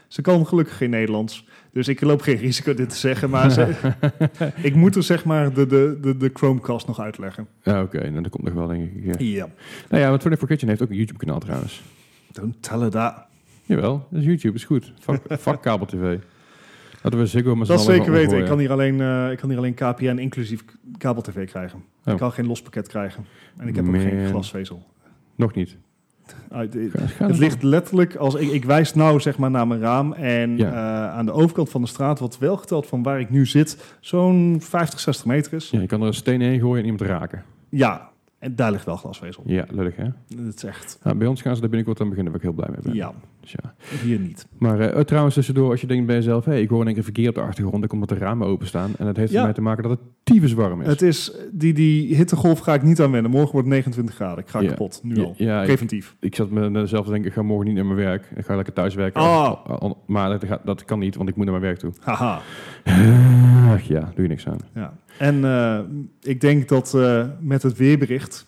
Speaker 2: Ze kan gelukkig geen Nederlands. Dus ik loop geen risico dit te zeggen. Maar ze- ik moet er zeg maar de, de, de, de Chromecast nog uitleggen.
Speaker 1: Ja, oké, nou, dat komt nog wel, denk ik. ja.
Speaker 2: Ja.
Speaker 1: Nou ja, want 24 Kitchen heeft ook een YouTube-kanaal trouwens.
Speaker 2: Don't tell her that.
Speaker 1: Jawel, dat is YouTube, is goed. Fuck, fuck kabel tv. Laten we Ziggo maar z'n
Speaker 2: Dat
Speaker 1: allen
Speaker 2: zeker
Speaker 1: gewoon
Speaker 2: weten. Ik
Speaker 1: omgooien.
Speaker 2: kan, hier alleen, eh, ik kan hier alleen KPN inclusief k- kabel-tv krijgen.
Speaker 1: Oh.
Speaker 2: Ik kan geen los pakket krijgen. En ik heb ook geen
Speaker 1: Man.
Speaker 2: glasvezel.
Speaker 1: Nog niet.
Speaker 2: Uit- eh,
Speaker 1: Ga- ga
Speaker 2: het
Speaker 1: eens-
Speaker 2: ligt letterlijk als ik, ik wijs nou zeg maar naar mijn raam en
Speaker 1: Ja.
Speaker 2: eh, aan de overkant van de straat, wat wel geteld van waar ik nu zit, zo'n 50, 60 meter is.
Speaker 1: Ja, je kan er een steen heen gooien en iemand raken.
Speaker 2: Ja, en daar ligt wel glasvezel.
Speaker 1: Ja, lullig hè?
Speaker 2: Dat is echt.
Speaker 1: Nou, bij ons gaan ze daar binnenkort aan beginnen, waar ik heel blij mee ben.
Speaker 2: Ja,
Speaker 1: Dus ja.
Speaker 2: hier niet.
Speaker 1: Maar eh, eh, trouwens, tussendoor, als je denkt bij jezelf, hey, ik hoor in één keer verkeer op de achtergrond, dan komt dat de ramen openstaan. En dat heeft
Speaker 2: Ja.
Speaker 1: ermee te maken dat het tyfus warm is.
Speaker 2: Het is, die, die hittegolf ga ik niet aan wennen. Morgen wordt 29 graden. Ik ga
Speaker 1: Ja.
Speaker 2: kapot, nu
Speaker 1: Ja,
Speaker 2: al.
Speaker 1: ja, ik-
Speaker 2: Preventief.
Speaker 1: Ik zat me mezelf te denken, ik ga morgen niet naar mijn werk. Ik ga lekker thuis werken.
Speaker 2: Ah.
Speaker 1: Al- al- Maar dat, gaat- dat kan niet, want ik moet naar mijn werk toe.
Speaker 2: Haha.
Speaker 1: Ach ja, doe je niks aan.
Speaker 2: Ja. En eh, ik denk dat eh, met het weerbericht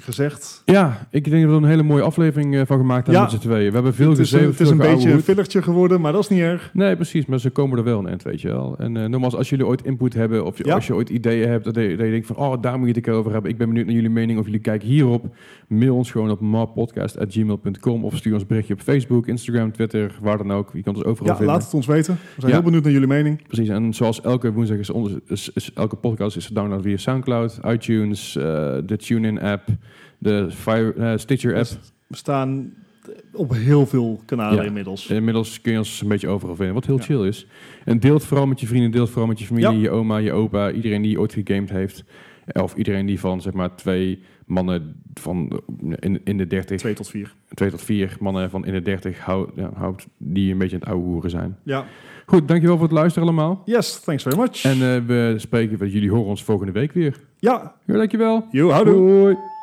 Speaker 2: gezegd...
Speaker 1: Ja, ik denk dat we er een hele mooie aflevering eh, van gemaakt hebben
Speaker 2: Ja.
Speaker 1: met z'n tweeën. We hebben veel
Speaker 2: het is, een-
Speaker 1: gezeten.
Speaker 2: het is
Speaker 1: veel
Speaker 2: een beetje een
Speaker 1: geouwehoed.
Speaker 2: fillertje geworden, maar dat is niet erg.
Speaker 1: Nee, precies, maar ze komen er wel in eind, weet je wel. En eh nogmaals, als jullie ooit input hebben of je-
Speaker 2: Ja.
Speaker 1: als je ooit ideeën hebt, dat je, dat je denkt van, oh, daar moet je het een keer over hebben. Ik ben benieuwd naar jullie mening of jullie kijken hierop. Mail ons gewoon op mapodcast.gmail.com of stuur ons een berichtje op Facebook, Instagram, Twitter, waar dan ook. Je kan ons overal
Speaker 2: Ja,
Speaker 1: vinden.
Speaker 2: laat het ons weten. We zijn
Speaker 1: Ja.
Speaker 2: heel benieuwd naar jullie mening.
Speaker 1: Precies, en zoals elke woensdag is, onze, is, is elke podcast is te downloaden via Soundcloud, iTunes, eh, de TuneIn app, de Fire, eh, Stitcher app.
Speaker 2: We staan op heel veel kanalen
Speaker 1: Ja.
Speaker 2: inmiddels.
Speaker 1: Inmiddels kun je ons een beetje overal vinden, wat heel
Speaker 2: Ja.
Speaker 1: chill is. En deelt vooral met je vrienden, deelt vooral met je familie,
Speaker 2: Ja.
Speaker 1: je oma, je opa, iedereen die ooit gegamed heeft. Of iedereen die van zeg maar twee mannen van in, in de 30,
Speaker 2: Twee tot vier.
Speaker 1: twee tot vier mannen van in de 30 houdt, ja, houdt die een beetje aan het ouwe hoeren zijn.
Speaker 2: Ja.
Speaker 1: Goed, dankjewel voor het luisteren allemaal. eh,
Speaker 2: Yes, thanks very much.
Speaker 1: En eh, we spreken, jullie horen ons volgende week weer.
Speaker 2: ja,
Speaker 1: Ja, dankjewel.
Speaker 2: yo, houdoe.
Speaker 1: Hoi.